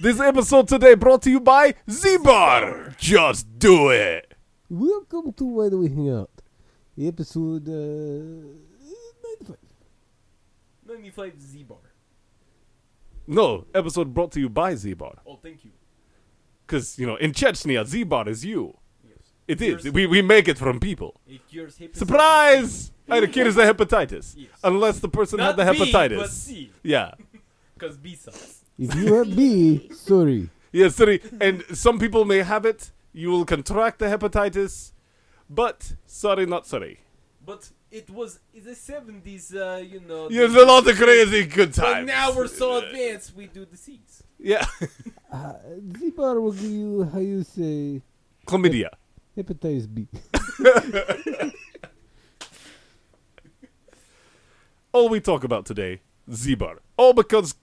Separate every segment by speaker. Speaker 1: This episode today brought to you by Z-Bar. Just do it.
Speaker 2: Welcome to Why Do We Hang Out? Episode uh, 95.
Speaker 3: 95 Z bar.
Speaker 1: No, episode brought to you by Z-Bar.
Speaker 3: Oh, thank you.
Speaker 1: Because, you know, in Chechnya, Z-Bar is you.
Speaker 3: Yes.
Speaker 1: It is. We, we make it from people.
Speaker 3: It cures hepatitis.
Speaker 1: Surprise! And it cures the hepatitis.
Speaker 3: Yes.
Speaker 1: Unless the person
Speaker 3: Not
Speaker 1: had the
Speaker 3: B,
Speaker 1: hepatitis.
Speaker 3: but C.
Speaker 1: Yeah.
Speaker 3: Because B sucks.
Speaker 2: If you have B, sorry.
Speaker 1: Yes, sorry. And some people may have it. You will contract the hepatitis. But, sorry, not sorry.
Speaker 3: But it was in the 70s, uh, you know.
Speaker 1: Yes,
Speaker 3: the-
Speaker 1: a lot of crazy good
Speaker 3: But
Speaker 1: times.
Speaker 3: now we're so advanced, we do the C's.
Speaker 1: Yeah.
Speaker 2: Uh, Z-Bar will give you how you say
Speaker 1: Chlamydia.
Speaker 2: hepatitis B.
Speaker 1: all we talk about today, Z-Bar. All because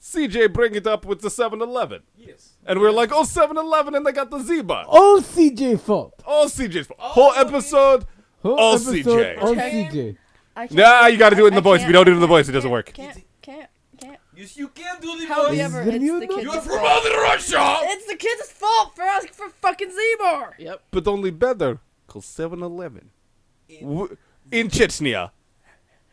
Speaker 1: CJ bring it up with the 7-Eleven.
Speaker 3: Yes.
Speaker 1: And we're like, oh, 7-Eleven, and they got the Z-Bar.
Speaker 2: All CJ fault.
Speaker 1: All CJ's fault. Whole episode.
Speaker 2: Whole
Speaker 1: All
Speaker 2: episode,
Speaker 1: CJ.
Speaker 2: All
Speaker 4: Okay.
Speaker 2: CJ.
Speaker 4: I can't
Speaker 1: Nah, you gotta do it in
Speaker 4: I
Speaker 1: the voice. If you
Speaker 4: can't-
Speaker 1: don't do it in the
Speaker 4: I
Speaker 1: voice, it doesn't work.
Speaker 4: Can't, can't, can't.
Speaker 3: Yes, you can do the
Speaker 4: How
Speaker 3: voice.
Speaker 4: we
Speaker 2: Is
Speaker 4: ever?
Speaker 2: there
Speaker 4: It's
Speaker 2: you
Speaker 4: the
Speaker 2: not-
Speaker 4: kids'
Speaker 3: You're
Speaker 4: fault.
Speaker 3: from Mother Russia!
Speaker 4: It's the kids' fault for asking for fucking Z-Bar. Yep.
Speaker 1: But only better, because 7-Eleven. W- in Chechnya.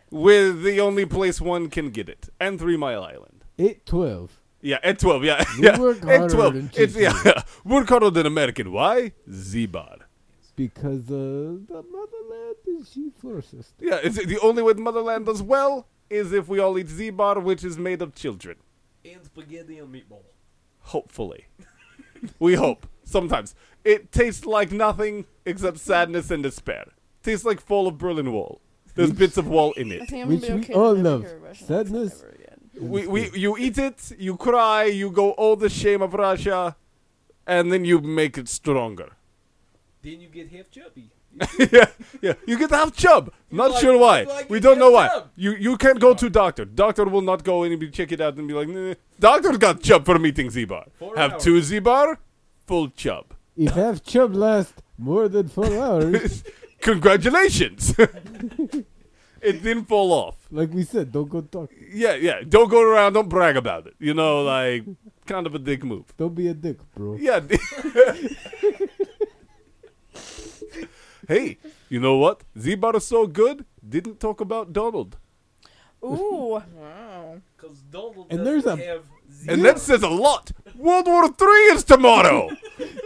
Speaker 1: We're the only place one can get it. And Three Mile Island.
Speaker 2: 812.
Speaker 1: Yeah, at 12, yeah.
Speaker 2: We
Speaker 1: yeah.
Speaker 2: work
Speaker 1: at
Speaker 2: harder
Speaker 1: 12.
Speaker 2: than
Speaker 1: It's,
Speaker 2: Chechnya.
Speaker 1: yeah. We're harder than American. Why? Z-Bar.
Speaker 2: Because uh, the motherland is she forces.
Speaker 1: Yeah, it's, the only way the motherland does well is if we all eat Z-Bar, which is made of children.
Speaker 3: And spaghetti and meatball.
Speaker 1: Hopefully. we hope. Sometimes. It tastes like nothing except sadness and despair. Tastes like fall of Berlin Wall. There's bits of wall in
Speaker 4: I
Speaker 1: it.
Speaker 4: think I'm
Speaker 2: Which
Speaker 4: gonna
Speaker 2: we
Speaker 4: be okay
Speaker 2: all
Speaker 4: to never
Speaker 2: love.
Speaker 4: hear a Russian
Speaker 2: Sadness.
Speaker 4: accent ever again.
Speaker 1: We, we, you eat it, you cry, you go, oh, the shame of Russia, and then you make it stronger.
Speaker 3: Then you get half chubby.
Speaker 1: yeah, yeah. You get to have chub. Not
Speaker 3: like-
Speaker 1: sure why.
Speaker 3: you like
Speaker 1: we
Speaker 3: you
Speaker 1: don't
Speaker 3: get
Speaker 1: know why.
Speaker 3: chub.
Speaker 1: You you can't go to doctor. Doctor will not go in and be check it out and be like, nah. doctor got chub for meeting Z bar.
Speaker 3: Four
Speaker 1: Have
Speaker 3: hours.
Speaker 1: two Z bar, full chub.
Speaker 2: If have chub last more than four hours,
Speaker 1: Congratulations. it didn't fall off.
Speaker 2: like we said, don't go talk.
Speaker 1: Yeah, yeah. Don't go around. Don't brag about it. You know, like kind of a dick move.
Speaker 2: Don't be a dick, bro.
Speaker 1: Yeah. d- hey, you know what? Z bar is so good. Didn't talk about Donald.
Speaker 4: Ooh. wow.
Speaker 3: Because Donald
Speaker 2: And
Speaker 3: doesn't
Speaker 2: there's a-
Speaker 3: have Z
Speaker 1: And that says a lot. World War III is tomorrow.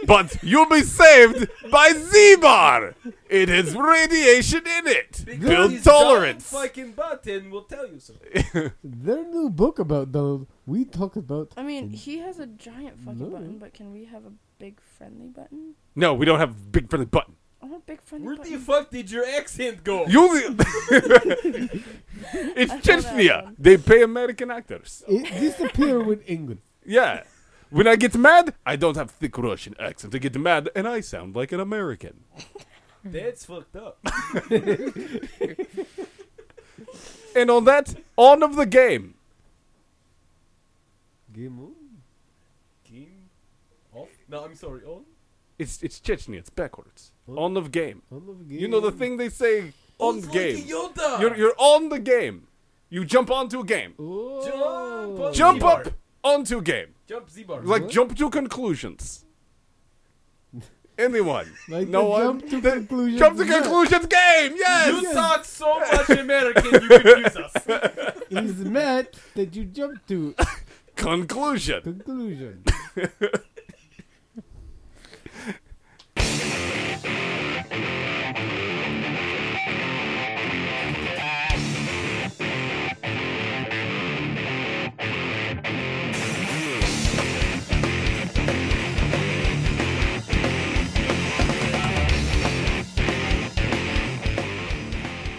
Speaker 1: but you'll be saved by Z-Bar. It has radiation in it.
Speaker 3: Because
Speaker 1: Build
Speaker 3: his
Speaker 1: tolerance.
Speaker 3: Donald fucking button will tell you something.
Speaker 2: Their new book about Donald, we talk about.
Speaker 4: I mean, he has a giant fucking
Speaker 2: No.
Speaker 4: button, but can we have a big friendly button?
Speaker 1: No, we don't have big friendly button.
Speaker 4: I want a big friendly
Speaker 3: Where
Speaker 4: button.
Speaker 3: the fuck did your accent go?
Speaker 1: You only- It's
Speaker 4: I saw that
Speaker 1: Chechnya.
Speaker 4: one.
Speaker 1: They pay American actors.
Speaker 2: It disappear with England.
Speaker 1: Yeah. When I get mad, I don't have thick Russian accent. I get mad and I sound like an American.
Speaker 3: That's fucked up.
Speaker 1: And on that, on of the game.
Speaker 2: Game on.
Speaker 3: Game off? No, I'm sorry, on?
Speaker 1: It's it's Chechnya. It's backwards.
Speaker 2: What?
Speaker 1: On of game.
Speaker 2: On of game.
Speaker 1: You know the thing they say on game.
Speaker 3: Yoda.
Speaker 1: You're, you're on the game. You jump onto a game.
Speaker 3: Jump
Speaker 2: Oh.
Speaker 3: up.
Speaker 1: Jump
Speaker 3: Z-bar.
Speaker 1: up onto game.
Speaker 3: Jump Z-bar.
Speaker 1: Like
Speaker 2: What?
Speaker 1: jump to conclusions. Anyone?
Speaker 2: Like
Speaker 1: no
Speaker 2: the
Speaker 1: one.
Speaker 2: jump to
Speaker 1: The
Speaker 2: conclusions
Speaker 1: Jump to
Speaker 2: is that.
Speaker 1: conclusions game.
Speaker 3: you
Speaker 1: Yes.
Speaker 3: talk so much American, you confuse us.
Speaker 2: Is mad that you jump to
Speaker 1: Conclusion.
Speaker 2: conclusion.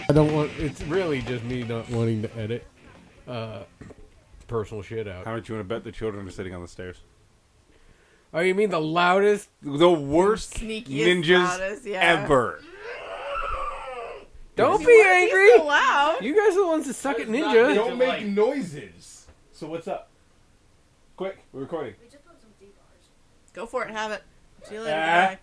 Speaker 2: I don't want. It's really just me not wanting to edit uh, personal shit out.
Speaker 1: much you want to bet the children are sitting on the stairs?
Speaker 2: Oh, you mean the loudest?
Speaker 1: The worst
Speaker 4: Sneakiest,
Speaker 1: ninjas
Speaker 4: loudest, yeah.
Speaker 1: ever.
Speaker 2: Don't be angry.
Speaker 4: So loud.
Speaker 2: You guys are the ones that suck at
Speaker 3: That's not
Speaker 2: ninja.
Speaker 3: me. Don't make
Speaker 1: noises. So what's up? Quick, we're recording.
Speaker 4: Go for it. Have it. See you
Speaker 1: later, Ah. bye.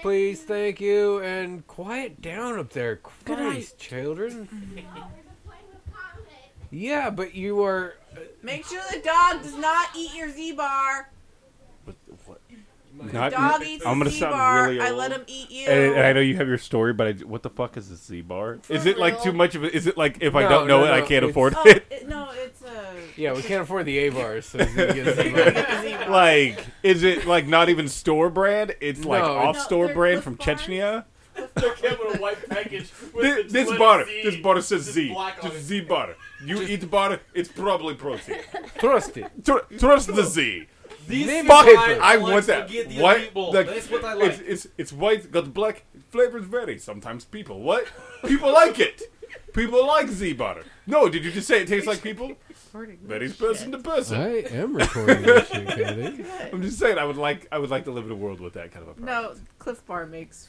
Speaker 2: Please, thank you, and quiet down up there,
Speaker 4: Good night.
Speaker 2: Christ, children.
Speaker 5: Oh, we're just playing with Comet.
Speaker 2: Yeah, but you are.
Speaker 6: Make sure the dog does not eat your Z bar.
Speaker 1: But what?
Speaker 6: The
Speaker 1: Not,
Speaker 6: dog eats
Speaker 1: I'm
Speaker 6: the
Speaker 1: gonna
Speaker 6: Z
Speaker 1: sound
Speaker 6: bar.
Speaker 1: really
Speaker 6: I
Speaker 1: old.
Speaker 6: let him eat you.
Speaker 1: And, and I know you have your story, but I, what the fuck is a Z bar?
Speaker 6: For
Speaker 1: Is it like
Speaker 6: real?
Speaker 1: too much of it? Is it like if I
Speaker 2: No,
Speaker 1: don't know
Speaker 2: no,
Speaker 1: it, I
Speaker 2: no,
Speaker 1: can't
Speaker 2: it's-
Speaker 1: afford
Speaker 6: oh,
Speaker 1: it?
Speaker 6: it- no, it's a.
Speaker 2: Yeah, we can't afford the A bars, so you get a Z bar.
Speaker 6: Yeah.
Speaker 1: Like, is it like not even store brand? It's like
Speaker 2: No, it's-
Speaker 1: off
Speaker 6: No,
Speaker 1: store
Speaker 6: they're
Speaker 1: brand
Speaker 6: Clif
Speaker 1: from
Speaker 6: Bars.
Speaker 1: Chechnya.
Speaker 3: They came with a white package. With
Speaker 1: This,
Speaker 3: the
Speaker 1: this
Speaker 3: letter
Speaker 1: butter,
Speaker 3: Z.
Speaker 1: this butter says
Speaker 3: just
Speaker 1: Z,
Speaker 3: black on
Speaker 1: just
Speaker 3: it.
Speaker 1: Z butter. You eat butter, it's probably protein.
Speaker 2: Trust it.
Speaker 1: Tr- Trust the Z.
Speaker 7: This
Speaker 2: Name
Speaker 7: is
Speaker 1: Fuck it,
Speaker 7: why
Speaker 1: I want
Speaker 7: like
Speaker 1: that.
Speaker 7: spaghetti and
Speaker 1: White,
Speaker 7: meatball.
Speaker 1: the-
Speaker 7: That's what I
Speaker 1: it's,
Speaker 7: like.
Speaker 1: it's it's white, got black flavors. Vary sometimes. People, what? People like it. People like Z butter. No, did you just say it tastes like people? Varies person to person.
Speaker 2: I am recording this shit, Kennedy.
Speaker 1: I'm just saying, I would like, I would like to live in a world with that kind of a. Product.
Speaker 6: No, Cliff Bar makes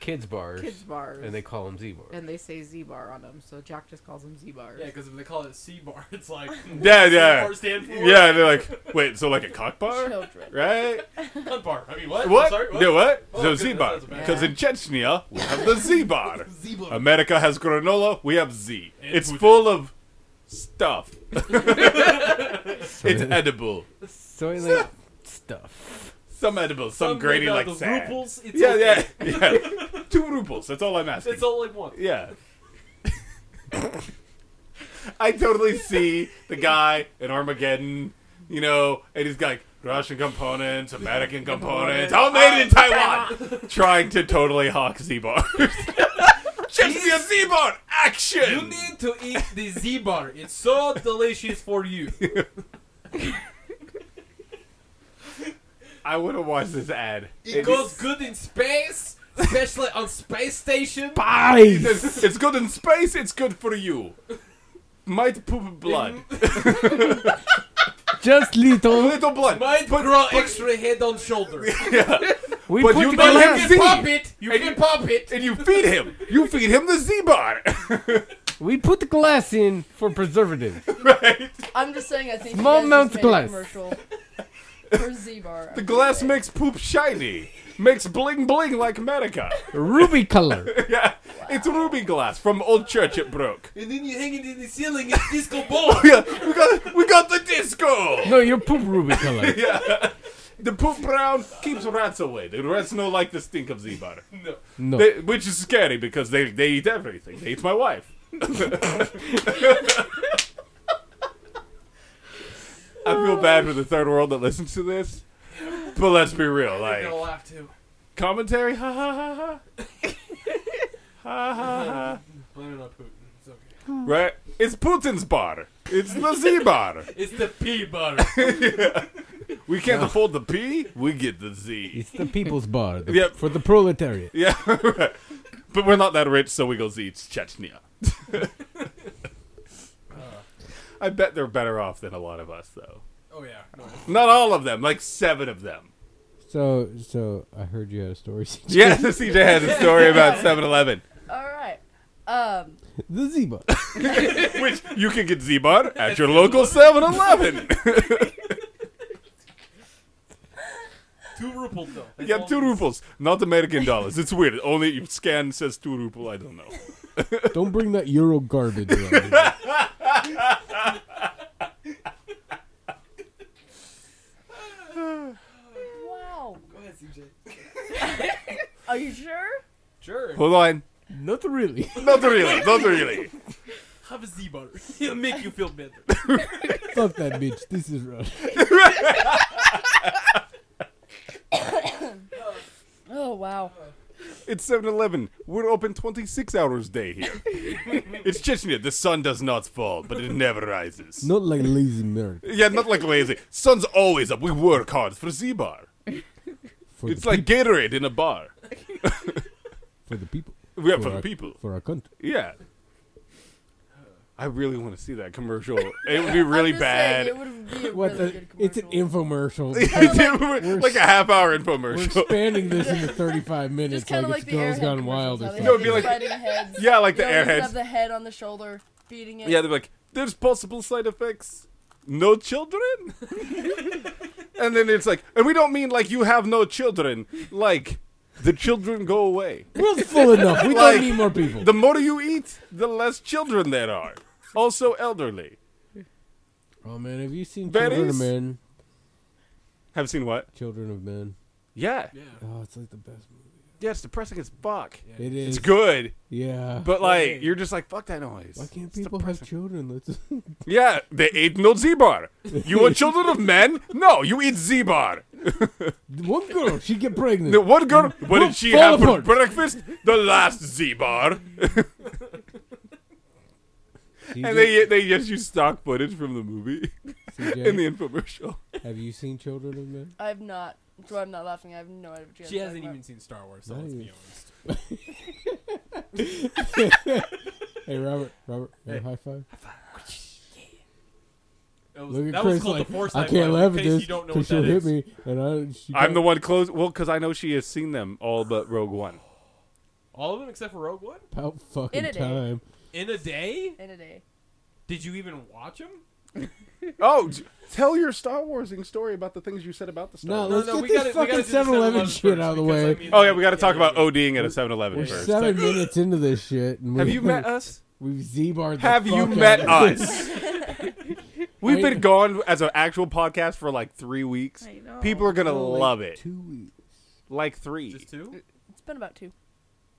Speaker 2: Kids bars,
Speaker 6: kids bars,
Speaker 2: and they call them Z bars.
Speaker 6: and they say Z bar on them, so Jack just calls them Z bars.
Speaker 3: Yeah, because if they call it C bar, it's like.
Speaker 1: Yeah,
Speaker 3: C
Speaker 1: yeah,
Speaker 3: Bar stand for?
Speaker 1: yeah. They're like, wait, so like a cock bar,
Speaker 6: Children.
Speaker 1: right?
Speaker 3: Cunt bar. I mean, what? I'm
Speaker 1: What?
Speaker 3: Sorry, what?
Speaker 1: No, what?
Speaker 3: Oh,
Speaker 1: so
Speaker 3: good,
Speaker 1: Z
Speaker 3: that
Speaker 1: bar,
Speaker 3: sounds bad.
Speaker 1: because in Chechnya we have the Z bar.
Speaker 3: Z bar.
Speaker 1: America has granola, we have Z.
Speaker 3: And
Speaker 1: it's
Speaker 3: Putin.
Speaker 1: full of stuff.
Speaker 2: So
Speaker 1: It's
Speaker 2: they-
Speaker 1: edible.
Speaker 2: so they like stuff.
Speaker 1: Some edible, some,
Speaker 7: Some
Speaker 1: grainy
Speaker 7: made out
Speaker 1: like
Speaker 7: of
Speaker 1: sand.
Speaker 7: Ruples, it's
Speaker 1: Yeah,
Speaker 7: okay.
Speaker 1: yeah, yeah. Two ruples. That's all I'm asking.
Speaker 7: That's all I want.
Speaker 1: Yeah. I totally see the guy in Armageddon, you know, and he's got like Russian components, American components, all made
Speaker 7: Oh,
Speaker 1: in Taiwan, trying to totally hawk Z bars. Just the Z bar action.
Speaker 7: You need to eat the Z bar. It's so delicious for you.
Speaker 1: I would have watched this ad.
Speaker 7: It goes good in space, especially on space station.
Speaker 2: Pies.
Speaker 1: It's, it's good in space. It's good for you. Might poop blood.
Speaker 2: Just little.
Speaker 1: Little blood.
Speaker 7: Might
Speaker 1: Put-
Speaker 7: grow
Speaker 1: put-
Speaker 7: extra head on shoulder.
Speaker 1: Yeah.
Speaker 2: We
Speaker 1: But
Speaker 2: put
Speaker 1: you
Speaker 2: the
Speaker 1: don't
Speaker 7: But
Speaker 1: have
Speaker 2: glass-
Speaker 7: you
Speaker 1: Z.
Speaker 7: can pop it. You
Speaker 1: And
Speaker 7: can
Speaker 1: you-
Speaker 7: pop it.
Speaker 1: and you feed him. You feed him the Z bar.
Speaker 2: We put the glass in for preservative.
Speaker 1: right?
Speaker 4: I'm just saying, I think you
Speaker 2: Small
Speaker 4: guys just
Speaker 2: amount
Speaker 4: made a
Speaker 2: glass.
Speaker 4: commercial for Z-Bar.
Speaker 1: The glass makes poop shiny. Makes bling bling like America.
Speaker 2: Ruby color.
Speaker 1: yeah. It's ruby glass from old church it broke.
Speaker 7: And then you hang it in the ceiling. It's disco ball.
Speaker 1: Yeah, we got we got the disco.
Speaker 2: No, your poop ruby color.
Speaker 1: Yeah. The poop brown keeps rats away. The rats don't like the stink of Z butter.
Speaker 7: No.
Speaker 2: No.
Speaker 1: They- which is scary because they, they eat everything. They eat my wife. I feel bad for the third world that listens to this, but let's be
Speaker 7: You're
Speaker 1: real.
Speaker 7: gonna
Speaker 1: Like
Speaker 7: laugh too.
Speaker 1: commentary, ha ha ha ha. Ha ha ha.
Speaker 7: Planning on Putin. It's okay.
Speaker 1: Right? It's Putin's bar. It's the Z bar.
Speaker 7: It's the pea butter.
Speaker 1: We can't afford the P, we get the Z.
Speaker 2: It's the people's bar the-
Speaker 1: Yep.
Speaker 2: for the proletariat.
Speaker 1: Yeah, right. But we're not that rich, so we go Z it's Chechnya. I bet they're better off than a lot of us, though.
Speaker 7: Oh yeah. No.
Speaker 1: Not all of them, like seven of them.
Speaker 2: So, so I heard you had a story. CJ.
Speaker 1: Yeah, CJ has a story about 7 Eleven,
Speaker 4: All right. Um,
Speaker 2: The zebra.
Speaker 1: which you can get Z Bar at your local 7 Eleven.
Speaker 7: Two ruples though. That's
Speaker 1: yeah,
Speaker 7: all
Speaker 1: two
Speaker 7: it is.
Speaker 1: ruples, not American dollars. It's weird. Only if scan says two ruple, I don't know.
Speaker 2: Don't bring that Euro garbage. around.
Speaker 4: wow.
Speaker 7: Go ahead, CJ.
Speaker 4: Are you sure?
Speaker 7: Sure.
Speaker 1: Hold on.
Speaker 2: Not really.
Speaker 1: Not really, not really.
Speaker 7: Have a Z butter. It'll make you feel better.
Speaker 2: Fuck that bitch. This is rough.
Speaker 4: Oh, wow.
Speaker 1: It's 7 Eleven. We're open 26 hours day here. it's Chechnya. The sun does not fall, but it never rises.
Speaker 2: Not like lazy America.
Speaker 1: Yeah, not like lazy. Sun's always up. We work hard for Z Bar.
Speaker 2: For
Speaker 1: It's
Speaker 2: the
Speaker 1: like Gatorade in a bar.
Speaker 2: peop- for the people,
Speaker 1: We are
Speaker 2: For
Speaker 1: for the
Speaker 2: our-
Speaker 1: people.
Speaker 2: for our country.
Speaker 1: Yeah. I really want to see that commercial. It would be really
Speaker 4: I'm just saying,
Speaker 1: bad.
Speaker 4: it would be a
Speaker 2: What?
Speaker 4: really
Speaker 2: the,
Speaker 4: good
Speaker 2: it's an
Speaker 4: commercial.
Speaker 2: infomercial.
Speaker 1: It's like a half hour
Speaker 2: We're
Speaker 1: infomercial.
Speaker 2: expanding this into 35 minutes
Speaker 4: Just kind of
Speaker 2: like
Speaker 4: like
Speaker 2: it's
Speaker 4: the
Speaker 2: Girls
Speaker 4: Airhead
Speaker 2: Gone
Speaker 4: commercials,
Speaker 2: Wild or
Speaker 4: how they
Speaker 2: something.
Speaker 1: No,
Speaker 4: have
Speaker 1: it'd be like-
Speaker 4: these fighting heads.
Speaker 1: Yeah, like the
Speaker 4: They always Have
Speaker 1: airheads.
Speaker 4: the head on the shoulder, beating it.
Speaker 1: Yeah, they're like, there's possible side effects. No children? and then it's like, and we don't mean like you have no children. Like, the children go away.
Speaker 2: World's full enough. We
Speaker 1: Like,
Speaker 2: don't need more people.
Speaker 1: The more you eat, the less children there are. Also elderly.
Speaker 2: Oh man, have you seen Children
Speaker 1: Betty's?
Speaker 2: of Men?
Speaker 1: Have seen what?
Speaker 2: Children of Men.
Speaker 1: Yeah.
Speaker 3: Yeah.
Speaker 2: Oh, it's like the best movie.
Speaker 1: Yeah, it's depressing as fuck.
Speaker 2: It is.
Speaker 1: It's good,
Speaker 2: Yeah.
Speaker 1: but like
Speaker 3: Okay.
Speaker 1: you're just like fuck that noise.
Speaker 2: why can't
Speaker 1: It's
Speaker 2: people
Speaker 1: depressing.
Speaker 2: have children? Let's.
Speaker 1: Yeah, they ate an old Z-bar. You want children of men? No, you eat Z-bar.
Speaker 2: One girl, she get pregnant.
Speaker 1: The one girl, what
Speaker 2: We'll
Speaker 1: did she
Speaker 2: fall
Speaker 1: have for
Speaker 2: apart.
Speaker 1: breakfast? The last Z-bar.
Speaker 2: CJ,
Speaker 1: And they they just use stock footage from the movie
Speaker 2: CJ,
Speaker 1: in the infomercial.
Speaker 2: have you seen Children of Men?
Speaker 4: I have not. That's why I'm not laughing. I have no idea what you guys
Speaker 7: She
Speaker 4: are
Speaker 7: hasn't
Speaker 4: talking
Speaker 7: even seen Star Wars, so
Speaker 2: Not
Speaker 7: let's be
Speaker 2: even.
Speaker 7: honest.
Speaker 2: Hey Robert, Robert, you
Speaker 3: Hey.
Speaker 2: high five.
Speaker 3: That was,
Speaker 2: Look at
Speaker 3: that
Speaker 2: Chris
Speaker 3: was called
Speaker 2: like
Speaker 3: the force
Speaker 2: I can't laugh at this
Speaker 3: you don't know
Speaker 2: because she'll
Speaker 3: what that
Speaker 2: hit
Speaker 3: is.
Speaker 2: me, and I. She
Speaker 1: I'm the
Speaker 2: got-
Speaker 1: one close. Well, because I know she has seen them all but Rogue One.
Speaker 3: All of them except for Rogue One?
Speaker 2: about fucking
Speaker 4: In a day.
Speaker 2: time.
Speaker 3: In a day?
Speaker 4: about. In a day.
Speaker 3: Did you even watch them?
Speaker 1: Oh, j- tell your Star Warsing story about the things you said about the Star
Speaker 2: No,
Speaker 1: Wars.
Speaker 2: Oh, let's get
Speaker 3: we
Speaker 2: this
Speaker 3: gotta, we
Speaker 2: fucking
Speaker 3: gotta do the
Speaker 2: 7-Eleven shit out of the
Speaker 3: first,
Speaker 2: way.
Speaker 3: because, I mean,
Speaker 1: Oh yeah, we got to talk
Speaker 3: yeah,
Speaker 1: about ODing at a 7-Eleven
Speaker 2: We're
Speaker 1: first.
Speaker 2: seven minutes into this shit, and we,
Speaker 1: Have you met us?
Speaker 2: We've z-barred. the
Speaker 1: Have you
Speaker 2: fuck
Speaker 1: met
Speaker 2: out of-
Speaker 1: us? We've
Speaker 2: I-
Speaker 1: been gone as an actual podcast for like three weeks.
Speaker 6: I know.
Speaker 1: People are gonna
Speaker 2: Oh, like
Speaker 1: love it.
Speaker 2: Two weeks.
Speaker 1: Like three.
Speaker 3: Just two?
Speaker 4: It's been about two.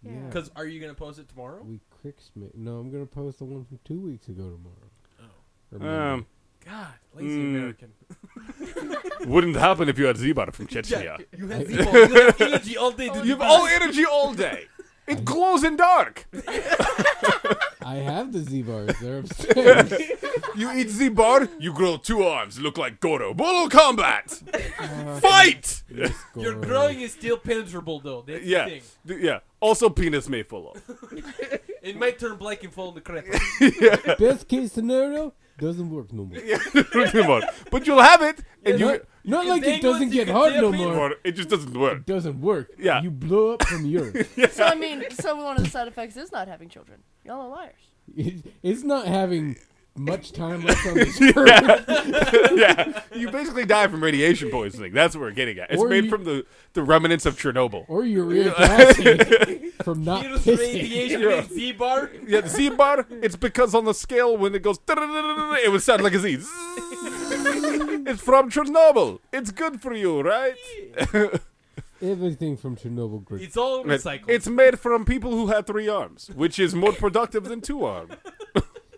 Speaker 2: Yeah.
Speaker 3: Because are you gonna post it tomorrow?
Speaker 2: we Christmas. No, I'm gonna post the one from two weeks ago tomorrow.
Speaker 3: Oh.
Speaker 2: Or
Speaker 1: Um,
Speaker 2: Monday.
Speaker 3: God, lazy
Speaker 1: Mm.
Speaker 3: American.
Speaker 1: wouldn't happen if you had Zbar from Chechnya.
Speaker 3: You had Z-Ball. You had energy all day.
Speaker 2: Oh,
Speaker 1: You have all energy all day. It glows in dark.
Speaker 2: I have the z-bars. They're upstairs.
Speaker 1: You eat Zbar, you grow two arms, look like Goro. Mortal Kombat!
Speaker 2: Uh,
Speaker 1: Fight!
Speaker 3: Your growing is still penetrable, though. That's
Speaker 1: Yeah.
Speaker 3: the thing.
Speaker 1: Th- Yeah. Also, penis may fall off.
Speaker 3: It might turn black and fall in the crap.
Speaker 2: Best case scenario doesn't work no more.
Speaker 1: but you'll have it, and you.
Speaker 2: Not, not
Speaker 3: If
Speaker 2: like
Speaker 3: they
Speaker 2: it doesn't
Speaker 3: want, you
Speaker 2: get
Speaker 3: can
Speaker 2: hard no
Speaker 3: dip in.
Speaker 2: more.
Speaker 1: It just doesn't work.
Speaker 2: Doesn't work.
Speaker 1: Yeah.
Speaker 2: You blow up from Europe.
Speaker 4: So I mean, so one of the side effects is not having children. Y'all are liars.
Speaker 2: It- it's not having much time left on this earth.
Speaker 1: yeah. You basically die from radiation poisoning. That's what we're getting at. It's
Speaker 2: Or
Speaker 1: made
Speaker 2: you-
Speaker 1: from the, the remnants of Chernobyl.
Speaker 2: Or uric acid from not
Speaker 3: Here's
Speaker 2: pissing.
Speaker 3: radiation
Speaker 1: Yeah.
Speaker 3: with Z-Bar.
Speaker 1: Yeah, the Z bar, it's because on the scale when it goes, it would sound like a Z. Zzzz. It's from Chernobyl. It's good for you, right?
Speaker 2: Everything from Chernobyl group.
Speaker 3: It's all
Speaker 1: Right.
Speaker 3: recycled.
Speaker 1: It's made from people who have three islands, which is more productive than two arms.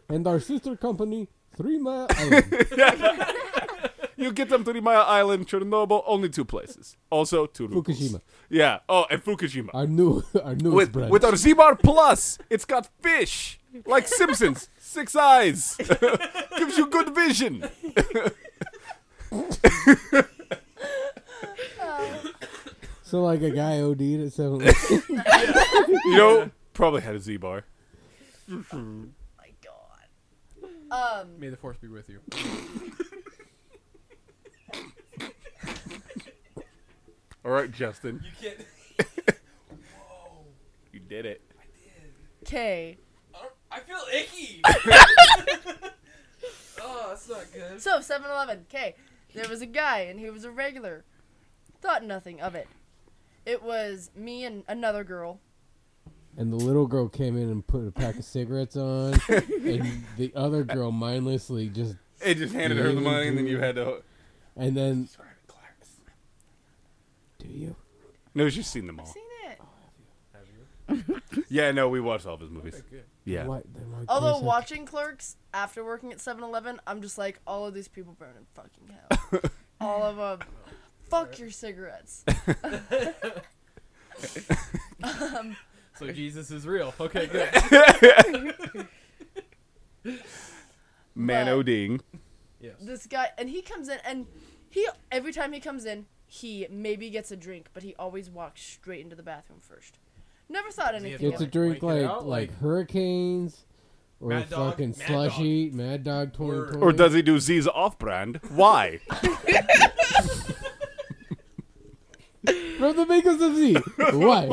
Speaker 2: And our sister company, Three Mile Island.
Speaker 1: You get them Three Mile Island, Chernobyl, only two places. Also, two rubles.
Speaker 2: Fukushima.
Speaker 1: Yeah. Oh, and Fukushima.
Speaker 2: Our new our newest
Speaker 1: with,
Speaker 2: brand.
Speaker 1: with our Z bar plus, it's got fish like Simpsons, six eyes, gives you good vision.
Speaker 2: so like a guy OD'd at seven Eleven.
Speaker 1: You know, probably had a Z bar.
Speaker 4: My God. Um.
Speaker 3: May the force be with you.
Speaker 1: All right, Justin,
Speaker 3: You can't.
Speaker 1: you did it.
Speaker 4: Okay.
Speaker 3: I feel icky. oh, that's not good.
Speaker 4: So 7-Eleven. Okay. There was a guy and he was a regular. Thought nothing of it. It was me and another girl.
Speaker 2: And the little girl came in and put a pack of cigarettes on, and the other girl mindlessly just.
Speaker 1: It just handed her the money, and then you had to.
Speaker 2: And then, do you?
Speaker 1: No, she's seen them all.
Speaker 4: Seen it.
Speaker 1: Yeah, no, we watched all of his movies. Yeah.
Speaker 2: Why, then why
Speaker 4: Although
Speaker 2: Chris-
Speaker 4: watching Clerks after working at 7-Eleven, I'm just like, all of these people burn in fucking hell. all of them. Fuck your cigarettes.
Speaker 3: So Jesus is real. Okay, good.
Speaker 1: Man
Speaker 4: But-
Speaker 1: O'Ding.
Speaker 3: Yes.
Speaker 4: This guy, and he comes in, and he every time he comes in, he maybe gets a drink, but he always walks straight into the bathroom first. Never thought
Speaker 3: Does he have
Speaker 4: anything.
Speaker 3: to
Speaker 2: It's a
Speaker 3: like
Speaker 4: of it.
Speaker 2: drink
Speaker 3: wank it
Speaker 2: like
Speaker 3: out,
Speaker 2: like
Speaker 3: like-
Speaker 2: hurricanes, or
Speaker 3: Mad Dog,
Speaker 2: fucking
Speaker 3: Mad
Speaker 2: slushy, Mad Dog
Speaker 3: Or-
Speaker 2: twenty twenty.
Speaker 1: Or does he do Z's off brand? Why?
Speaker 2: from the makers of Z? Why?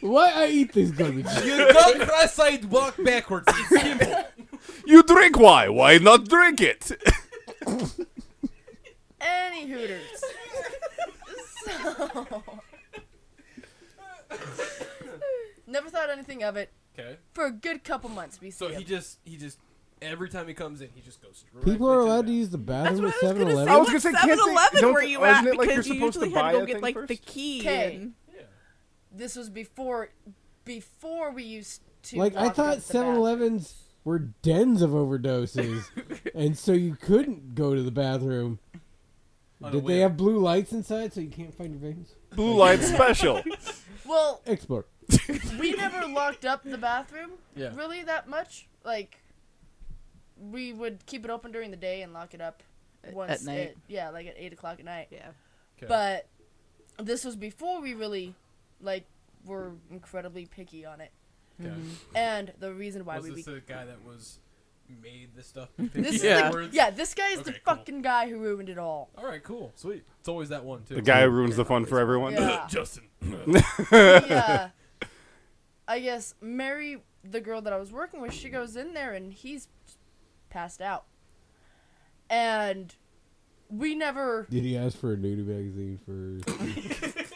Speaker 2: Why I eat this garbage?
Speaker 3: You go cross-eyed, walk backwards. It's simple.
Speaker 1: you drink why? Why not drink it?
Speaker 4: Any Hooters. so. Never thought anything of it
Speaker 3: Okay.
Speaker 4: for a good couple months. We
Speaker 3: So
Speaker 4: see
Speaker 3: he
Speaker 4: him.
Speaker 3: just he just Every time he comes in, he just goes straight.
Speaker 2: People are allowed to use the
Speaker 6: That's
Speaker 2: bathroom
Speaker 6: what
Speaker 2: at
Speaker 6: I was
Speaker 2: 7
Speaker 6: gonna say.
Speaker 2: Eleven?
Speaker 6: I
Speaker 2: What
Speaker 6: was gonna say,
Speaker 2: can't they-
Speaker 6: 7-Eleven
Speaker 2: don't-
Speaker 6: were you
Speaker 2: wasn't
Speaker 6: at?
Speaker 2: it like you're
Speaker 6: because you
Speaker 2: supposed to
Speaker 6: usually had
Speaker 2: buy
Speaker 6: to
Speaker 2: a
Speaker 6: go get
Speaker 2: thing
Speaker 6: like the
Speaker 2: first?
Speaker 6: key.
Speaker 4: Okay.
Speaker 6: and-
Speaker 4: This was before before we used to.
Speaker 2: Like, I
Speaker 4: lock up
Speaker 2: thought
Speaker 4: the
Speaker 2: 7 Elevens were dens of overdoses, and so you couldn't go to the bathroom.
Speaker 3: On a
Speaker 2: Did they
Speaker 3: whim.
Speaker 2: have blue lights inside so you can't find your veins?
Speaker 1: Blue light special.
Speaker 4: bathroom. Well,
Speaker 2: Explore.
Speaker 4: we never locked up the bathroom
Speaker 3: Yeah.
Speaker 4: really that much. Like, we would keep it open during the day and lock it up
Speaker 6: At-
Speaker 4: once
Speaker 6: at night.
Speaker 4: It, yeah, like at eight o'clock at night.
Speaker 6: Yeah.
Speaker 4: But this was before we really, like, were incredibly picky on it.
Speaker 3: Okay.
Speaker 4: And the reason Mm-hmm. why
Speaker 3: was
Speaker 4: we
Speaker 3: this
Speaker 4: be-
Speaker 3: the guy that was made the stuff?
Speaker 4: this is
Speaker 6: Yeah.
Speaker 4: the, yeah this guy is the
Speaker 3: Okay, cool.
Speaker 4: fucking guy who ruined it all.
Speaker 3: All right, cool, sweet. It's always that one too.
Speaker 1: The guy who ruins the fun for everyone.
Speaker 4: Yeah.
Speaker 3: Justin.
Speaker 4: yeah. uh, I guess Mary, the girl that I was working with, she goes in there and he's passed out. And we never.
Speaker 2: Did he ask for a nudie magazine first?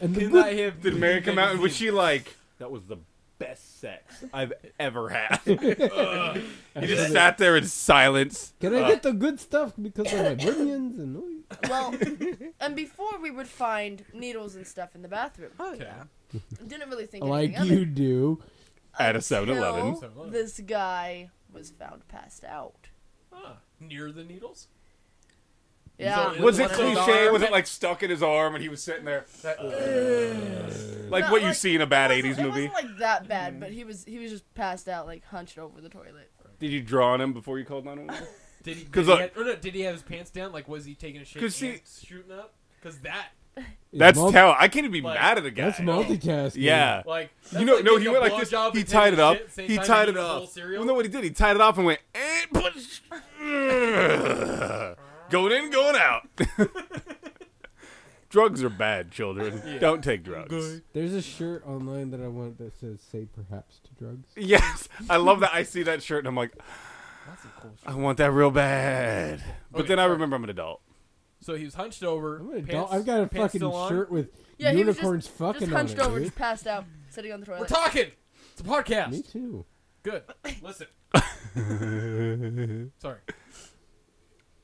Speaker 2: and the
Speaker 3: Can
Speaker 2: good-
Speaker 3: I have
Speaker 1: Did Mary come out and was she like, that was the best sex I've ever had? Ugh. he just sat there in silence. uh,
Speaker 2: Can I get the good stuff because of my bunions and noise?
Speaker 4: Well, and before we would find needles and stuff in the bathroom.
Speaker 6: Oh
Speaker 3: Okay.
Speaker 6: yeah.
Speaker 4: Didn't really think
Speaker 2: Like
Speaker 4: anything
Speaker 2: you
Speaker 4: of it.
Speaker 2: do.
Speaker 1: At a 7 Eleven.
Speaker 4: until This guy was found passed out.
Speaker 3: Ah, near the needles?
Speaker 4: Yeah.
Speaker 3: So
Speaker 1: Was it
Speaker 3: One of those
Speaker 1: cliche?
Speaker 3: arms.
Speaker 1: Was it like stuck in his arm and he was sitting there? that- like
Speaker 4: Not
Speaker 1: what you
Speaker 4: like-
Speaker 1: see in a bad
Speaker 4: It wasn't-
Speaker 1: 80s movie?
Speaker 4: It wasn't like that bad, but he was he was just passed out, like hunched over the toilet.
Speaker 1: Did you draw on him before you called 911?
Speaker 3: Did he?
Speaker 1: 'Cause
Speaker 3: did he
Speaker 1: look-
Speaker 3: have- or no, did he have his pants down? Like, was he taking a shit?
Speaker 1: 'Cause
Speaker 3: and
Speaker 1: see-
Speaker 3: shooting up. Because that,
Speaker 2: It's
Speaker 1: That's
Speaker 2: mul-
Speaker 1: tell. I can't even be
Speaker 3: Like,
Speaker 1: mad at the guy.
Speaker 2: That's multitasking.
Speaker 1: Yeah.
Speaker 3: like, that's
Speaker 1: You know,
Speaker 3: like
Speaker 1: no, he
Speaker 3: getting a
Speaker 1: went like this.
Speaker 3: blowjob
Speaker 1: He
Speaker 3: and
Speaker 1: tied
Speaker 3: taking
Speaker 1: it
Speaker 3: a
Speaker 1: up.
Speaker 3: shit at the same
Speaker 1: He
Speaker 3: time
Speaker 1: tied it
Speaker 3: eating a bowl
Speaker 1: up.
Speaker 3: of cereal.
Speaker 1: Well, no, what he did, he tied it off and went, eh, push. going in, going out. drugs are bad, children. Don't take drugs.
Speaker 2: There's a shirt online that I want that says "Say perhaps to drugs."
Speaker 1: Yes, I love that. I see that shirt and I'm like,
Speaker 3: That's a cool
Speaker 1: I want that real bad. But
Speaker 3: Okay,
Speaker 1: then I
Speaker 3: sorry.
Speaker 1: remember I'm an adult.
Speaker 3: So he was hunched over.
Speaker 2: I'm an adult.
Speaker 3: pants-
Speaker 2: I've got a
Speaker 3: pants
Speaker 2: fucking
Speaker 3: still on.
Speaker 2: shirt with
Speaker 4: Yeah, he was just-
Speaker 2: unicorns fucking
Speaker 4: Just hunched
Speaker 2: on it.
Speaker 4: over,
Speaker 2: dude.
Speaker 4: just passed out, sitting on the
Speaker 3: We're
Speaker 4: toilet.
Speaker 3: talking. It's a podcast.
Speaker 2: Me too.
Speaker 3: Good. Listen. Sorry.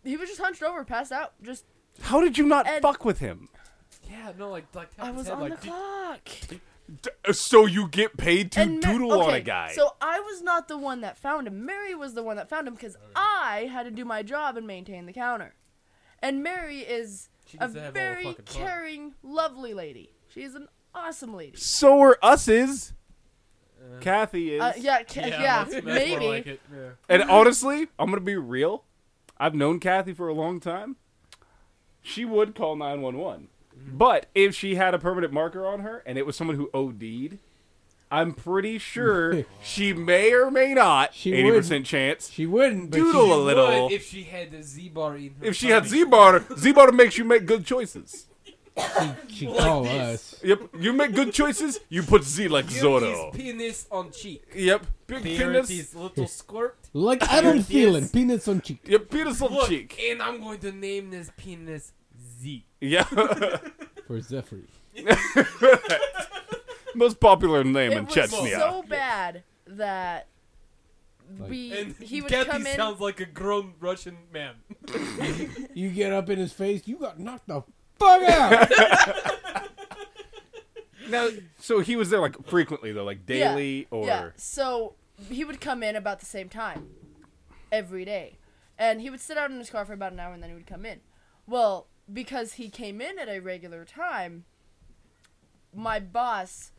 Speaker 4: He was just hunched over, passed out. Just
Speaker 1: How did you not
Speaker 4: And-
Speaker 1: fuck with him?
Speaker 3: Yeah, no, like, like tap
Speaker 4: I
Speaker 3: his
Speaker 4: was
Speaker 3: head,
Speaker 4: on
Speaker 3: like,
Speaker 4: the
Speaker 3: "Did-
Speaker 4: clock.
Speaker 1: D- So you get paid to
Speaker 4: Ma-
Speaker 1: doodle on a
Speaker 4: okay,
Speaker 1: guy.
Speaker 4: So I was not the one that found him. Mary was the one that found him because I had to do my job and maintain the counter. And Mary is
Speaker 3: She
Speaker 4: a
Speaker 3: needs to have all the
Speaker 4: very
Speaker 3: fucking fun.
Speaker 4: caring, lovely lady. She is an awesome lady.
Speaker 1: So are us's. Kathy is.
Speaker 4: Uh, yeah, ca-
Speaker 3: Yeah,
Speaker 4: yeah,
Speaker 3: that's- that's more
Speaker 4: maybe.
Speaker 3: like it. Yeah.
Speaker 1: And honestly, I'm gonna be real. I've known Kathy for a long time. She would call 911, but if she had a permanent marker on her and it was someone who OD'd, I'm pretty sure she may or may not.
Speaker 2: She
Speaker 1: 80 percent chance.
Speaker 2: She wouldn't. But
Speaker 1: Doodle
Speaker 2: she-
Speaker 1: a little.
Speaker 3: Would if she had the Z bar in her
Speaker 1: If she had
Speaker 3: tummy.
Speaker 1: Z bar, Z bar makes you make good choices.
Speaker 2: She call us.
Speaker 1: Yep, you make good choices. You put Z like
Speaker 3: Give
Speaker 1: Zorro.
Speaker 3: his penis on cheek.
Speaker 1: Yep, big
Speaker 3: Here it
Speaker 1: penis.
Speaker 3: is, little squirt.
Speaker 2: Like Adam
Speaker 3: Yes.
Speaker 2: Thielen, peanuts on cheek.
Speaker 1: Yep, penis on
Speaker 3: Look,
Speaker 1: cheek.
Speaker 3: and I'm going to name this penis Z.
Speaker 1: Yeah,
Speaker 2: for Zephyr.
Speaker 1: most popular name in
Speaker 4: it was
Speaker 1: Chechnya.
Speaker 4: so bad that
Speaker 2: Like-
Speaker 4: we
Speaker 3: And
Speaker 4: he would
Speaker 3: Kathy
Speaker 4: come in.
Speaker 3: sounds like a grown Russian man.
Speaker 2: You get up in his face. You got knocked the fuck out.
Speaker 1: Now, so he was there like frequently though, like
Speaker 4: Yeah,
Speaker 1: daily or
Speaker 4: yeah. So he would come in about the same time every day, and he would sit out in his car for about an hour, and then he would come in. Well, because he came in at a regular time, my boss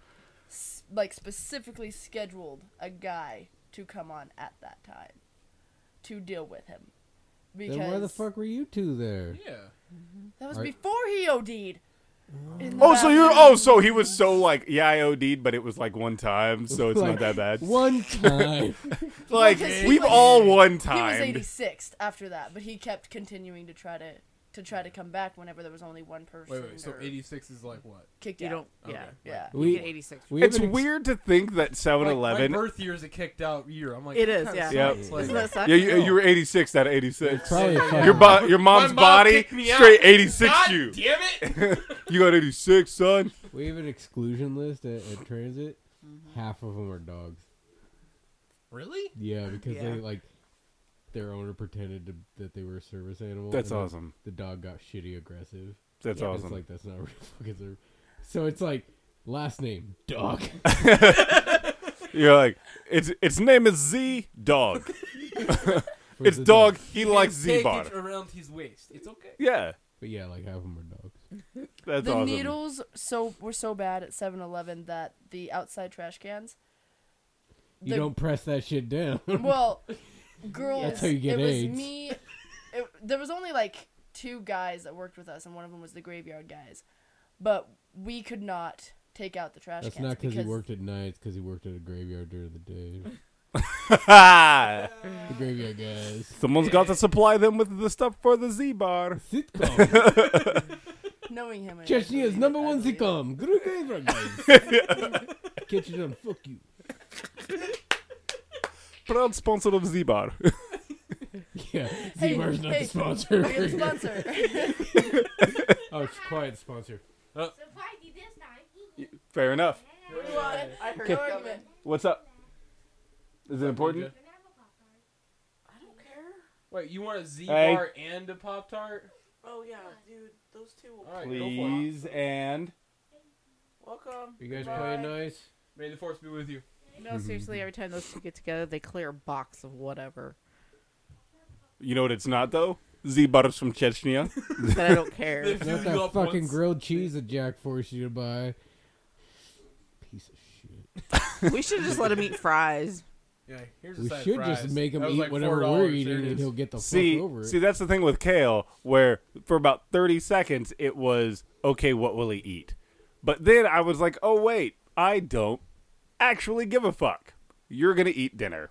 Speaker 4: s- like specifically scheduled a guy to come on at that time to deal with him. Because
Speaker 2: then why the fuck were you two there?
Speaker 3: Yeah.
Speaker 4: that was
Speaker 2: Are-
Speaker 4: before he OD'd. In the
Speaker 1: Oh, so you?
Speaker 4: bathroom.
Speaker 1: Oh, so he was so like, yeah, I OD'd, but it was like one time, so it's
Speaker 2: Like,
Speaker 1: not that bad.
Speaker 2: One time.
Speaker 1: Like
Speaker 4: Because he
Speaker 1: we've
Speaker 4: was-
Speaker 1: all one
Speaker 4: He was
Speaker 1: time.
Speaker 4: 86th after that, but he kept continuing to try to to try to come back whenever there was only one person.
Speaker 3: Wait, wait. So
Speaker 4: or
Speaker 3: 86 is like what?
Speaker 4: kicked
Speaker 6: You
Speaker 4: out.
Speaker 6: don't.
Speaker 3: Okay.
Speaker 6: Yeah.
Speaker 4: Yeah.
Speaker 6: You
Speaker 2: We-
Speaker 6: get 86.
Speaker 2: We
Speaker 1: It's
Speaker 2: haven't ex-
Speaker 1: weird to think that 7-Eleven.
Speaker 3: Like, my birth year is a kicked out year. I'm like,
Speaker 6: It
Speaker 3: that
Speaker 6: is,
Speaker 3: kinda
Speaker 6: yeah.
Speaker 1: Yep.
Speaker 3: sucks.
Speaker 6: Doesn't
Speaker 3: Like,
Speaker 6: that suck?
Speaker 1: Yeah, you, you were 86 out of 86.
Speaker 2: Probably a fucking-
Speaker 1: Your bo- your mom's
Speaker 3: mom
Speaker 1: body
Speaker 3: kicked me out.
Speaker 1: straight 86
Speaker 3: God
Speaker 1: you.
Speaker 3: damn it!
Speaker 1: You got 86, son.
Speaker 2: We have an exclusion list at, at transit. Half of them are dogs.
Speaker 3: Really?
Speaker 2: Yeah, because
Speaker 6: Yeah.
Speaker 2: they like
Speaker 8: their owner pretended to, that they were a service animal.
Speaker 1: That's
Speaker 8: and the-
Speaker 1: awesome.
Speaker 8: The dog got shitty aggressive.
Speaker 1: That's
Speaker 8: And
Speaker 1: awesome.
Speaker 8: It's like that's not a real fucking service. So it's like last name dog.
Speaker 1: You're like, its its name is Z Dog.
Speaker 8: Where's
Speaker 1: It's
Speaker 8: the
Speaker 1: dog. He likes
Speaker 7: Take
Speaker 1: Z
Speaker 7: it
Speaker 1: Bar.
Speaker 7: around his waist. It's okay.
Speaker 1: Yeah,
Speaker 8: But yeah, like half of them are dogs.
Speaker 1: that's
Speaker 4: the
Speaker 1: awesome.
Speaker 4: needles so were so bad at 7-Eleven that the outside trash cans.
Speaker 8: You
Speaker 4: the-
Speaker 8: don't press that shit down.
Speaker 4: Well, girls.
Speaker 8: That's how you get
Speaker 4: it
Speaker 8: AIDS.
Speaker 4: was me. It, there was only like two guys that worked with us, and one of them was the graveyard guys. But we could not take out the trash
Speaker 8: That's
Speaker 4: cans
Speaker 8: not because he worked at night. It's because he worked at a graveyard during the day. The graveyard guys.
Speaker 1: Someone's got to supply them with the stuff for the Z Bar.
Speaker 8: Sitcom.
Speaker 4: knowing him. I don't believe
Speaker 8: Chechnya's
Speaker 4: it,
Speaker 8: number
Speaker 4: I
Speaker 8: one
Speaker 4: believe it.
Speaker 8: sitcom. Gru- Graveyard guys. Catch you done. Fuck you.
Speaker 1: Proud sponsor of Z Bar.
Speaker 8: Yeah.
Speaker 4: Hey,
Speaker 8: Z-Bar's not
Speaker 4: hey,
Speaker 8: the sponsor.
Speaker 4: We're the sponsor.
Speaker 2: Oh, it's quiet sponsor.
Speaker 5: Surprised this time.
Speaker 1: Fair enough.
Speaker 4: I heard no argument.
Speaker 1: What's up? Is it important?
Speaker 3: Wait, you want a Z
Speaker 1: Hey.
Speaker 3: bar and a Pop Tart?
Speaker 6: Oh yeah, dude, those two will
Speaker 3: All right, go for it.
Speaker 1: Please and
Speaker 6: welcome.
Speaker 2: You guys
Speaker 6: Bye.
Speaker 2: playing nice?
Speaker 3: May the force be with you.
Speaker 1: Mm-hmm.
Speaker 6: No, seriously, every time those two get together, they clear a box of whatever
Speaker 1: you know what it's not though. Z Bar's from Chechnya.
Speaker 6: that I don't care.
Speaker 8: Not
Speaker 3: They fill you
Speaker 8: that
Speaker 3: up
Speaker 8: fucking
Speaker 3: once.
Speaker 8: grilled cheese that Jack forced you to buy. Piece of shit.
Speaker 6: we should just let him eat fries.
Speaker 3: Yeah, here's a
Speaker 8: We
Speaker 3: side
Speaker 8: should
Speaker 3: fries.
Speaker 8: just make him
Speaker 3: That was
Speaker 8: eat
Speaker 3: like
Speaker 8: whatever
Speaker 3: $4.
Speaker 8: we're
Speaker 3: There
Speaker 8: eating,
Speaker 3: it
Speaker 8: and
Speaker 3: is.
Speaker 8: he'll get the
Speaker 1: see,
Speaker 8: fuck over it.
Speaker 1: see, that's the thing with kale, where for about 30 seconds it was, okay, what will he eat? But then I was like, oh, wait, I don't actually give a fuck. You're going to eat dinner.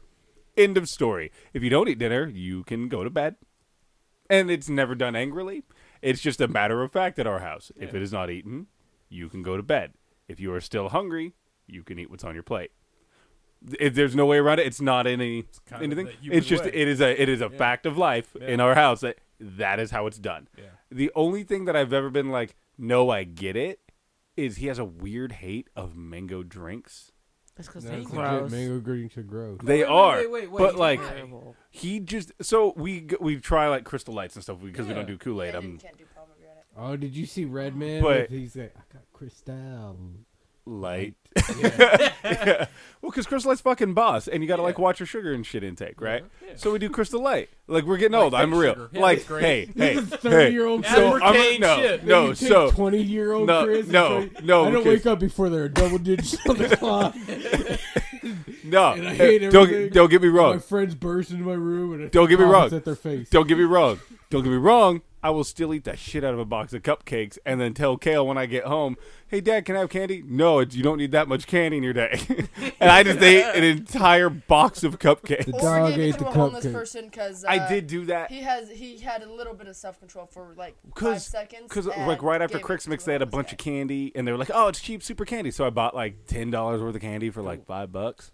Speaker 1: End of story. If you don't eat dinner, you can go to bed. And it's never done angrily. It's just a matter of fact at our house. If it is not eaten, you can go to bed. If you are still hungry, you can eat what's on your plate. If there's no way around it, it's not any
Speaker 3: kind of
Speaker 1: anything.
Speaker 3: the human
Speaker 1: It's just
Speaker 3: way.
Speaker 1: it is a it is a fact of life in our house that that is how it's done.
Speaker 3: Yeah.
Speaker 1: The only thing that I've ever been like, no, I get it, is he has a weird hate of mango drinks.
Speaker 6: That's because
Speaker 8: That's
Speaker 6: they're
Speaker 8: legit.
Speaker 6: gross.
Speaker 8: Mango green should grow.
Speaker 1: They
Speaker 3: wait,
Speaker 1: are,
Speaker 3: wait, wait, wait,
Speaker 1: but
Speaker 3: you
Speaker 1: like
Speaker 6: Terrible.
Speaker 1: he just so we g- we try like crystal lights and stuff because we don't do Kool Aid.
Speaker 4: Yeah, you
Speaker 1: I'm
Speaker 4: can't do pomegranate.
Speaker 8: Oh, did you see Redman?
Speaker 1: But-
Speaker 8: he's like, I got Cristal.
Speaker 1: light. Yeah. Well, because Crystal Light's fucking boss, and you gotta like watch your sugar and shit intake, right? So we do Crystal Light. Like we're getting old. I'm
Speaker 3: Uh-huh. fake
Speaker 1: real.
Speaker 3: sugar. Yeah,
Speaker 1: like
Speaker 3: that's great.
Speaker 1: hey, hey,
Speaker 8: This is
Speaker 1: hey.
Speaker 8: 30-year-old
Speaker 1: So
Speaker 3: sugar.
Speaker 1: I'm
Speaker 3: Advocate
Speaker 1: no,
Speaker 3: shit.
Speaker 1: no. So
Speaker 8: twenty year old
Speaker 1: no,
Speaker 8: Chris. and
Speaker 1: no,
Speaker 8: say,
Speaker 1: no,
Speaker 8: I don't
Speaker 1: because-
Speaker 8: wake up before they're double digits on the clock.
Speaker 1: no.
Speaker 8: And I
Speaker 1: hey,
Speaker 8: hate
Speaker 1: don't
Speaker 8: everything.
Speaker 1: don't get me wrong.
Speaker 8: My friends burst into my room and I
Speaker 1: Don't get me
Speaker 8: vomit
Speaker 1: wrong.
Speaker 8: At their face.
Speaker 1: Don't get me wrong. Don't get me wrong. I will still eat the shit out of a box of cupcakes and then tell Kale when I get home, "Hey, Dad, can I have candy?" No, it's, you don't need that much candy in your day. and I just ate an entire box of cupcakes.
Speaker 8: The
Speaker 4: Or
Speaker 8: dog
Speaker 4: we gave
Speaker 8: ate
Speaker 4: it
Speaker 8: the
Speaker 4: to a homeless
Speaker 8: cupcake.
Speaker 4: person because
Speaker 1: I did do that
Speaker 4: He has he had a little bit of self control for like five
Speaker 1: because
Speaker 4: seconds.
Speaker 1: because
Speaker 4: and
Speaker 1: like right after
Speaker 4: gave it
Speaker 1: Crix
Speaker 4: to
Speaker 1: Mix, they had a
Speaker 4: homeless
Speaker 1: bunch
Speaker 4: guy.
Speaker 1: of candy and they were like, "Oh, it's cheap, super candy." So I bought like ten dollars worth of candy for like five bucks,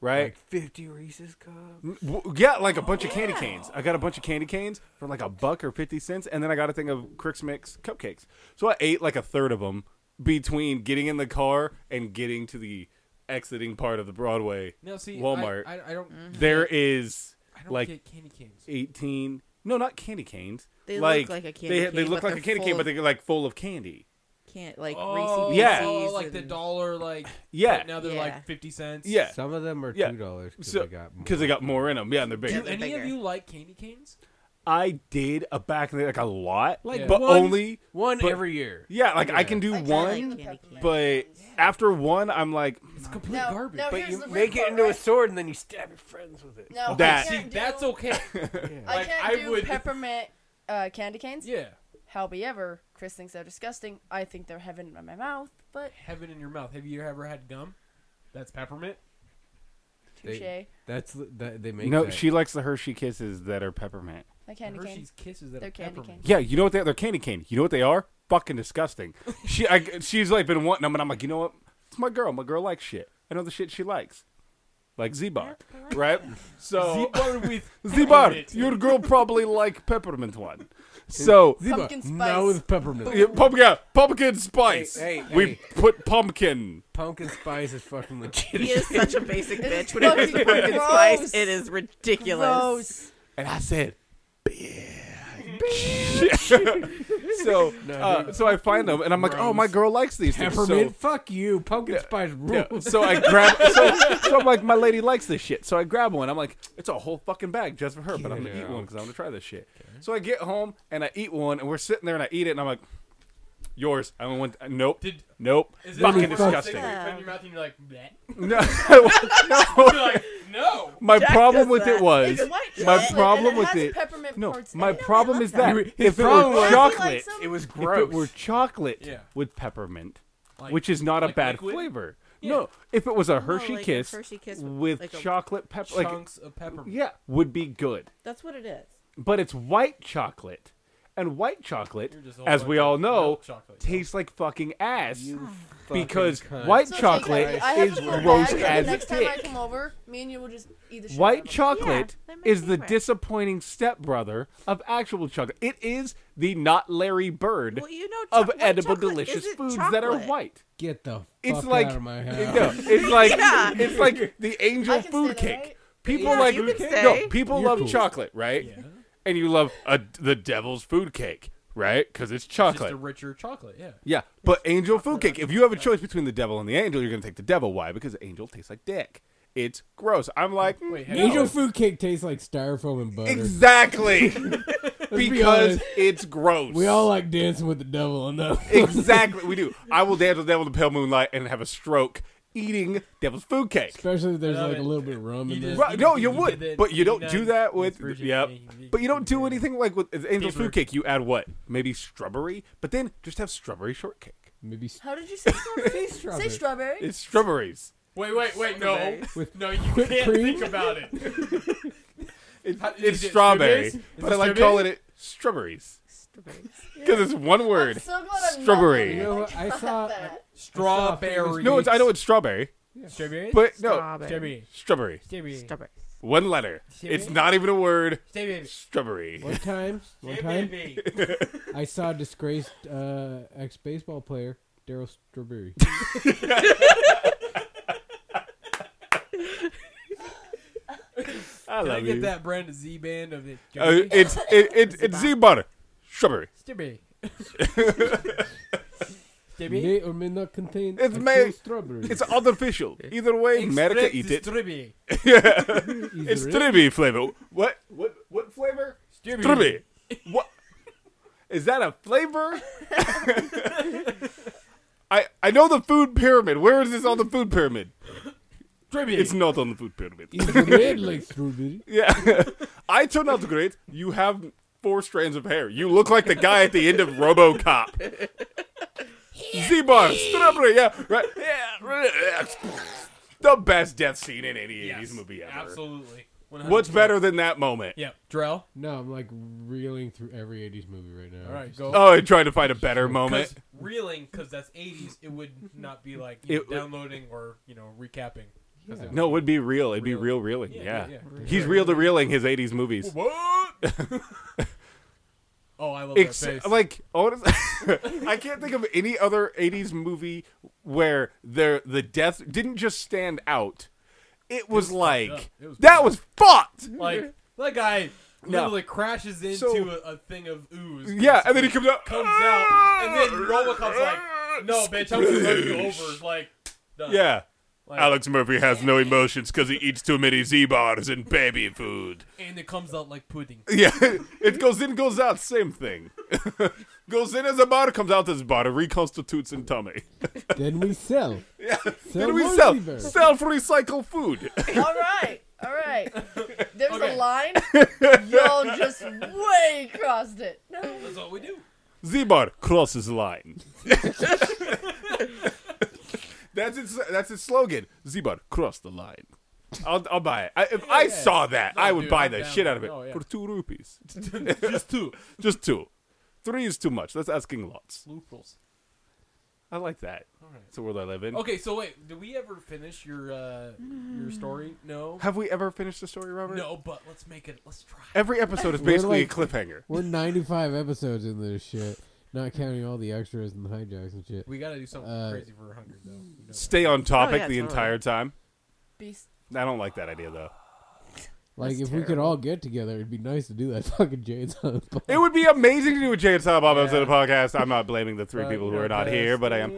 Speaker 1: right?
Speaker 7: Fifty Reese's cups.
Speaker 1: W- Yeah, like a bunch of candy canes. I got a bunch of candy canes for like a buck or 50 cents, and then I got a thing of Crix Mix cupcakes. So I ate like a third of them between getting in the car and getting to the exiting part of the Broadway.
Speaker 3: Now see,
Speaker 1: Walmart.
Speaker 3: I, I, I don't.
Speaker 1: There is
Speaker 3: I don't
Speaker 1: like
Speaker 3: get candy canes.
Speaker 1: 18, no, not candy canes.
Speaker 6: They look
Speaker 1: like,
Speaker 6: like a candy
Speaker 1: they,
Speaker 6: cane,
Speaker 1: They look like
Speaker 6: but
Speaker 1: a
Speaker 6: they're
Speaker 1: candy cane,
Speaker 6: full
Speaker 1: but
Speaker 6: of-
Speaker 1: they're like full of candy.
Speaker 6: Can't like
Speaker 3: Oh,
Speaker 6: Reese's
Speaker 1: Yeah.
Speaker 3: oh, like
Speaker 6: and-
Speaker 3: the dollar, like
Speaker 1: Yeah.
Speaker 3: but now they're
Speaker 6: Yeah.
Speaker 3: like fifty cents.
Speaker 1: Yeah.
Speaker 2: Some of them are
Speaker 1: Yeah.
Speaker 2: two dollars because
Speaker 1: So-
Speaker 2: I got more.
Speaker 1: Because they got more in them. Yeah, and they're
Speaker 3: Do
Speaker 1: bigger.
Speaker 6: Yeah. they're
Speaker 3: any
Speaker 6: bigger.
Speaker 3: of you like candy canes?
Speaker 1: I did a back in the like a lot,
Speaker 3: Like
Speaker 1: but
Speaker 2: one-
Speaker 1: only.
Speaker 2: one
Speaker 1: but-
Speaker 2: every year.
Speaker 1: Yeah, like I can do
Speaker 4: Like, I
Speaker 1: one,
Speaker 4: do the
Speaker 6: candy
Speaker 4: peppermint
Speaker 6: cane.
Speaker 1: but
Speaker 4: ones.
Speaker 1: after one, I'm like,
Speaker 3: It's complete
Speaker 4: Now-
Speaker 3: garbage.
Speaker 4: now
Speaker 3: But
Speaker 4: here's
Speaker 2: you
Speaker 4: the weird
Speaker 2: make it
Speaker 4: part,
Speaker 2: into a
Speaker 4: right?
Speaker 2: sword and then you stab your friends with it.
Speaker 4: No, I
Speaker 1: That-
Speaker 3: see,
Speaker 4: can't do-
Speaker 3: that's okay.
Speaker 4: I
Speaker 3: Like,
Speaker 4: can't
Speaker 3: I
Speaker 4: do
Speaker 3: would-
Speaker 4: peppermint uh, candy canes.
Speaker 3: yeah,
Speaker 4: However, Chris thinks they're disgusting. I think they're heaven in my mouth, but
Speaker 3: heaven in your mouth. Have you ever had gum? That's peppermint.
Speaker 4: touche.
Speaker 2: They- That's that they make.
Speaker 1: no,
Speaker 2: that.
Speaker 1: she likes the Hershey kisses that are peppermint.
Speaker 4: My candy cane.
Speaker 3: Hershey's Kisses that
Speaker 4: They're
Speaker 3: are
Speaker 4: candy
Speaker 3: peppermint.
Speaker 1: Yeah, you know what they are? They're candy cane. You know what they are? Fucking disgusting. She, I, she's like been wanting them, and I'm like, you know what? It's my girl. My girl likes shit. I know the shit she likes, like Z-Bar, right? So
Speaker 3: Z-bar with
Speaker 1: Z-Bar,
Speaker 3: peppermint.
Speaker 1: your girl probably like peppermint one. So
Speaker 2: Ziba,
Speaker 4: Pumpkin
Speaker 2: Now
Speaker 4: spice.
Speaker 2: with peppermint.
Speaker 1: yeah, pumpkin, pumpkin spice.
Speaker 2: Hey, hey,
Speaker 1: we
Speaker 2: hey.
Speaker 1: put pumpkin.
Speaker 2: Pumpkin spice is fucking legit.
Speaker 6: He is such a basic bitch.
Speaker 4: is
Speaker 6: When it comes to
Speaker 4: fucking
Speaker 6: pumpkin spice,
Speaker 4: gross.
Speaker 6: it is ridiculous.
Speaker 4: Gross.
Speaker 1: and I said, bitch. so, uh, so I find them, and I'm like, oh, my girl likes these things. So-
Speaker 8: Peppermint, fuck you. Pumpkin spice
Speaker 1: yeah,
Speaker 8: rules.
Speaker 1: so I grab, so, so I'm like, my lady likes this shit. So I grab one. I'm like, it's a whole fucking bag just for her, but I'm gonna eat one because I'm gonna try this shit. So I get home and I eat one, and we're sitting there and I eat it, and I'm like, yours. I went, nope,
Speaker 3: Did-
Speaker 1: nope,
Speaker 3: Is it
Speaker 1: fucking
Speaker 3: one of those things
Speaker 1: disgusting.
Speaker 3: where You put it in your mouth and you're like, bleh.
Speaker 1: No, no.
Speaker 3: You're like, no.
Speaker 1: My
Speaker 6: Jack
Speaker 1: problem
Speaker 6: does
Speaker 1: with
Speaker 6: that.
Speaker 1: it was
Speaker 6: It's white
Speaker 1: my
Speaker 6: chocolate,
Speaker 1: problem
Speaker 4: and it
Speaker 1: with
Speaker 4: has
Speaker 1: it.
Speaker 4: peppermint
Speaker 1: No,
Speaker 4: parts in
Speaker 1: my
Speaker 4: it. I
Speaker 1: problem
Speaker 4: love
Speaker 1: is that
Speaker 8: that. His
Speaker 1: if it
Speaker 8: problem
Speaker 1: were
Speaker 8: was-
Speaker 1: chocolate,
Speaker 6: It
Speaker 3: It was
Speaker 1: if
Speaker 3: gross.
Speaker 1: it were chocolate
Speaker 3: Yeah.
Speaker 1: with peppermint,
Speaker 3: Like-
Speaker 1: which is not a
Speaker 3: like
Speaker 1: bad
Speaker 3: liquid?
Speaker 1: flavor.
Speaker 3: Yeah.
Speaker 1: No, if it was a Hershey,
Speaker 6: like a
Speaker 1: kiss,
Speaker 6: Hershey Kiss with,
Speaker 1: with
Speaker 6: like, a
Speaker 1: chocolate pepper, like
Speaker 3: chunks of peppermint.
Speaker 1: yeah, would be good.
Speaker 6: That's what it is.
Speaker 1: But it's white chocolate, and white chocolate,
Speaker 3: You're just all
Speaker 1: as
Speaker 3: about
Speaker 1: we all
Speaker 3: chocolate.
Speaker 1: know,
Speaker 3: Milk chocolate.
Speaker 1: tastes like fucking ass
Speaker 2: fucking
Speaker 1: because
Speaker 2: cunt.
Speaker 1: white
Speaker 4: So it's like,
Speaker 1: chocolate
Speaker 4: I have
Speaker 1: is
Speaker 4: a little
Speaker 1: gross
Speaker 4: bag, and
Speaker 1: as
Speaker 4: the next time I
Speaker 1: dick.
Speaker 4: come over, me and you will just eat the shit out
Speaker 1: White
Speaker 4: of it.
Speaker 1: chocolate
Speaker 6: Yeah, that
Speaker 1: is
Speaker 6: makes
Speaker 1: the
Speaker 6: sense.
Speaker 1: disappointing stepbrother of actual chocolate. It is the not Larry Bird
Speaker 6: Well, you know, cho-
Speaker 1: of
Speaker 6: white
Speaker 1: edible
Speaker 6: chocolate
Speaker 1: delicious
Speaker 6: isn't
Speaker 1: foods that are
Speaker 6: chocolate.
Speaker 1: white.
Speaker 8: Get the fuck
Speaker 1: It's like
Speaker 8: out of my
Speaker 1: it-
Speaker 8: house.
Speaker 1: no, it's like
Speaker 6: Yeah.
Speaker 1: it's like the
Speaker 4: I
Speaker 1: angel
Speaker 4: can
Speaker 1: food
Speaker 4: say that,
Speaker 1: cake.
Speaker 4: right?
Speaker 1: People
Speaker 6: Yeah,
Speaker 1: like
Speaker 6: you can
Speaker 1: no,
Speaker 6: say.
Speaker 1: people
Speaker 8: You're
Speaker 1: love
Speaker 8: cool.
Speaker 1: chocolate, right? And you love a, the devil's food cake, right? Because it's
Speaker 3: Just
Speaker 1: chocolate.
Speaker 3: a richer chocolate, yeah.
Speaker 1: Yeah, but angel food cake. If you have a choice between the devil and the angel, you're gonna take the devil. Why? Because the angel tastes like dick. It's gross. I'm like,
Speaker 3: Wait,
Speaker 1: no.
Speaker 3: hang on.
Speaker 8: Angel food cake tastes like styrofoam and butter.
Speaker 1: exactly,
Speaker 8: be
Speaker 1: because
Speaker 8: honest.
Speaker 1: it's gross.
Speaker 8: We all like dancing with the devil on those.
Speaker 1: exactly. We do. I will dance with the devil in the pale moonlight and have a stroke eating devil's food cake.
Speaker 8: Especially if there's
Speaker 3: Love
Speaker 8: like a
Speaker 3: it.
Speaker 8: little bit of rum
Speaker 3: You
Speaker 8: in there.
Speaker 3: just-
Speaker 1: Right, no, you
Speaker 3: You
Speaker 1: would,
Speaker 3: did it.
Speaker 1: but you
Speaker 3: You
Speaker 1: don't
Speaker 3: done.
Speaker 1: do that with.
Speaker 3: It's virgin.
Speaker 1: Yep.
Speaker 3: Yeah, you-
Speaker 1: But you don't do
Speaker 3: yeah.
Speaker 1: anything like with Angel's
Speaker 3: Paper.
Speaker 1: food cake. You add what? Maybe strawberry, but then just have strawberry shortcake.
Speaker 8: Maybe s-
Speaker 4: How did you say strawberry?
Speaker 8: strawberry.
Speaker 4: say strawberry.
Speaker 1: It's strawberries.
Speaker 3: Wait, wait, wait, no.
Speaker 8: With
Speaker 3: no, you
Speaker 8: whipped
Speaker 3: can't
Speaker 8: cream?
Speaker 3: think about it.
Speaker 1: It-
Speaker 3: How- is
Speaker 1: it's strawberry,
Speaker 3: it strawberries? Is
Speaker 1: but
Speaker 3: it
Speaker 1: I like
Speaker 3: strawberries?
Speaker 1: calling it strawberries
Speaker 6: Strawberry.
Speaker 1: because it's one
Speaker 4: I'm
Speaker 1: word.
Speaker 4: so glad I'm not
Speaker 1: Strawberry.
Speaker 4: the
Speaker 8: You
Speaker 4: one
Speaker 8: know
Speaker 4: that
Speaker 8: what? I
Speaker 4: got
Speaker 8: saw-
Speaker 4: that.
Speaker 3: Strawberry.
Speaker 1: No, it's I know it's strawberry,
Speaker 3: Strawberry?
Speaker 1: but no
Speaker 6: Strawberry.
Speaker 3: Strawberry.
Speaker 1: strawberry.
Speaker 3: Strawberry.
Speaker 6: Strawberry.
Speaker 1: One letter. It's not even a word.
Speaker 3: Strawberry.
Speaker 1: Strawberry.
Speaker 8: one time, one time, I saw a disgraced uh, ex baseball player, Daryl Strawberry.
Speaker 1: I
Speaker 3: Can I
Speaker 1: love
Speaker 3: get
Speaker 1: you.
Speaker 3: that brand Z band of it?
Speaker 1: Uh, it's it, it, it's Z butter. Strawberry.
Speaker 3: Stibby.
Speaker 8: May or may not contain
Speaker 1: It's
Speaker 8: actual
Speaker 1: made-
Speaker 8: strawberries.
Speaker 1: It's artificial. Either way, America eat it.
Speaker 3: Stibby.
Speaker 8: Either
Speaker 1: It's
Speaker 8: it-
Speaker 1: tribby flavor. What? What? What flavor?
Speaker 3: Hmm.
Speaker 1: Tribby. What? Is that a flavor? I I know the food pyramid. Where is this on the food pyramid? It's not on the food pyramid.
Speaker 8: It's red like strawberry.
Speaker 1: yeah. I turn out great. You have four strands of hair. You look like the guy at the end of RoboCop. Z-Bar, strawberry, yeah, right, yeah, right. The best death scene in any 80s movie ever.
Speaker 3: Absolutely.
Speaker 1: What's better than that moment?
Speaker 3: Yep. Drell.
Speaker 8: No, I'm like reeling through every 80s movie right now.
Speaker 3: All right,
Speaker 8: Just-
Speaker 3: go.
Speaker 1: Oh, and trying to find a better
Speaker 3: 'Cause
Speaker 1: moment.
Speaker 3: reeling, because that's 80s, it would not be like you
Speaker 1: It
Speaker 3: know,
Speaker 1: would-
Speaker 3: downloading or, you know, recapping. 'Cause it-
Speaker 1: Uh, No, it would be real. It'd be real
Speaker 3: Real.
Speaker 1: reeling. Yeah.
Speaker 3: yeah,
Speaker 1: He's real to reeling his 80s movies.
Speaker 3: What? oh, I love that
Speaker 1: Except,
Speaker 3: face.
Speaker 1: like, honest- I can't think of any other 80s movie where their the death didn't just stand out. It was
Speaker 3: up.
Speaker 1: like,
Speaker 3: It was
Speaker 1: that was fucked.
Speaker 3: like, that guy
Speaker 1: No.
Speaker 3: literally crashes into
Speaker 1: So-
Speaker 3: a, a thing of ooze.
Speaker 1: Yeah, Ah! and then he comes out.
Speaker 3: comes out, and then Robocop's like, "No, bitch, I'm gonna run you over." Like, done.
Speaker 1: Yeah.
Speaker 3: Like,
Speaker 1: Alex Murphy has no emotions because he eats too many Z-bars and baby food.
Speaker 3: and it comes out like pudding.
Speaker 1: Yeah, it goes in, goes out, same thing. goes in as a bar, comes out as a bar, reconstitutes in tummy.
Speaker 8: Then we sell.
Speaker 1: Yeah.
Speaker 8: Sell
Speaker 1: Then we
Speaker 8: more
Speaker 1: sell
Speaker 8: Zebra.
Speaker 1: self recycle food.
Speaker 4: all right, all right. There's
Speaker 3: Okay.
Speaker 4: a line. Y'all just way crossed it.
Speaker 3: That's all we do.
Speaker 1: Z-bar crosses line. that's its that's its slogan. Z-bar cross the line. I'll, I'll buy it. I, if I saw that, I would
Speaker 3: dude,
Speaker 1: buy
Speaker 3: I'm
Speaker 1: the
Speaker 3: down.
Speaker 1: shit out of it
Speaker 3: Oh, yeah.
Speaker 1: for two rupees.
Speaker 3: Just two
Speaker 1: Just two. Three is too much. That's asking lots.
Speaker 3: loopholes.
Speaker 1: I like that.
Speaker 3: All right.
Speaker 1: It's the world I live in.
Speaker 3: Okay, so wait, did we ever finish your uh your story? No.
Speaker 1: Have we ever finished the story, Robert?
Speaker 3: No, but let's make it. Let's try.
Speaker 1: Every episode is basically
Speaker 8: like-
Speaker 1: a cliffhanger.
Speaker 8: We're 95 episodes in this shit, not counting all the extras and the hijacks and shit.
Speaker 3: We gotta do something
Speaker 8: Uh,
Speaker 3: crazy for hunger though. You know that.
Speaker 1: Stay on topic
Speaker 6: yeah,
Speaker 1: the
Speaker 6: totally.
Speaker 1: entire time.
Speaker 4: Beast.
Speaker 1: I don't like that idea though.
Speaker 8: Like, if
Speaker 4: That's
Speaker 8: we could all get together, it'd be nice to do that fucking Jay and Silent Bob.
Speaker 1: It would be amazing to do a Jay and Silent Bob episode of the podcast. I'm not blaming the
Speaker 3: Uh,
Speaker 1: three people who are not here, but I am.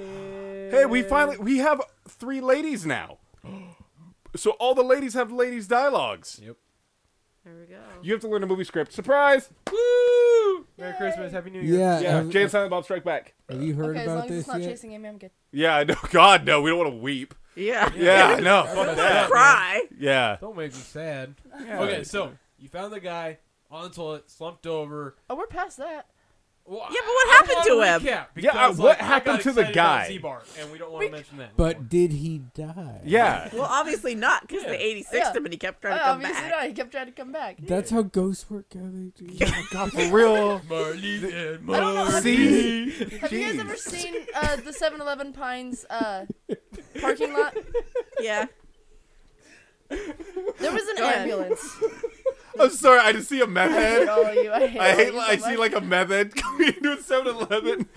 Speaker 1: Hey, we finally we have three ladies now. So all the ladies have ladies dialogues.
Speaker 6: There we go.
Speaker 1: You have to learn a movie script. Surprise!
Speaker 7: Woo! Merry Christmas, Happy New Year.
Speaker 8: yeah.
Speaker 1: Yeah,
Speaker 8: Have,
Speaker 1: Jay and Silent Bob Strike Back.
Speaker 8: have you heard
Speaker 4: Okay, as long
Speaker 8: about
Speaker 4: as it's
Speaker 8: this
Speaker 4: not
Speaker 8: yet?
Speaker 4: chasing Amy, I'm good.
Speaker 1: Yeah, I know. God, no, we don't want to weep.
Speaker 6: Yeah.
Speaker 1: Yeah, I know. Fuck that.
Speaker 6: Cry.
Speaker 1: Yeah.
Speaker 3: Don't make me sad.
Speaker 1: Yeah.
Speaker 3: Okay, so you found the guy on the toilet, slumped over.
Speaker 4: Oh, we're past that.
Speaker 3: Well,
Speaker 6: Yeah, but what happened to him?
Speaker 3: Yeah,
Speaker 1: Yeah, uh, what happened to the guy?
Speaker 3: Z-bar, and we don't want to mention that.
Speaker 8: But did he die?
Speaker 1: Yeah.
Speaker 6: Well, obviously not, because
Speaker 3: Yeah.
Speaker 6: the 86
Speaker 4: Yeah.
Speaker 6: him and he kept trying
Speaker 4: Oh,
Speaker 6: to come
Speaker 4: obviously
Speaker 6: back.
Speaker 4: not. He kept trying to come back.
Speaker 8: That's how ghosts work, how they do.
Speaker 1: God, for real.
Speaker 3: Marley and
Speaker 4: I don't know.
Speaker 3: Marley.
Speaker 4: Have,
Speaker 1: See?
Speaker 4: have you guys ever seen uh, the 7-Eleven Pines uh, parking lot?
Speaker 6: Yeah.
Speaker 4: There was an
Speaker 6: Go ahead.
Speaker 4: ambulance.
Speaker 1: I'm sorry, I just see a meth head.
Speaker 4: Oh, you, I hate,
Speaker 1: I
Speaker 4: all
Speaker 1: hate.
Speaker 4: you so
Speaker 1: I see
Speaker 4: much.
Speaker 1: like a method coming into a 7-Eleven.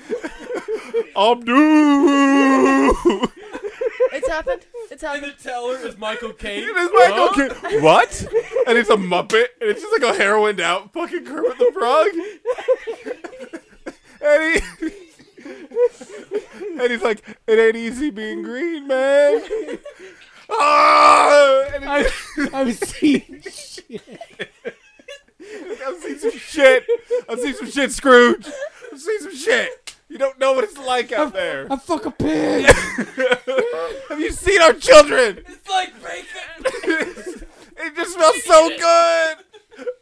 Speaker 1: I'm due.
Speaker 4: It's happened. It's
Speaker 3: And the
Speaker 4: happened.
Speaker 3: teller is Michael Caine.
Speaker 1: It is like,
Speaker 3: Huh?
Speaker 1: okay, what? And it's a Muppet, and it's just like a heroined out fucking Kermit the Frog. And he, and he's like, it ain't easy being green, man. Ah! And
Speaker 8: I've,
Speaker 1: it's,
Speaker 8: I've seen shit.
Speaker 1: I've seen some shit. I've seen some shit, Scrooge. I've seen some shit. You don't know what it's like out there.
Speaker 8: I fuck a pig.
Speaker 1: Have you seen our children?
Speaker 3: It's like bacon.
Speaker 1: it just smells so good.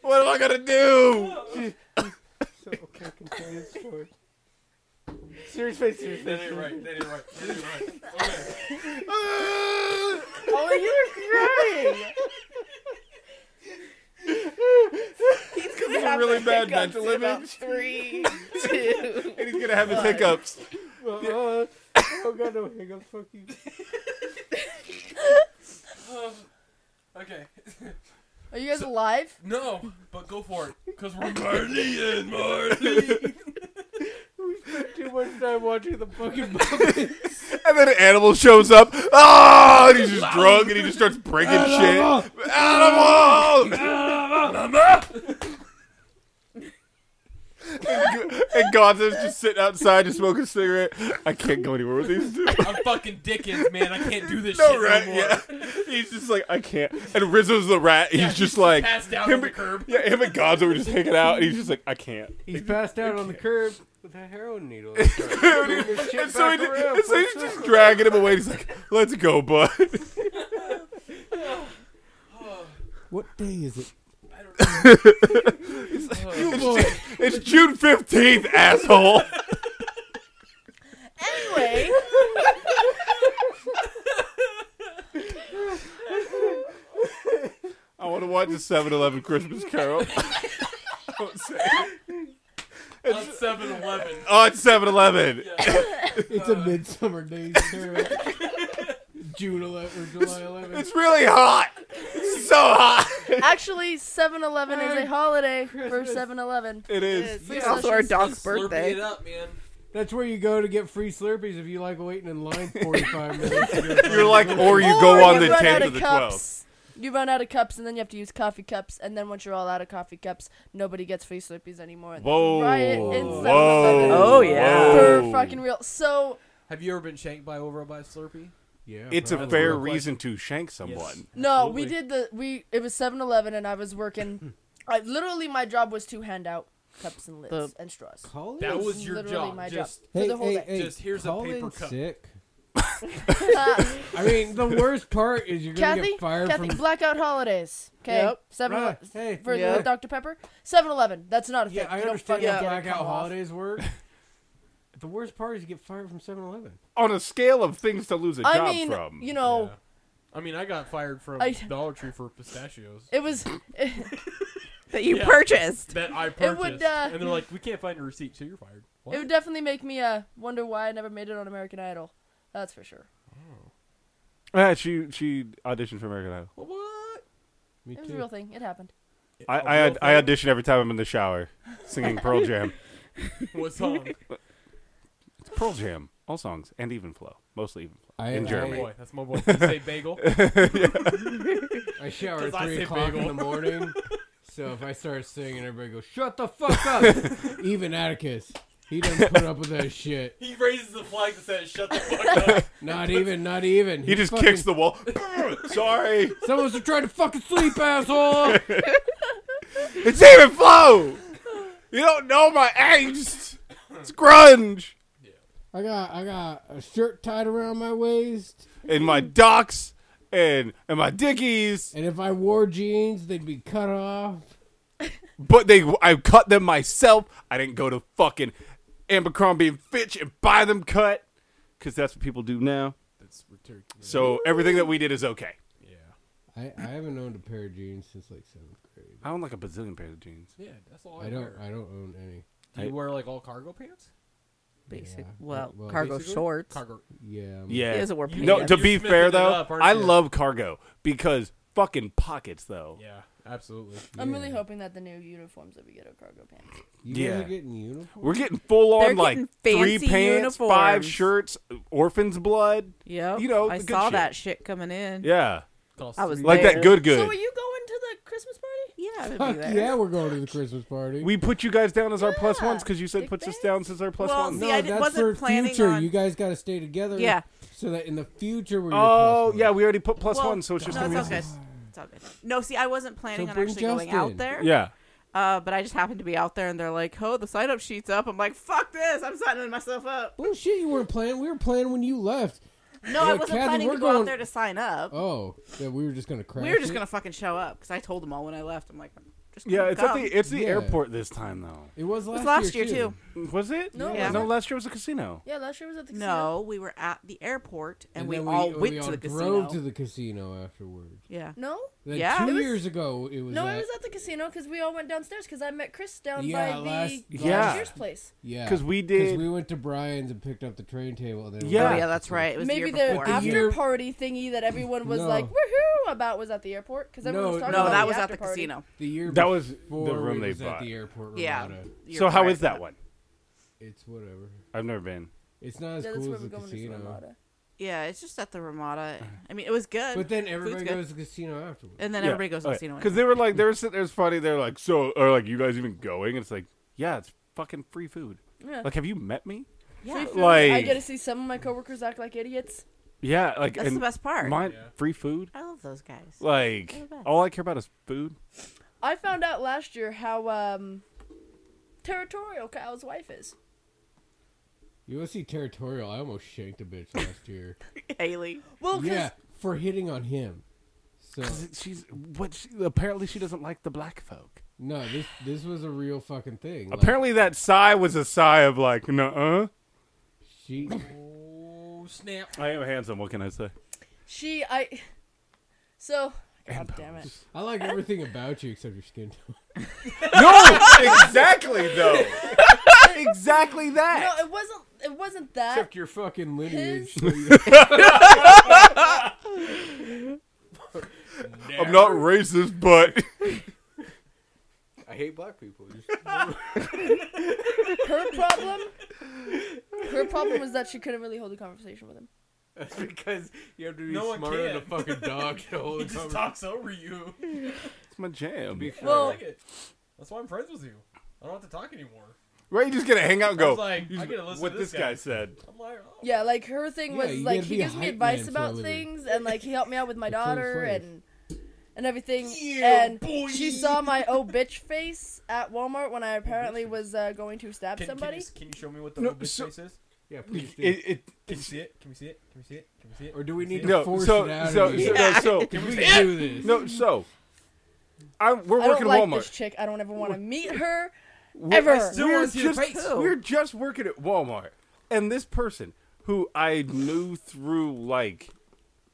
Speaker 1: What am I gonna do? Serious face, serious
Speaker 3: That ain't right. That ain't right. That ain't right. Okay.
Speaker 1: Ah!
Speaker 4: Oh, you were crying.
Speaker 6: He's going
Speaker 1: This is a really bad mental image.
Speaker 6: Three.
Speaker 1: And he's gonna have his hiccups.
Speaker 2: Oh, God, no hiccups. Fuck you.
Speaker 3: Um, okay.
Speaker 4: Are you guys alive?
Speaker 3: No, but go for it, because we're Marley and Marley.
Speaker 2: Too much time watching the fucking Muppets.
Speaker 1: And then an animal shows up. Ah! And he's just drunk and he just starts breaking
Speaker 8: Animal!
Speaker 1: shit. Animal! And G- and Gonzo's just sitting outside just smoking a cigarette. I can't go anywhere with these two.
Speaker 3: I'm fucking Dickens, man. I can't do this
Speaker 1: No
Speaker 3: shit
Speaker 1: rat,
Speaker 3: no more.
Speaker 1: yeah. He's just like, I can't. And Rizzo's the rat. He's
Speaker 3: Yeah,
Speaker 1: just like,
Speaker 3: passed down
Speaker 1: him
Speaker 3: on the
Speaker 1: and-
Speaker 3: curb.
Speaker 1: yeah, him and Gonzo were just hanging out, and he's just like, I can't.
Speaker 2: He's passed out on the curb with a heroin needle.
Speaker 1: And so, he, and so he's just dragging him away. He's like, let's go, bud.
Speaker 8: What day is it?
Speaker 1: It's, it's June 15th, asshole.
Speaker 4: Anyway.
Speaker 1: I want to watch a 7 Eleven Christmas Carol. I would say.
Speaker 3: On 7-Eleven.
Speaker 1: Oh, it's 7 Eleven.
Speaker 8: It's
Speaker 2: Uh,
Speaker 8: a midsummer day's Carol. June 11th or July 11th.
Speaker 1: It's really hot. It's so hot.
Speaker 4: Actually, 7 Eleven is a holiday for
Speaker 8: Christmas.
Speaker 4: 7 Eleven.
Speaker 1: It is.
Speaker 6: It's also our dog's birthday.
Speaker 3: Slurping it up, man.
Speaker 2: That's where you go to get free Slurpees if you like waiting in line 45 minutes. to get a
Speaker 1: You're like,
Speaker 2: fucking
Speaker 1: or you go on the
Speaker 4: run
Speaker 1: 10th
Speaker 4: out
Speaker 1: or
Speaker 4: of
Speaker 1: the 12th.
Speaker 4: cups. You run out of cups, and then you have to use coffee cups. And then once you're all out of coffee cups, nobody gets free Slurpees anymore. and there's
Speaker 1: Whoa.
Speaker 4: a Riot in 7
Speaker 1: Whoa.
Speaker 4: Eleven.
Speaker 6: Oh, yeah.
Speaker 1: Whoa.
Speaker 4: For fucking real. So,
Speaker 3: Have you ever been shanked by over by a Slurpee?
Speaker 2: Yeah,
Speaker 1: It's a
Speaker 2: probably.
Speaker 1: fair reason to shank someone.
Speaker 4: no, we
Speaker 3: Absolutely.
Speaker 4: did the. we. It was 7 Eleven, and I was working. I, literally, my job was to hand out cups and lids
Speaker 6: The-
Speaker 4: and straws.
Speaker 8: Call
Speaker 3: That
Speaker 8: in
Speaker 3: was your
Speaker 4: literally
Speaker 3: job.
Speaker 4: my
Speaker 3: Just
Speaker 4: job.
Speaker 8: Hey,
Speaker 4: for the whole
Speaker 8: hey,
Speaker 4: day.
Speaker 8: hey,
Speaker 3: Just here's a
Speaker 8: call
Speaker 3: paper
Speaker 8: in
Speaker 3: cup.
Speaker 8: sick.
Speaker 4: Uh,
Speaker 8: I mean, the worst part is you're gonna
Speaker 4: Kathy,
Speaker 8: get fired
Speaker 4: Kathy,
Speaker 8: from.
Speaker 4: blackout holidays. Okay,
Speaker 6: Yep.
Speaker 4: seven
Speaker 8: Right, hey.
Speaker 4: for
Speaker 6: Yeah.
Speaker 4: the Dr Pepper. Seven Eleven. That's not a thing.
Speaker 2: Yeah, I
Speaker 4: You don't
Speaker 2: understand
Speaker 4: fucking
Speaker 2: how
Speaker 4: get it.
Speaker 2: blackout
Speaker 4: Come off.
Speaker 2: holidays work. The worst part is you get fired from 7-Eleven.
Speaker 1: On a scale of things to lose a
Speaker 4: I
Speaker 1: job
Speaker 4: mean,
Speaker 1: from.
Speaker 4: you know,
Speaker 3: I mean, I got fired from
Speaker 4: I-
Speaker 3: Dollar Tree for pistachios
Speaker 4: it was. It,
Speaker 6: That you
Speaker 3: Yeah.
Speaker 6: purchased.
Speaker 3: that I purchased,
Speaker 4: would, uh,
Speaker 3: and they're like, "We can't find a receipt, so you're fired." What?
Speaker 4: it would definitely make me uh wonder why I never made it on American Idol. That's for sure.
Speaker 1: Yeah, she she auditioned for American Idol.
Speaker 3: what?
Speaker 2: Me
Speaker 4: It was a
Speaker 2: too.
Speaker 4: real thing. It happened.
Speaker 1: I I,
Speaker 3: A Oh, real
Speaker 1: ad- I
Speaker 3: thing?
Speaker 1: audition every time I'm in the shower, singing Pearl Jam.
Speaker 3: What song?
Speaker 1: Pearl Jam, all songs, and Even Flow, mostly Even Flow.
Speaker 8: I-
Speaker 1: in
Speaker 8: I-
Speaker 1: Germany.
Speaker 3: Boy, that's my boy. You say bagel.
Speaker 2: I shower
Speaker 3: 'Cause
Speaker 2: at
Speaker 3: I
Speaker 2: three
Speaker 3: say
Speaker 2: o'clock
Speaker 3: bagel.
Speaker 2: in the morning. So if I start singing, everybody goes, "Shut the fuck up!" Even Atticus, he doesn't put up with that shit.
Speaker 3: He raises the flag that says "Shut the fuck up."
Speaker 2: Not even, not even.
Speaker 1: He just kicks the wall. Sorry,
Speaker 2: Someone's trying to fucking sleep, asshole.
Speaker 1: it's Even Flow. You don't know my angst. It's grunge.
Speaker 8: I got I got a shirt tied around my waist,
Speaker 1: and my docs and and my dickies,
Speaker 8: and if I wore jeans, they'd be cut off.
Speaker 1: but they I cut them myself. I didn't go to fucking Abercrombie and Fitch and buy them cut because that's what people do now.
Speaker 3: That's ridiculous.
Speaker 1: So everything that we did is okay.
Speaker 3: Yeah.
Speaker 8: I, I haven't owned a pair of jeans since like seventh grade.
Speaker 1: I own like a bazillion pairs of jeans.
Speaker 3: Yeah, that's
Speaker 6: Oh,
Speaker 3: all I,
Speaker 8: I don't
Speaker 3: wear.
Speaker 8: I don't own any.
Speaker 3: Do you wear like all cargo pants?
Speaker 6: Basic.
Speaker 8: Yeah.
Speaker 6: Well,
Speaker 8: Well,
Speaker 6: cargo
Speaker 3: basically,
Speaker 6: shorts.
Speaker 3: Cargo.
Speaker 8: Yeah, I'm-
Speaker 1: Yeah,
Speaker 6: He doesn't wear
Speaker 1: no.
Speaker 6: pants.
Speaker 1: To
Speaker 3: You're
Speaker 1: be
Speaker 3: smithing
Speaker 1: fair
Speaker 3: it
Speaker 1: though,
Speaker 3: up, aren't
Speaker 1: I
Speaker 3: you?
Speaker 1: love cargo because fucking pockets though.
Speaker 3: Yeah, absolutely.
Speaker 4: I'm really hoping that the new uniforms that we get are cargo pants.
Speaker 8: You
Speaker 1: Yeah.
Speaker 8: guys are getting uniform.
Speaker 1: We're getting full
Speaker 6: They're
Speaker 1: on like
Speaker 6: getting
Speaker 1: three
Speaker 6: fancy
Speaker 1: pants, five
Speaker 6: uniforms.
Speaker 1: shirts, orphan's blood.
Speaker 6: Yep.
Speaker 1: You know,
Speaker 6: I
Speaker 1: the good
Speaker 6: saw
Speaker 1: shit.
Speaker 6: that shit coming in.
Speaker 1: Yeah,
Speaker 3: Costs
Speaker 6: I was
Speaker 1: like
Speaker 6: there.
Speaker 1: that good good.
Speaker 4: So are you going to the Christmas party?
Speaker 6: Yeah, I would
Speaker 8: Fuck
Speaker 6: be there.
Speaker 8: yeah, we're going to the Christmas party.
Speaker 1: We put you guys down as our plus
Speaker 4: Yeah.
Speaker 1: ones because you said
Speaker 4: Dick
Speaker 1: puts us
Speaker 4: pics.
Speaker 1: down since our plus
Speaker 6: Well,
Speaker 1: ones.
Speaker 6: see,
Speaker 8: no,
Speaker 6: I d-
Speaker 8: that's
Speaker 6: wasn't
Speaker 8: for
Speaker 6: planning
Speaker 8: future.
Speaker 6: on-
Speaker 8: You guys got to stay together.
Speaker 6: Yeah.
Speaker 8: So that in the future we're. your
Speaker 1: Oh
Speaker 8: plus
Speaker 1: yeah,
Speaker 8: one.
Speaker 1: we already put plus
Speaker 6: Well,
Speaker 1: one, so it's just
Speaker 6: no,
Speaker 1: gonna
Speaker 6: it's
Speaker 1: be.
Speaker 6: all good. It's all good. No, see, I wasn't planning on
Speaker 8: bring
Speaker 6: actually going out
Speaker 8: Justin.
Speaker 6: there.
Speaker 1: Yeah,
Speaker 6: Uh, but I just happened to be out there, and they're like, "Oh, the sign up sheet's up." I'm like, "Fuck this! I'm signing myself up."
Speaker 8: Bullshit! You weren't planning. We were planning when you left.
Speaker 6: No, I
Speaker 8: Yeah,
Speaker 6: wasn't
Speaker 8: Kathy,
Speaker 6: planning
Speaker 8: we're
Speaker 6: to go
Speaker 8: going-
Speaker 6: out there to sign up.
Speaker 8: Oh, that we were just gonna crash.
Speaker 6: we were just
Speaker 8: it?
Speaker 6: gonna fucking show up because I told them all when I left. I'm like, "Just
Speaker 1: yeah,
Speaker 6: gonna
Speaker 1: it's at
Speaker 6: come."
Speaker 1: the it's the
Speaker 8: Yeah.
Speaker 1: airport this time though.
Speaker 8: It was
Speaker 6: It
Speaker 8: last,
Speaker 6: was last year, too.
Speaker 1: Was it?
Speaker 4: No,
Speaker 6: Yeah.
Speaker 1: no. Last year was a casino.
Speaker 4: Yeah, last year was at the
Speaker 6: No, we were at the airport, and, we,
Speaker 8: then
Speaker 6: all
Speaker 8: we
Speaker 6: went to
Speaker 8: all
Speaker 6: the
Speaker 8: drove
Speaker 6: casino.
Speaker 8: to the casino afterwards.
Speaker 6: yeah,
Speaker 4: casino. No.
Speaker 8: Then
Speaker 6: Yeah.
Speaker 8: two
Speaker 6: It
Speaker 4: was-
Speaker 8: years ago it was.
Speaker 4: No,
Speaker 8: at,
Speaker 4: it was at the casino because we all went downstairs because I met Chris down
Speaker 8: Yeah,
Speaker 4: by
Speaker 8: last-
Speaker 4: the
Speaker 1: Yeah.
Speaker 4: year's place.
Speaker 8: yeah,
Speaker 1: Because we
Speaker 8: 'Cause
Speaker 1: did.
Speaker 8: we went to Brian's and picked up the train table. And then we
Speaker 1: Yeah.
Speaker 8: went
Speaker 6: oh
Speaker 8: to
Speaker 6: yeah,
Speaker 8: the
Speaker 6: that's
Speaker 8: casino.
Speaker 6: right. It was
Speaker 4: Maybe
Speaker 6: the year
Speaker 4: the
Speaker 6: before.
Speaker 8: But
Speaker 4: after
Speaker 8: the year-
Speaker 4: party thingy that everyone was
Speaker 8: No.
Speaker 4: like woohoo about was at the airport because everyone
Speaker 8: No,
Speaker 4: was talking
Speaker 6: no,
Speaker 4: about
Speaker 6: that
Speaker 4: the
Speaker 6: was at
Speaker 4: after
Speaker 6: the
Speaker 4: party.
Speaker 6: casino.
Speaker 8: The year
Speaker 1: That was the
Speaker 8: before
Speaker 1: room
Speaker 8: it
Speaker 1: they
Speaker 8: was
Speaker 1: bought.
Speaker 8: at the airport.
Speaker 6: Yeah.
Speaker 8: Ramada.
Speaker 6: You're
Speaker 1: So how
Speaker 6: correct.
Speaker 1: is that one?
Speaker 8: it's whatever.
Speaker 1: I've never been.
Speaker 8: It's not as
Speaker 4: Yeah, that's
Speaker 8: cool
Speaker 4: where
Speaker 8: as
Speaker 4: we're
Speaker 8: the
Speaker 4: going to the
Speaker 8: casino.
Speaker 4: Ramada.
Speaker 6: Yeah, it's just at the Ramada. I mean, it was good,
Speaker 8: But then everybody
Speaker 6: good.
Speaker 8: goes to the casino afterwards.
Speaker 6: and then everybody goes to the casino.
Speaker 1: Because they were like, they were sitting there, it's funny. They're like, so, or like, you guys even going? And it's like, yeah, it's fucking free food.
Speaker 4: Yeah.
Speaker 1: Like, have you met me?
Speaker 6: Yeah,
Speaker 4: Free food.
Speaker 1: Like-
Speaker 4: I get to see some of my coworkers act like idiots.
Speaker 1: Yeah, like,
Speaker 6: that's
Speaker 1: and
Speaker 6: the best part.
Speaker 1: mine-
Speaker 3: Yeah.
Speaker 1: free food.
Speaker 6: I love those guys.
Speaker 1: Like,
Speaker 6: They're the best.
Speaker 1: all I care about is food.
Speaker 4: I found out last year how um, territorial Kyle's wife is.
Speaker 8: You want to see territorial? I almost shanked a bitch last year.
Speaker 6: Haley.
Speaker 4: Well, 'cause-
Speaker 8: yeah, for hitting on him. So
Speaker 1: Because she's what? She, apparently, she doesn't like the black folk.
Speaker 8: no, this this was a real fucking thing. Like,
Speaker 1: Apparently, that sigh was a sigh of like, nuh-uh.
Speaker 8: she
Speaker 3: Oh snap!
Speaker 1: I am handsome. What can I say?
Speaker 4: she I. So God damn it.
Speaker 8: I like everything about you except your skin tone.
Speaker 1: No, exactly though. exactly
Speaker 4: No,
Speaker 1: that.
Speaker 4: it wasn't. It wasn't that.
Speaker 8: Except your fucking lineage.
Speaker 1: I'm not racist, but
Speaker 2: I hate black people.
Speaker 4: her problem her problem was that she couldn't really hold a conversation with him
Speaker 2: That's because you have to be
Speaker 3: No one
Speaker 2: smarter than a
Speaker 3: can.
Speaker 2: fucking dog to hold
Speaker 3: He
Speaker 2: a
Speaker 3: just
Speaker 2: conversation.
Speaker 3: talks over you.
Speaker 1: it's my jam.
Speaker 2: Be fair.
Speaker 3: I
Speaker 4: well
Speaker 3: like it. That's why I'm friends with you. I don't have to talk anymore.
Speaker 1: Right? you just gonna hang out and
Speaker 3: I
Speaker 1: go.
Speaker 3: was like,
Speaker 1: "You
Speaker 3: I
Speaker 1: just-
Speaker 3: gotta listen
Speaker 1: what
Speaker 3: to
Speaker 1: this
Speaker 3: this
Speaker 1: guy,
Speaker 3: guy."
Speaker 1: said.
Speaker 3: I'm like, oh.
Speaker 4: yeah like her thing
Speaker 8: Yeah,
Speaker 4: was
Speaker 8: you
Speaker 4: like
Speaker 8: gotta
Speaker 4: he
Speaker 8: be a
Speaker 4: gives me
Speaker 8: hype man
Speaker 4: advice
Speaker 8: for a
Speaker 4: about
Speaker 8: living.
Speaker 4: things and like he helped me out with my
Speaker 8: That's what I'm
Speaker 4: daughter
Speaker 8: afraid of.
Speaker 4: and and everything
Speaker 3: Yeah,
Speaker 4: and
Speaker 3: boy.
Speaker 4: she saw my oh bitch face at walmart when i apparently
Speaker 3: face.
Speaker 4: was uh, going to stab
Speaker 3: Can, can,
Speaker 4: somebody
Speaker 3: you, can you show me what the
Speaker 1: No,
Speaker 3: no, bitch
Speaker 1: so-
Speaker 3: face is?
Speaker 8: yeah, please
Speaker 1: It,
Speaker 8: do.
Speaker 1: it,
Speaker 3: Can we see it? Can we see it? Can we see it? Can we see it?
Speaker 8: or do we
Speaker 3: Can we
Speaker 8: need
Speaker 3: see
Speaker 8: to
Speaker 3: it?
Speaker 1: no,
Speaker 8: force
Speaker 1: so
Speaker 8: it out
Speaker 1: so
Speaker 8: of
Speaker 1: so
Speaker 8: you?
Speaker 1: no, so
Speaker 3: Can we
Speaker 8: We
Speaker 3: see it?
Speaker 8: do this.
Speaker 1: no, so. I'm, we're
Speaker 4: i don't
Speaker 1: working
Speaker 4: like
Speaker 1: Walmart.
Speaker 4: this chick i don't ever want to meet
Speaker 1: We're-
Speaker 4: her Ever.
Speaker 1: I still
Speaker 3: We're
Speaker 1: wanna see the
Speaker 3: just-
Speaker 1: face.
Speaker 6: Who?
Speaker 1: we're just working at Walmart, and this person who I knew through like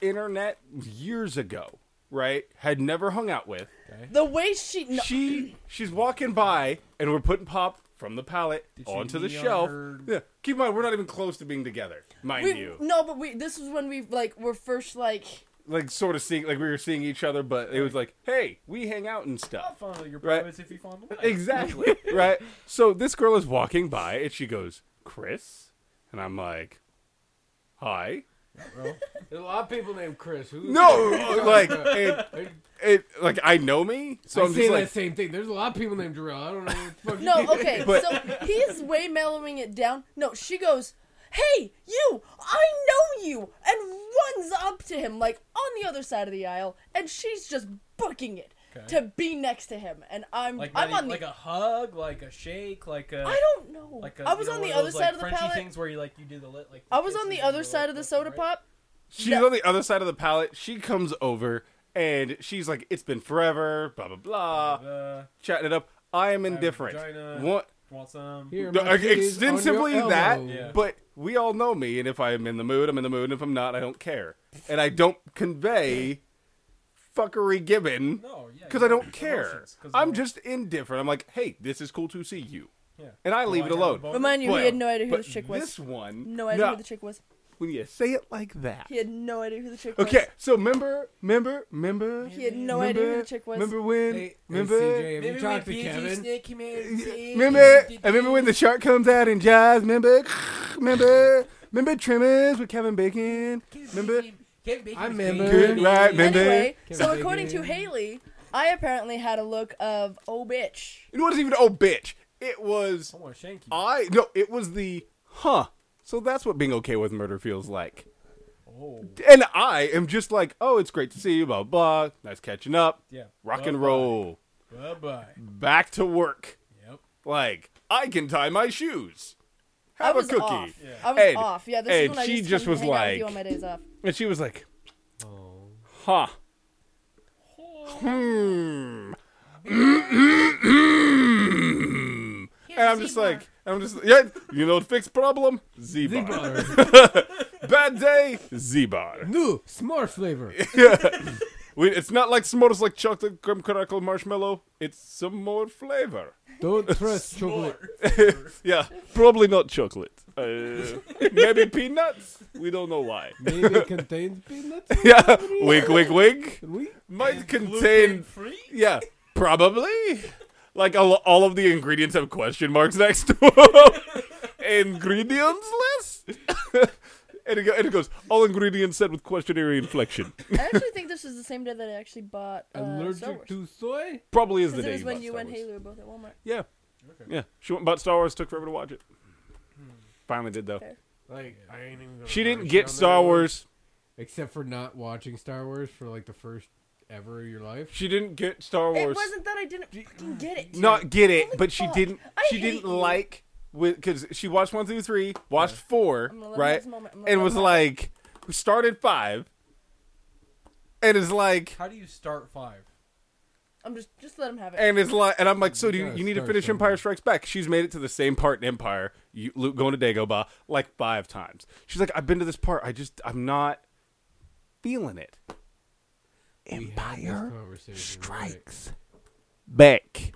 Speaker 1: internet years ago, right, had never hung out with.
Speaker 4: the way she no,
Speaker 1: She she's walking by, and we're putting pop from the pallet
Speaker 3: Did you
Speaker 1: onto the
Speaker 3: knee on
Speaker 1: shelf.
Speaker 3: her-
Speaker 1: Yeah, keep in mind we're not even close to being together, mind
Speaker 4: we,
Speaker 1: you.
Speaker 4: no but we this was when we like were first like
Speaker 1: Like sort of seeing, like we were seeing each other, but it was like, hey, we hang out and
Speaker 3: I'll
Speaker 1: stuff.
Speaker 3: fondle your
Speaker 1: Right.
Speaker 3: privates if you fondle mine.
Speaker 1: Exactly. right. So this girl is walking by and she goes, Chris? and I'm like, "Hi."
Speaker 2: There's a lot of people named Chris. Who
Speaker 1: No, like it,
Speaker 2: I've
Speaker 1: it, like I know me, so I'm
Speaker 2: saying
Speaker 1: just
Speaker 2: that
Speaker 1: like,
Speaker 2: same thing. There's a lot of people named Jarrell. I don't know what the fuck. you-
Speaker 4: No, okay.
Speaker 1: But-
Speaker 4: so he's way mellowing it down. No, she goes, "Hey, you! I know you!" and runs up to him like on the other side of the aisle, and she's just booking it to be next to him. And I'm
Speaker 3: Like
Speaker 4: I'm
Speaker 3: not even-
Speaker 4: on
Speaker 3: like
Speaker 4: the
Speaker 3: a hug, like a shake, like a
Speaker 4: I don't know.
Speaker 3: like a,
Speaker 4: I was
Speaker 3: you know,
Speaker 4: on
Speaker 3: one
Speaker 4: the
Speaker 3: of
Speaker 4: other
Speaker 3: those,
Speaker 4: side
Speaker 3: like,
Speaker 4: of the
Speaker 3: Frenchy
Speaker 4: palette.
Speaker 3: things where you like you do the lit like.
Speaker 4: I was on the
Speaker 3: kisses
Speaker 4: other
Speaker 3: and
Speaker 4: side of the
Speaker 3: lip,
Speaker 4: soda
Speaker 3: right?
Speaker 4: pop.
Speaker 1: she's
Speaker 4: No.
Speaker 1: on the other side of the pallet. She comes over and she's like, "It's been forever," blah blah blah,
Speaker 3: Uh,
Speaker 1: chatting it up. I am indifferent.
Speaker 3: vagina.
Speaker 1: What?
Speaker 3: want some?
Speaker 8: Here,
Speaker 1: No,
Speaker 8: my titties
Speaker 1: I-
Speaker 8: on your
Speaker 1: extensively that,
Speaker 8: elbow.
Speaker 3: Yeah.
Speaker 1: but we all know me, and if I'm in the mood, I'm in the mood, and if I'm not, I don't care, and I don't convey fuckery given
Speaker 3: No, yeah.
Speaker 1: because
Speaker 3: you
Speaker 1: I don't
Speaker 3: emotions,
Speaker 1: care.
Speaker 3: 'cause
Speaker 1: I'm
Speaker 3: we're-
Speaker 1: just indifferent. I'm like, hey, this is cool to see you,
Speaker 3: yeah.
Speaker 1: and I
Speaker 3: Do
Speaker 1: leave
Speaker 3: I
Speaker 1: it
Speaker 3: have a
Speaker 1: alone.
Speaker 3: boner?
Speaker 4: Remind you,
Speaker 1: Well,
Speaker 4: he had no idea who
Speaker 1: But
Speaker 4: this chick
Speaker 1: This
Speaker 4: was.
Speaker 1: one,
Speaker 4: No idea who the chick was.
Speaker 1: when you say it like that.
Speaker 4: He had no idea who the chick was.
Speaker 1: Okay, so remember, remember, remember.
Speaker 4: He had no idea who the chick was.
Speaker 1: Remember when?
Speaker 2: Hey, hey,
Speaker 1: remember?
Speaker 2: CJ, have you talked to Kevin?
Speaker 1: Remember, I remember when the shark comes out and jives. Remember, remember, remember trimmers with Kevin Bacon. Remember,
Speaker 2: I remember.
Speaker 1: good right, remember.
Speaker 4: Anyway,
Speaker 2: Kevin
Speaker 4: so
Speaker 2: Bacon.
Speaker 4: according to Haley, I apparently had a look of oh bitch.
Speaker 1: It wasn't even oh bitch. It was
Speaker 3: I want to shank Oh, you.
Speaker 1: I no. It was the huh. So that's what being okay with murder feels like.
Speaker 3: Oh,
Speaker 1: And I am just like, oh, it's great to see you. Blah blah. Nice catching up.
Speaker 3: yeah.
Speaker 1: Rock and roll.
Speaker 3: Bye bye.
Speaker 1: Back to work.
Speaker 3: Yep.
Speaker 1: Like I can tie my shoes. Have
Speaker 4: I was
Speaker 1: a cookie.
Speaker 4: Off.
Speaker 3: Yeah.
Speaker 4: I was
Speaker 1: And-
Speaker 4: off. Yeah, this
Speaker 1: and
Speaker 4: is when I
Speaker 1: she
Speaker 4: used to
Speaker 1: just
Speaker 4: come
Speaker 1: was
Speaker 4: hang out with you
Speaker 1: like-
Speaker 4: on my days off.
Speaker 1: And she was like,
Speaker 2: Oh.
Speaker 1: huh. Hmm. and I'm just like, I'm just, yeah, you know, the fixed problem? Z bar. Bad day? Z bar.
Speaker 2: New s'more flavor.
Speaker 1: We, it's not like s'mores like chocolate crumb crackle marshmallow. It's some more flavor.
Speaker 2: Don't trust chocolate.
Speaker 1: yeah, probably not chocolate. Uh, maybe peanuts. We don't know why.
Speaker 2: Maybe it contains peanuts.
Speaker 1: Yeah, wink, wink, wink.
Speaker 2: We
Speaker 4: Uh,
Speaker 1: Might contain
Speaker 3: Free?
Speaker 1: Yeah, probably. Like all, all of the ingredients have question marks next to them. ingredients list? and, it go, and it goes, all ingredients said with questionnaire inflection.
Speaker 4: I actually think this was the same day that I actually bought uh, Star
Speaker 2: allergic
Speaker 4: Wars.
Speaker 2: to soy.
Speaker 1: Probably is the
Speaker 4: Because
Speaker 1: day.
Speaker 4: it was
Speaker 1: you
Speaker 4: when
Speaker 1: bought Star
Speaker 4: you and
Speaker 1: Wars.
Speaker 4: Haley were both at Walmart.
Speaker 1: Yeah.
Speaker 3: Okay.
Speaker 1: Yeah. She went and bought Star Wars, took forever to watch it. Finally did, though.
Speaker 4: Fair.
Speaker 2: Like I ain't even. Gonna
Speaker 1: She didn't
Speaker 2: harsh Hmm. on
Speaker 1: get
Speaker 2: that
Speaker 1: Star
Speaker 2: one.
Speaker 1: Wars.
Speaker 2: except for not watching Star Wars for like the first ever of your life.
Speaker 1: She didn't get Star Wars.
Speaker 4: It wasn't that I didn't fucking get it.
Speaker 1: Not get it,
Speaker 4: Holy
Speaker 1: but she
Speaker 4: fuck.
Speaker 1: didn't.
Speaker 4: Oh I
Speaker 1: she
Speaker 4: hate
Speaker 1: didn't
Speaker 4: you.
Speaker 1: like with because she watched one through three, watched four,
Speaker 4: I'm gonna let
Speaker 1: right,
Speaker 4: this moment- I'm gonna
Speaker 1: and
Speaker 4: let
Speaker 1: was
Speaker 4: this
Speaker 1: like, started five, and is like,
Speaker 3: How do you start five?
Speaker 4: I'm just just let him have it.
Speaker 1: and is like, and I'm like, so do
Speaker 2: You
Speaker 1: you,
Speaker 2: gotta
Speaker 1: you need to
Speaker 2: start
Speaker 1: finish
Speaker 2: somewhere.
Speaker 1: Empire Strikes Back? She's made it to the same part in Empire, you, Luke going to Dagobah like five times. She's like, I've been to this part, I just, I'm not feeling it.
Speaker 2: We had this conversation,
Speaker 1: Strikes back,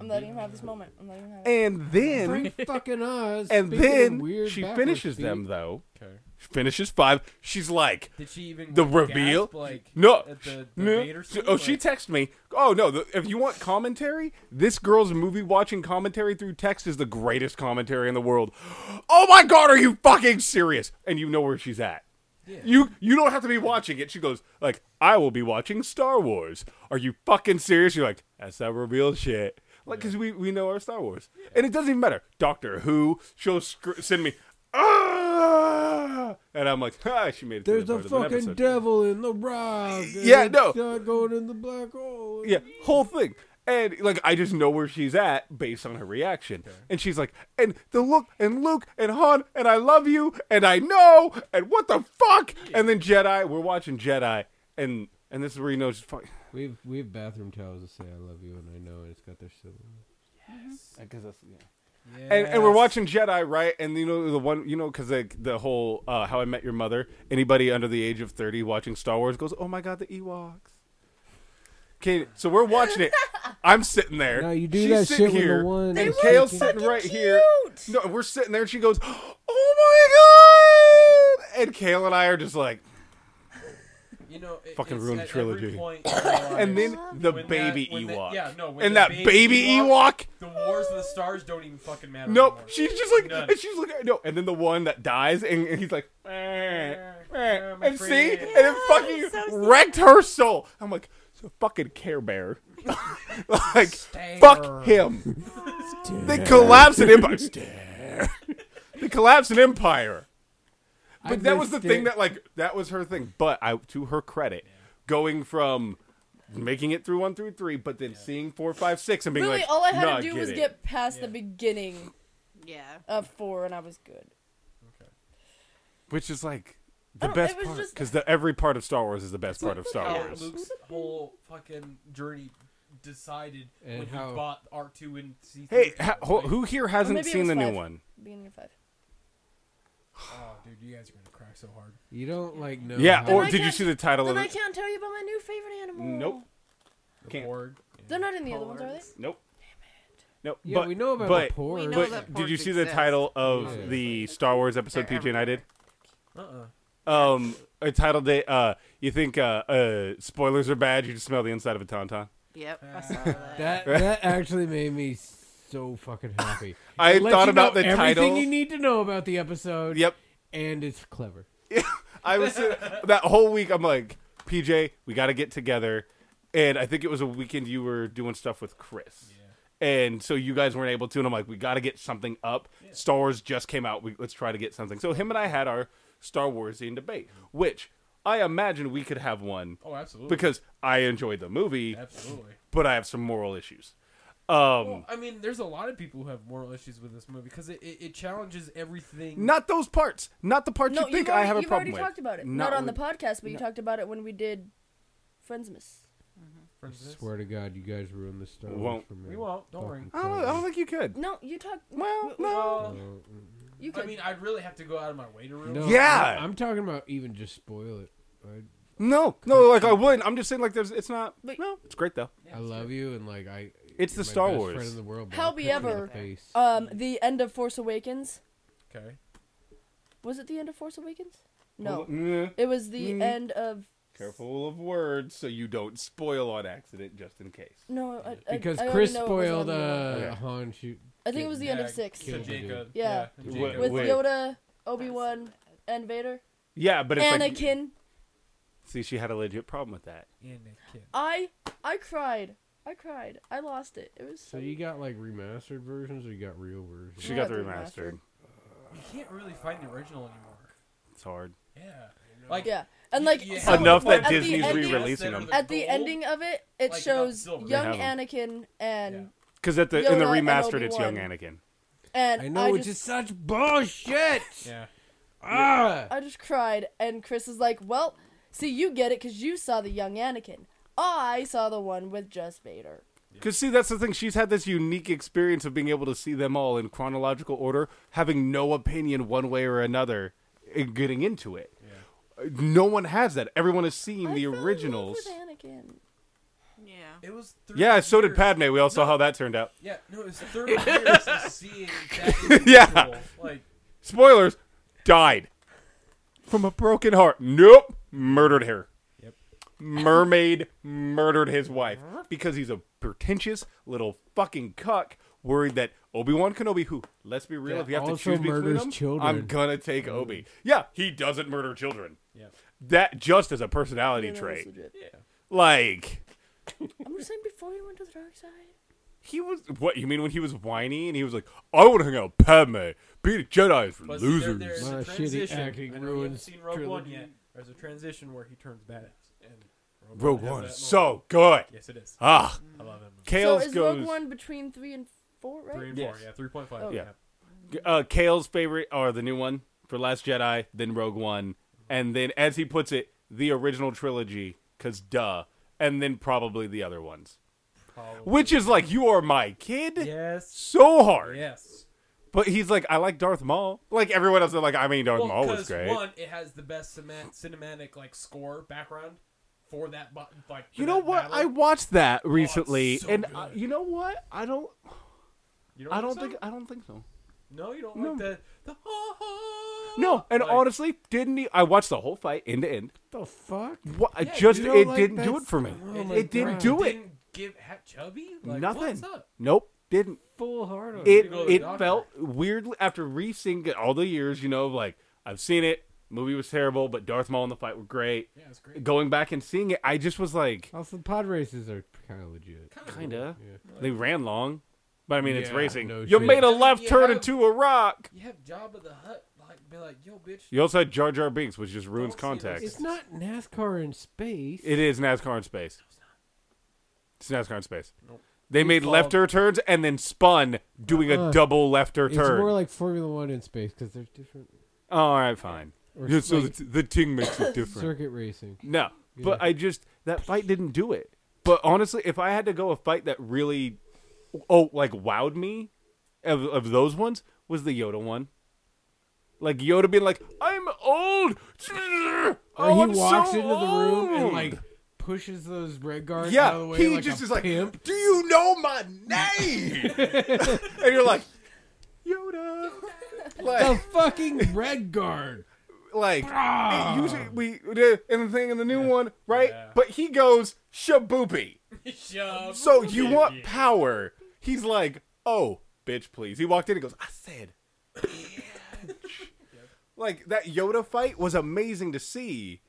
Speaker 4: I'm letting him have this moment. I'm letting him have it.
Speaker 1: and then.
Speaker 2: Frank fucking Oz.
Speaker 1: And
Speaker 2: speaking
Speaker 1: then
Speaker 2: weird
Speaker 1: she
Speaker 2: backwards
Speaker 1: finishes
Speaker 2: speak.
Speaker 1: them though.
Speaker 3: Okay.
Speaker 1: She finishes five. She's like,
Speaker 3: Did she even
Speaker 1: the
Speaker 3: like,
Speaker 1: reveal?
Speaker 3: gasp, like
Speaker 1: no,
Speaker 3: at the, the
Speaker 1: no.
Speaker 3: Vader
Speaker 1: She-
Speaker 3: scene?
Speaker 1: oh, she
Speaker 3: Like,
Speaker 1: texted me. Oh no, the, if you want commentary, this girl's movie watching commentary through text is the greatest commentary in the world. Oh my god, are you fucking serious? And you know where she's at. You you don't have to be watching it. She goes like, I will be watching Star Wars. Are you fucking serious? You're like, that's that reveal shit. Like, cause we we know our Star Wars, and it doesn't even matter. Doctor Who, she'll sc- send me. Ah! And I'm like, ah, she made it.
Speaker 2: There's
Speaker 1: through
Speaker 2: a
Speaker 1: the part of an
Speaker 2: fucking
Speaker 1: episode."
Speaker 2: devil in the rock. and
Speaker 1: Yeah,
Speaker 2: it's
Speaker 1: no.
Speaker 2: Not going in the black hole.
Speaker 1: Yeah, whole thing. And like I just know where she's at based on her reaction. And she's like, and the look and Luke and Han and I love you and I know and what the fuck? And then Jedi, we're watching Jedi and and this is where you know she's fuck
Speaker 2: We have we have bathroom towels that say "I love you" and I know it. It's got their symbol.
Speaker 1: and, and we're
Speaker 3: yes.
Speaker 1: watching Jedi, right? And you know the one, you know, because like the whole uh, "How I Met Your Mother." Anybody under the age of thirty watching Star Wars goes, "Oh my god, the Ewoks." Okay, so we're watching it. I'm sitting there.
Speaker 2: No, you do
Speaker 1: She's
Speaker 2: that
Speaker 1: sitting
Speaker 2: shit when the
Speaker 1: here,
Speaker 2: one
Speaker 1: and
Speaker 2: is
Speaker 1: Kale's
Speaker 2: taking-
Speaker 1: sitting right
Speaker 4: Fucking
Speaker 1: here.
Speaker 4: cute!
Speaker 1: No, and we're sitting there, and she goes, "Oh my god!" And Kale and I are just like,
Speaker 3: You know, it,
Speaker 1: Fucking
Speaker 3: it's
Speaker 1: ruined
Speaker 3: at
Speaker 1: the trilogy.
Speaker 3: every point in our
Speaker 1: And
Speaker 3: lives
Speaker 1: then the
Speaker 3: when that-
Speaker 1: baby
Speaker 3: when that-
Speaker 1: Ewok.
Speaker 3: yeah, no, when
Speaker 1: and
Speaker 3: the
Speaker 1: that baby Ewok.
Speaker 3: The Wars of the Stars don't even fucking matter.
Speaker 1: Nope.
Speaker 3: anymore.
Speaker 1: She's just like,
Speaker 3: None.
Speaker 1: and she's like, no. And then the one that dies, and, and he's like, "Eh, eh,"
Speaker 3: my
Speaker 1: and see,
Speaker 3: friend.
Speaker 1: and it
Speaker 4: Ah,
Speaker 1: fucking
Speaker 6: it's so sad.
Speaker 1: wrecked her soul. I'm like, so fucking Care Bear. like,
Speaker 3: Stare.
Speaker 1: fuck him. they collapse an empire. Stare. they collapse an empire. But
Speaker 2: I
Speaker 1: that was the
Speaker 2: missed
Speaker 1: thing
Speaker 2: it.
Speaker 1: that like that was her thing. But I, to her credit, going from making it through one through three, but then seeing four, five, six, and being
Speaker 4: Really,
Speaker 1: like,
Speaker 4: all I had
Speaker 1: "Nah,
Speaker 4: to do was
Speaker 1: it."
Speaker 4: get past the
Speaker 3: Yeah.
Speaker 4: beginning
Speaker 6: Yeah.
Speaker 4: of four, and I was good.
Speaker 1: which is like the
Speaker 4: I don't-
Speaker 1: best
Speaker 4: Oh, it was
Speaker 1: part
Speaker 4: just-
Speaker 1: because every part of Star Wars is the best part of Star
Speaker 3: how
Speaker 6: Yeah.
Speaker 1: Wars.
Speaker 3: Luke's whole fucking journey decided
Speaker 2: And
Speaker 3: when
Speaker 2: how-
Speaker 3: he bought R two and C three.
Speaker 1: Hey, ha- who, who here
Speaker 4: Or
Speaker 1: hasn't
Speaker 4: maybe it
Speaker 1: seen
Speaker 4: was
Speaker 1: the new
Speaker 4: five.
Speaker 1: one?
Speaker 4: Beginning of five.
Speaker 3: Oh, dude, you guys are gonna crack so hard.
Speaker 2: You don't like know.
Speaker 1: yeah,
Speaker 2: how-
Speaker 4: Then
Speaker 1: or
Speaker 4: I
Speaker 1: did you
Speaker 4: can't-
Speaker 1: see the title of
Speaker 4: Then I
Speaker 1: it?
Speaker 4: can't tell you about my new favorite animal.
Speaker 1: Nope.
Speaker 3: The
Speaker 1: Can't.
Speaker 3: Borg.
Speaker 4: They're not in the other ones, are they?
Speaker 1: Nope. Nope.
Speaker 2: yeah,
Speaker 1: but,
Speaker 2: we know about
Speaker 1: but,
Speaker 2: the porgs.
Speaker 6: We know
Speaker 1: but
Speaker 6: that
Speaker 1: did you
Speaker 6: porgs
Speaker 1: see the
Speaker 6: exist.
Speaker 1: title of
Speaker 2: Yeah.
Speaker 1: the Star Wars episode
Speaker 6: They're
Speaker 1: PJ and I did?
Speaker 3: Uh uh
Speaker 1: Um, I titled it. Uh, you think uh, uh, spoilers are bad? You just smell the inside of a tauntaun.
Speaker 6: Yep. I saw that.
Speaker 2: that that actually made me so fucking happy.
Speaker 1: I
Speaker 2: It lets
Speaker 1: thought
Speaker 2: you
Speaker 1: about
Speaker 2: know
Speaker 1: the
Speaker 2: everything
Speaker 1: title.
Speaker 2: you need to know about the episode.
Speaker 1: Yep.
Speaker 2: and it's clever.
Speaker 1: I was sitting- that whole week. I'm like, PJ, we got to get together. And I think it was a weekend you were doing stuff with Chris, and so you guys weren't able to. And I'm like, we got to get something up. Star Wars just came out. We, let's try to get something. So him and I had our Star Warsian debate, which I imagine we could have one
Speaker 3: Oh, absolutely.
Speaker 1: because Hmm. I enjoyed the movie,
Speaker 3: absolutely.
Speaker 1: but I have some moral issues. Um,
Speaker 3: Well, I mean, there's a lot of people who have moral issues with this movie because it, it, it challenges everything.
Speaker 1: Not those parts. Not the parts
Speaker 4: No,
Speaker 1: you think
Speaker 4: have already,
Speaker 1: I have a
Speaker 4: you've
Speaker 1: problem
Speaker 4: already
Speaker 1: with.
Speaker 4: talked about it. Not, on the
Speaker 1: with-
Speaker 4: podcast, but you talked about it when we did Friendsmas.
Speaker 3: for
Speaker 2: I
Speaker 3: instance.
Speaker 2: swear to God, you guys ruined the Star
Speaker 1: We
Speaker 2: Wars
Speaker 1: won't.
Speaker 2: for me.
Speaker 3: We won't. Don't worry.
Speaker 1: I
Speaker 2: Fucking
Speaker 1: don't, I don't think you could.
Speaker 4: No, you talked.
Speaker 1: Well,
Speaker 4: we- we-
Speaker 1: no.
Speaker 3: Well,
Speaker 2: mm.
Speaker 4: You could.
Speaker 3: I mean, I'd really have to go out of my way to ruin.
Speaker 2: No,
Speaker 3: it.
Speaker 1: Yeah.
Speaker 2: I, am talking about even just spoil it. I,
Speaker 1: No, no, like I wouldn't. I'm just saying, like, there's. It's not.
Speaker 4: But-
Speaker 1: no, it's great though.
Speaker 2: I love you, and like I.
Speaker 1: It's
Speaker 2: you're
Speaker 1: the
Speaker 2: my
Speaker 1: Star
Speaker 2: best
Speaker 1: Wars.
Speaker 2: Friend in the world, but
Speaker 4: How
Speaker 2: I'll punch you in the
Speaker 4: ever,
Speaker 2: face.
Speaker 4: um, the end of Force Awakens.
Speaker 3: Okay.
Speaker 4: Was it the end of Force Awakens? No.
Speaker 1: Mm,
Speaker 4: It was the
Speaker 1: Mm.
Speaker 4: end of.
Speaker 1: Careful of words, so you don't spoil on accident, just in case.
Speaker 4: No, I, I,
Speaker 2: because
Speaker 4: I already
Speaker 2: Chris
Speaker 4: know it wasn't on
Speaker 2: spoiled uh,
Speaker 4: the end.
Speaker 1: Okay.
Speaker 2: Han shoot.
Speaker 4: I think it was the end of
Speaker 3: Yeah,
Speaker 4: six.
Speaker 3: to
Speaker 2: Killed the dude.
Speaker 3: Jacob.
Speaker 4: Yeah.
Speaker 3: to
Speaker 1: Wh-
Speaker 3: Jacob.
Speaker 4: With
Speaker 1: Wait.
Speaker 4: Yoda, Obi Wan, and Vader.
Speaker 1: Yeah, but it's like.
Speaker 4: Anakin.
Speaker 1: See, she had a legit problem with that.
Speaker 3: Anakin.
Speaker 4: I I cried. I cried. I lost it. It was so.
Speaker 2: So you got like remastered versions, or you got real versions?
Speaker 1: She
Speaker 4: I
Speaker 1: got the
Speaker 4: got the
Speaker 1: remastered.
Speaker 3: You can't really find the original anymore.
Speaker 1: It's hard.
Speaker 3: Yeah. Like
Speaker 4: yeah, and like
Speaker 3: you- you
Speaker 4: so
Speaker 3: have
Speaker 1: Enough
Speaker 3: the
Speaker 1: that
Speaker 3: parts
Speaker 4: at the
Speaker 1: Disney's
Speaker 3: that are
Speaker 4: ending-
Speaker 1: re-releasing them.
Speaker 4: At the
Speaker 3: gold,
Speaker 4: ending of it, it
Speaker 3: Like, not
Speaker 4: shows
Speaker 3: silver. They
Speaker 4: young
Speaker 1: have
Speaker 4: Anakin and
Speaker 1: Because at the in the
Speaker 4: Yoda and
Speaker 1: remastered, it's young
Speaker 4: Obi-Wan.
Speaker 1: Anakin.
Speaker 4: and
Speaker 2: I
Speaker 4: I,
Speaker 2: know, which is
Speaker 4: just
Speaker 2: such bullshit.
Speaker 3: Yeah.
Speaker 2: Ah,
Speaker 4: I just cried. And Chris is like, "Well, see, you get it because you saw the young Anakin. I saw the one with just Vader."
Speaker 1: Because see, that's the thing. She's had this unique experience of being able to see them all in chronological order, having no opinion one way or another, and getting into it. Uh, No one has that. Everyone has seen
Speaker 4: I
Speaker 1: the
Speaker 4: fell in love
Speaker 1: originals.
Speaker 4: with Anakin.
Speaker 6: Yeah.
Speaker 3: It was 30
Speaker 1: Yeah, so did
Speaker 3: years.
Speaker 1: Padme. We all saw how that turned out.
Speaker 3: Yeah, no, it was 30 years of seeing that individual.
Speaker 1: Yeah.
Speaker 3: Like,
Speaker 1: Spoilers. Died from a broken heart. Nope. Murdered her.
Speaker 3: Yep.
Speaker 1: Mermaid murdered his wife because he's a pretentious little fucking cuck worried that Obi-Wan Kenobi, who, let's be real,
Speaker 2: That
Speaker 1: if you have to
Speaker 2: also
Speaker 1: choose between
Speaker 2: murders
Speaker 1: them,
Speaker 2: children.
Speaker 1: I'm gonna take Obi. Yeah, he doesn't murder children.
Speaker 3: yeah.
Speaker 1: That just as a personality
Speaker 4: No, no, it's
Speaker 1: trait.
Speaker 4: legit.
Speaker 3: Yeah.
Speaker 1: Like
Speaker 4: I'm just saying, before you went to the dark side,
Speaker 1: he was what you mean when he was whiny and he was like, I want to hang out with Padme. Being a Jedi is for
Speaker 3: But there-
Speaker 1: losers.
Speaker 3: there's
Speaker 2: My
Speaker 3: a
Speaker 2: shitty
Speaker 3: transition.
Speaker 2: acting
Speaker 3: I know you haven't
Speaker 2: ruins
Speaker 3: seen Rogue One
Speaker 2: trilogy.
Speaker 3: yet. There's a transition where he turns badass. And
Speaker 1: Rogue
Speaker 3: has
Speaker 1: One
Speaker 3: that
Speaker 1: is so
Speaker 3: moment.
Speaker 1: good.
Speaker 3: Yes, it is.
Speaker 1: Ah,
Speaker 3: I love that movie.
Speaker 1: Kales
Speaker 4: Mm. so is
Speaker 1: goes.
Speaker 4: Rogue One between three and four, right?
Speaker 3: Three and
Speaker 1: Yes.
Speaker 3: four, yeah, three point five.
Speaker 4: Oh.
Speaker 3: yeah.
Speaker 1: Yeah. Uh, Kale's favorite or the new one for Last Jedi, then Rogue One, and then as he puts it, the original trilogy, cause duh, and then probably the other ones,
Speaker 3: Probably.
Speaker 1: which is like you are my kid.
Speaker 3: Yes.
Speaker 1: So hard,
Speaker 3: Yes.
Speaker 1: but he's like, I like Darth Maul. Like everyone else, they're like, I mean, Darth
Speaker 3: Well,
Speaker 1: Maul was
Speaker 3: 'cause
Speaker 1: great.
Speaker 3: One, it has the best cima- cinematic like score background for that button. Like for
Speaker 1: you know
Speaker 3: that
Speaker 1: what?
Speaker 3: battle.
Speaker 1: I watched that recently,
Speaker 3: so
Speaker 1: and uh,
Speaker 3: good.
Speaker 1: you know what? I don't.
Speaker 3: You
Speaker 1: I don't
Speaker 3: so?
Speaker 1: think. I don't think so.
Speaker 3: No, you don't
Speaker 1: No.
Speaker 3: like the the.
Speaker 1: No, and
Speaker 3: Like-
Speaker 1: honestly, didn't he? I watched the whole fight end to end.
Speaker 8: the fuck?
Speaker 1: What, I just
Speaker 8: you know,
Speaker 1: it
Speaker 8: like,
Speaker 1: didn't do
Speaker 8: that's-
Speaker 1: it for me.
Speaker 8: oh
Speaker 1: it
Speaker 8: my
Speaker 1: didn't
Speaker 8: God.
Speaker 1: do it.
Speaker 3: Didn't give ha- chubby like,
Speaker 1: Nothing.
Speaker 3: What's up?
Speaker 1: Nope, didn't.
Speaker 8: Full hard on
Speaker 1: It
Speaker 3: go to the
Speaker 1: it
Speaker 3: doctor.
Speaker 1: felt weirdly after re-seeing it all the years. You know, like I've seen it. Movie was terrible, but Darth Maul and the fight were great.
Speaker 3: Yeah, it's great.
Speaker 1: Going back and seeing it, I just was like,
Speaker 8: Also, pod races are kind of legit.
Speaker 1: kinda. They ran long, but I mean, it's
Speaker 8: Yeah,
Speaker 1: racing.
Speaker 8: no
Speaker 1: you
Speaker 8: shit.
Speaker 1: made a left
Speaker 3: You
Speaker 1: turn
Speaker 3: have-
Speaker 1: into a rock.
Speaker 3: You have Jabba the Hut like be like, yo, bitch.
Speaker 1: You also had Jar Jar Binks, which just ruins
Speaker 3: Don't see
Speaker 1: context.
Speaker 3: this.
Speaker 8: It's not NASCAR in space.
Speaker 1: It is NASCAR in space. It's NASCAR in space. They made
Speaker 3: called-
Speaker 1: lefter turns and then spun, doing a
Speaker 8: Uh-uh.
Speaker 1: double lefter
Speaker 8: It's
Speaker 1: turn.
Speaker 8: more like Formula One in space because they're different
Speaker 1: oh, all right, fine.
Speaker 8: Or
Speaker 1: Yeah, so
Speaker 8: like-
Speaker 1: the, the ting makes it different.
Speaker 8: circuit racing.
Speaker 1: no, but
Speaker 8: Yeah.
Speaker 1: I just that fight didn't do it. But honestly, if I had to go a fight that really, oh, like wowed me, of of those ones was the Yoda one. Like Yoda being like, "I'm old." Oh,
Speaker 8: Or he
Speaker 1: I'm
Speaker 8: walks
Speaker 1: so
Speaker 8: into the room and
Speaker 1: old."
Speaker 8: like pushes those red guards
Speaker 1: Yeah,
Speaker 8: out of the way.
Speaker 1: he
Speaker 8: like
Speaker 1: just
Speaker 8: a
Speaker 1: is like,
Speaker 8: pimp.
Speaker 1: "Do you know my name?" and you're like, Yoda.
Speaker 8: the
Speaker 1: Like,
Speaker 8: fucking red guard.
Speaker 1: like
Speaker 8: Ah.
Speaker 1: it usually we did in the thing in the new one, right? But he goes shaboopy.
Speaker 3: Shove.
Speaker 1: So you want power? He's like, oh, bitch, please. He walked in and goes, I said, bitch." like that Yoda fight was amazing to see.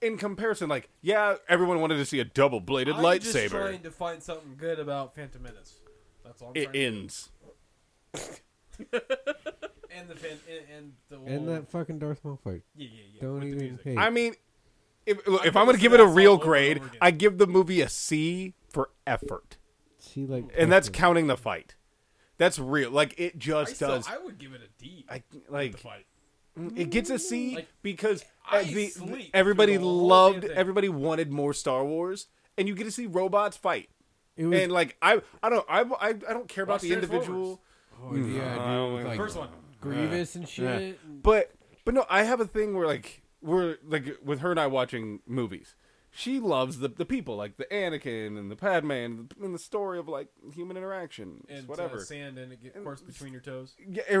Speaker 1: In comparison, like, yeah, everyone wanted to see a double bladed
Speaker 3: I'm
Speaker 1: lightsaber.
Speaker 3: just trying to find something good about Phantom Menace. That's all I'm
Speaker 1: it
Speaker 3: trying. to-
Speaker 1: ends.
Speaker 3: and the fan- and, and the
Speaker 8: And
Speaker 3: whole-
Speaker 8: that fucking Darth Maul fight.
Speaker 3: yeah, yeah, yeah.
Speaker 8: Don't
Speaker 3: with the
Speaker 8: even.
Speaker 3: music.
Speaker 8: Hey,
Speaker 1: I mean, if, look, if
Speaker 3: gonna
Speaker 1: I'm going to
Speaker 3: say
Speaker 1: give it a
Speaker 3: that's all
Speaker 1: real
Speaker 3: over and
Speaker 1: grade,
Speaker 3: over again.
Speaker 1: I give the movie a C for effort.
Speaker 8: she like.
Speaker 1: And that's
Speaker 2: Mm-hmm.
Speaker 1: counting the fight. That's real. Like, it
Speaker 3: I,
Speaker 1: just
Speaker 3: still,
Speaker 1: does.
Speaker 3: I would give it a D.
Speaker 1: I,
Speaker 3: the
Speaker 1: like,
Speaker 3: fight.
Speaker 1: it gets a C
Speaker 3: Like,
Speaker 1: because
Speaker 3: I
Speaker 1: uh, the,
Speaker 3: sleep
Speaker 1: everybody
Speaker 3: through the whole
Speaker 1: loved,
Speaker 3: damn thing.
Speaker 1: everybody wanted more Star Wars, and you get to see robots fight.
Speaker 8: It was,
Speaker 1: and like I, I don't, I, I, I don't care about
Speaker 3: Watch
Speaker 1: the individual,
Speaker 8: oh, yeah, dude, with, like
Speaker 3: First one.
Speaker 8: Grievous and shit.
Speaker 1: but but no, I have a thing where like we're like with her and I watching movies. She loves the the people like the Anakin and the Padme and the, and the story of like human interaction,
Speaker 3: And
Speaker 1: whatever.
Speaker 3: Uh, sand and it get, of course between your toes.
Speaker 1: Yeah, it-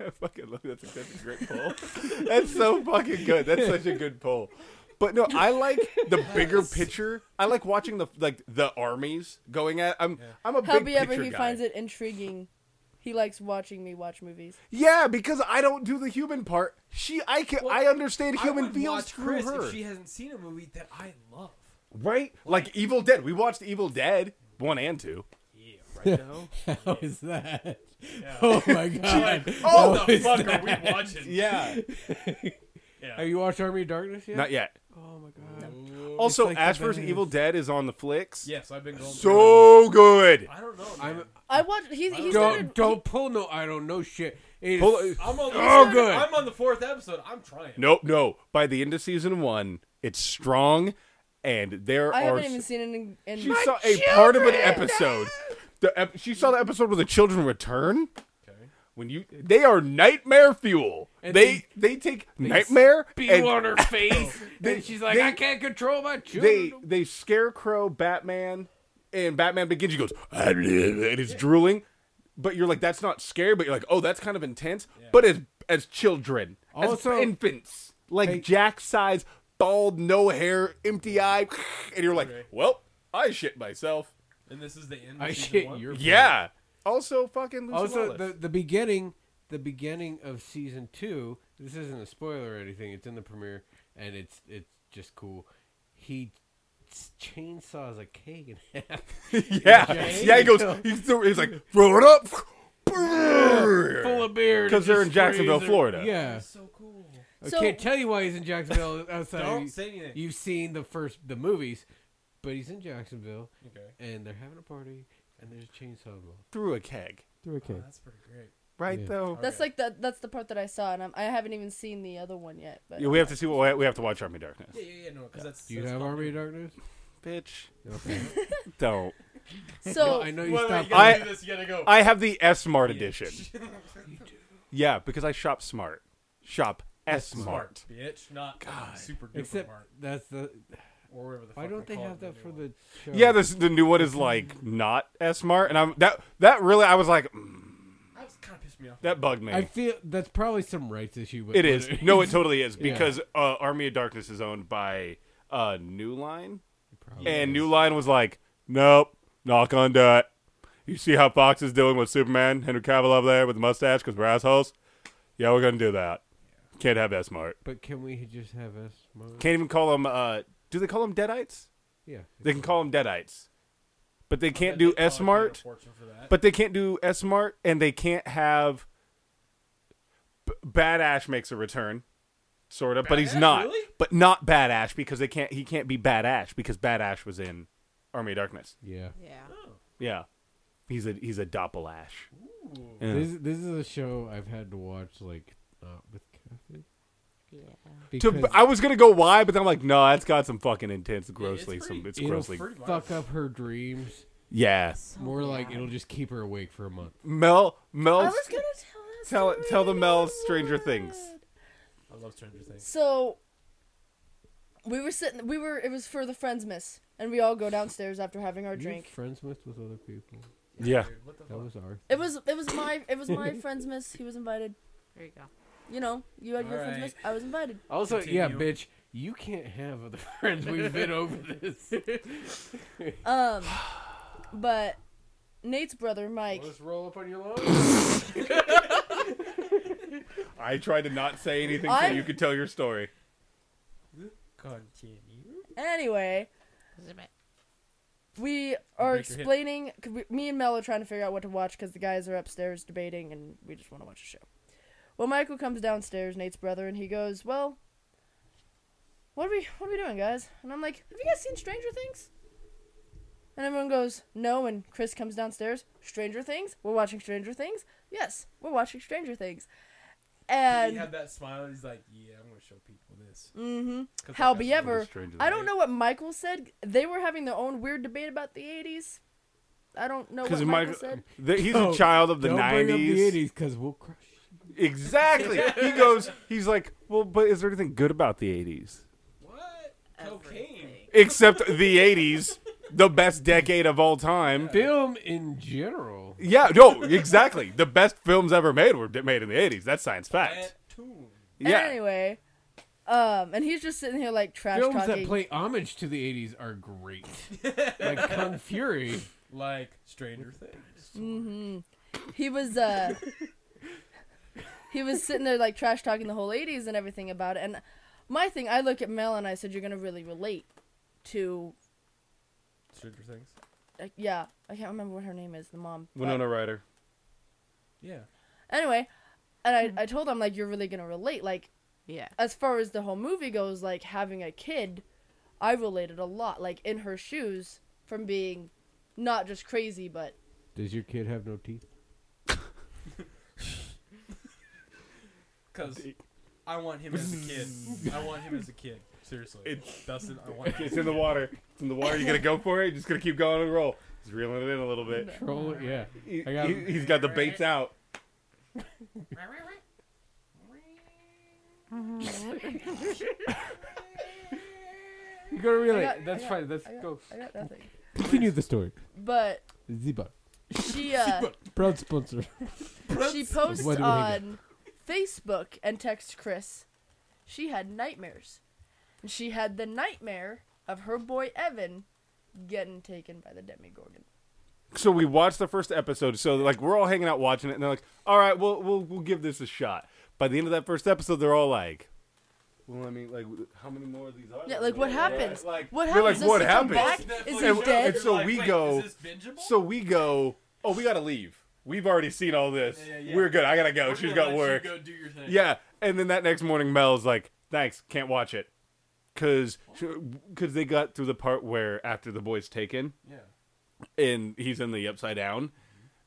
Speaker 1: I fucking love that's a, that's a great poll. That's so fucking good. That's such a good poll. But no, I like the bigger picture. I like watching the like the armies going at. I'm I'm a big
Speaker 4: However,
Speaker 1: picture
Speaker 4: he
Speaker 1: guy.
Speaker 4: finds it intriguing. He likes watching me watch movies.
Speaker 1: Yeah, because I don't do the human part. She, I can, I understand human
Speaker 3: I would
Speaker 1: feels
Speaker 3: watch
Speaker 1: through
Speaker 3: Chris
Speaker 1: her,
Speaker 3: if she hasn't seen a movie that I love.
Speaker 1: right? Like Evil Dead. We watched Evil Dead one and two.
Speaker 3: Yeah, right now.
Speaker 2: How is that? Oh my god.
Speaker 1: Oh,
Speaker 3: what the fuck are we watching?
Speaker 1: yeah,
Speaker 3: Yeah.
Speaker 2: Have you watched Army of Darkness yet?
Speaker 1: not yet.
Speaker 2: Oh my god.
Speaker 1: Also,
Speaker 2: like the
Speaker 1: Ash vs.
Speaker 2: best.
Speaker 1: Evil Dead is on the flicks.
Speaker 3: Yes, I've been going. through
Speaker 1: so good.
Speaker 3: it. I don't know.
Speaker 2: I'm-
Speaker 3: man.
Speaker 4: I watch. He, he started.
Speaker 2: Don't don't pull no I don't know shit. It is
Speaker 1: Pull-
Speaker 3: I'm on.
Speaker 1: Oh,
Speaker 3: I'm
Speaker 1: good.
Speaker 3: I'm on the fourth episode. I'm trying.
Speaker 1: Nope, no. By the end of season one, it's strong, and there
Speaker 4: I
Speaker 1: are.
Speaker 4: haven't even seen it in. in
Speaker 1: she saw a part of an episode. The ep- she saw the episode where the children return.
Speaker 3: Okay.
Speaker 1: When you, they are nightmare fuel. they, they take nightmare
Speaker 2: spew
Speaker 1: and
Speaker 2: on her face.
Speaker 1: They-
Speaker 2: and she's like,
Speaker 1: they-
Speaker 2: I can't control my children.
Speaker 1: they they scarecrow Batman, and Batman begins. She goes and it's drooling, but you're like that's not scary, but you're like oh that's kind of intense. But as as children,
Speaker 8: Also-
Speaker 1: as infants, like
Speaker 8: Hey.
Speaker 1: jack size, bald, no hair, empty eye, and you're like well I shit myself.
Speaker 3: And this is the end. Of
Speaker 2: I
Speaker 3: season
Speaker 2: shit
Speaker 3: one?
Speaker 2: your
Speaker 1: Yeah. Also fucking Lucy
Speaker 2: Also,
Speaker 1: Lawless.
Speaker 2: the, the beginning, the beginning of season two. This isn't a spoiler or anything. It's in the premiere, and it's it's just cool. He s- chainsaws a cake in half.
Speaker 1: yeah yeah he goes he's, he's like throw it up.
Speaker 2: full of beer.
Speaker 1: Because they're in
Speaker 2: just
Speaker 1: Jacksonville,
Speaker 2: freeze it.
Speaker 1: Florida.
Speaker 2: Yeah,
Speaker 3: So cool.
Speaker 4: So-
Speaker 2: I can't tell you why he's in Jacksonville outside.
Speaker 3: Don't
Speaker 2: you,
Speaker 3: say anything.
Speaker 2: You've seen the first the movies, but he's in Jacksonville,
Speaker 3: Okay.
Speaker 2: and they're having a party, and there's a chainsaw involved.
Speaker 1: Through a keg,
Speaker 8: Through a cake.
Speaker 3: Oh, That's pretty great.
Speaker 1: right
Speaker 8: Yeah.
Speaker 1: though.
Speaker 4: That's like the that's the part that I saw, and I'm, I haven't even seen the other one yet. But
Speaker 1: Yeah, we have to see what we have to watch Army of Darkness.
Speaker 3: Yeah, yeah, yeah. No, because that's.
Speaker 2: Do you
Speaker 3: that's
Speaker 2: have
Speaker 3: not
Speaker 2: Army of
Speaker 3: new.
Speaker 2: Darkness?
Speaker 1: Bitch,
Speaker 2: Okay.
Speaker 1: don't.
Speaker 4: so
Speaker 2: I know
Speaker 3: Wait,
Speaker 2: you
Speaker 3: wait,
Speaker 2: stopped.
Speaker 3: you gotta
Speaker 1: I-
Speaker 3: do this. You gotta go.
Speaker 1: I have the S Smart edition. yeah, because I shop smart. Shop S Smart.
Speaker 3: smart, bitch. Not super duper
Speaker 2: Except
Speaker 3: smart.
Speaker 2: that's the.
Speaker 3: Or whatever the
Speaker 2: Why
Speaker 3: fuck
Speaker 2: don't
Speaker 3: they
Speaker 2: they
Speaker 3: call
Speaker 2: have
Speaker 3: it in
Speaker 2: that
Speaker 3: the
Speaker 2: for
Speaker 3: new one.
Speaker 2: the show?
Speaker 1: Yeah, this the new one is like not S Smart, and I'm that that really I was like, mm,
Speaker 3: I was kind of pissed me off.
Speaker 1: That bugged me.
Speaker 2: I feel that's probably some rights issue. But
Speaker 1: It is.
Speaker 2: but-
Speaker 1: No, it totally is
Speaker 2: Yeah.
Speaker 1: because uh, Army of Darkness is owned by uh, New Line,
Speaker 2: probably
Speaker 1: and New Line was like, "Nope, knock on that." You see how Fox is doing with Superman, Henry Cavill over there with the mustache because we're assholes. Yeah, we're gonna do that. Can't have that smart.
Speaker 2: But can we just have us? Mother?
Speaker 1: Can't even call them. Uh, do they call them Deadites?
Speaker 2: yeah.
Speaker 1: They can call them Deadites, but they can't
Speaker 3: They
Speaker 1: do
Speaker 3: probably
Speaker 1: S
Speaker 3: paid a
Speaker 1: Mart.
Speaker 3: fortune for that.
Speaker 1: But they can't do S Smart, and they can't have. B- Bad Ash makes a return, sort of, but he's
Speaker 3: Ash,
Speaker 1: not.
Speaker 3: really?
Speaker 1: But not Bad Ash because they can't. He can't be Bad Ash because Bad Ash was in Army of Darkness.
Speaker 2: Yeah.
Speaker 6: Yeah.
Speaker 1: Yeah, he's a he's a doppel Ash.
Speaker 3: Ooh.
Speaker 1: Yeah.
Speaker 2: This this is a show I've had to watch like not with Kathy.
Speaker 1: To-
Speaker 2: Because
Speaker 1: I was gonna go why, but then I'm like, no, that's got some fucking intense, grossly,
Speaker 3: pretty-
Speaker 1: some it's
Speaker 2: it'll
Speaker 1: grossly,
Speaker 3: Pretty
Speaker 2: fuck
Speaker 3: much.
Speaker 2: up her dreams.
Speaker 1: yeah.
Speaker 6: Oh,
Speaker 2: More like it'll just keep her awake for a month.
Speaker 1: Mel,
Speaker 4: I
Speaker 1: Mel,
Speaker 4: was gonna tell Oh, us.
Speaker 1: tell tell the Mel Stranger Things.
Speaker 3: I love Stranger Things.
Speaker 4: So we were sitting. We were. It was for the friends miss, and we all go downstairs after having our
Speaker 2: Are you
Speaker 4: drink.
Speaker 2: friends with with other people.
Speaker 1: Yeah,
Speaker 3: Dude, what the
Speaker 2: That
Speaker 3: fuck?
Speaker 2: was our.
Speaker 4: It was. It was my. It was my friends miss. He was invited.
Speaker 6: There you go.
Speaker 4: You know, you had your friends miss. I was invited.
Speaker 2: Also, yeah,
Speaker 3: Continue.
Speaker 2: bitch, you can't have other friends. We've been over this.
Speaker 4: Um, but Nate's brother Mike.
Speaker 2: Let's roll up on your lawn.
Speaker 1: I tried to not say anything so
Speaker 4: I-
Speaker 1: you could tell your story.
Speaker 3: Continue.
Speaker 4: Anyway, we are
Speaker 3: Break your hip.
Speaker 4: explaining. 'cause we- Me and Mel are trying to figure out what to watch because the guys are upstairs debating, and we just want to watch a show. Well, Michael comes downstairs, Nate's brother, and he goes, "Well, what are we what are we doing, guys?" And I'm like, "Have you guys seen Stranger Things?" And everyone goes, "No." And Chris comes downstairs, "Stranger Things? We're watching Stranger Things? Yes, we're watching Stranger Things."
Speaker 3: he
Speaker 4: And
Speaker 3: had that smile. He's like, "Yeah, I'm gonna show people this."
Speaker 4: mm-hmm.
Speaker 3: 'Cause
Speaker 4: How
Speaker 3: like,
Speaker 4: be
Speaker 3: that's
Speaker 4: ever-
Speaker 3: really-
Speaker 1: Stranger
Speaker 4: I
Speaker 1: Things.
Speaker 4: don't know what Michael said. They were having their own weird debate about the 80s. I don't know what
Speaker 1: Because
Speaker 4: Michael
Speaker 1: Michael,
Speaker 4: said.
Speaker 1: th- he's
Speaker 8: No,
Speaker 1: a child of the
Speaker 8: Don't bring up the
Speaker 1: '90s.
Speaker 8: eighties because we'll crush. you.
Speaker 1: Exactly. he goes. He's like, well, but is there anything good about the '80s?
Speaker 3: What? Cocaine.
Speaker 1: Except the '80s, the best decade of all time.
Speaker 2: Film in general.
Speaker 1: Yeah. No. Exactly. The best films ever made were d- made in the '80s. That's science fact.
Speaker 3: That tune.
Speaker 1: Yeah.
Speaker 4: Anyway, um, and he's just sitting here like trash
Speaker 2: Films
Speaker 4: talking.
Speaker 2: that play homage to the 80s are great. like Kung Fury.
Speaker 3: Like Stranger Things.
Speaker 4: He was uh, he was sitting there like trash talking the whole 80s and everything about it. And my thing, I look at Mel and I said, "You're gonna really relate to." Mm.
Speaker 3: Stranger Things.
Speaker 4: Uh, yeah, I can't remember what her name is. The mom. but-
Speaker 1: Winona Ryder.
Speaker 3: Yeah.
Speaker 4: Anyway, and I I told him like, "You're really gonna relate." Like
Speaker 6: Yeah.
Speaker 4: as far as the whole movie goes, like having a kid, I related a lot, like in her shoes, from being not just crazy, but
Speaker 2: Does your kid have no teeth?
Speaker 3: Because I want him as a kid. I want him as a kid. Seriously,
Speaker 1: It's-
Speaker 3: Dustin. I want. Him.
Speaker 1: It's in the water. It's in the water. You gonna go for it? You're just gonna keep going and roll. He's reeling it in a little bit.
Speaker 2: Troll, yeah.
Speaker 1: He,
Speaker 2: I got-
Speaker 1: he, has got the baits out.
Speaker 2: You gotta relate.
Speaker 4: got-
Speaker 2: That's
Speaker 4: I got-
Speaker 2: fine. That's
Speaker 4: I got-
Speaker 2: go.
Speaker 4: I got nothing.
Speaker 8: Continue the story.
Speaker 4: But
Speaker 8: Ziba,
Speaker 4: she uh,
Speaker 8: proud sponsor.
Speaker 4: she posts
Speaker 8: Where do we hang
Speaker 4: on Facebook and texts Chris, she had nightmares, and she had the nightmare of her boy Evan getting taken by the Demigorgon.
Speaker 1: so we watched the first episode. So like we're all hanging out watching it, and they're like, "All right, we'll we'll we'll give this a shot." By the end of that first episode, they're all like, "Well, I mean, like, how many more of these are?"
Speaker 4: Yeah,
Speaker 1: there?"
Speaker 4: like what happens?
Speaker 1: Like
Speaker 4: what
Speaker 1: they're like,
Speaker 4: happens? Does
Speaker 1: "What
Speaker 4: he come
Speaker 1: happens?"
Speaker 4: back? Is
Speaker 1: And-
Speaker 4: he dead?
Speaker 1: and so we go-
Speaker 3: Is this bingeable?
Speaker 1: So we go, "Oh, we gotta leave. We've already seen all this.
Speaker 3: Yeah, yeah, yeah.
Speaker 1: We're good. I gotta go.
Speaker 3: We're
Speaker 1: She's
Speaker 3: gonna
Speaker 1: got
Speaker 3: let you
Speaker 1: work."
Speaker 3: Go do your thing.
Speaker 1: Yeah, and then that next morning, Mel's like, "Thanks, can't watch it," because because they got through the part where after the boy's taken,
Speaker 3: Yeah.
Speaker 1: and he's in the upside down.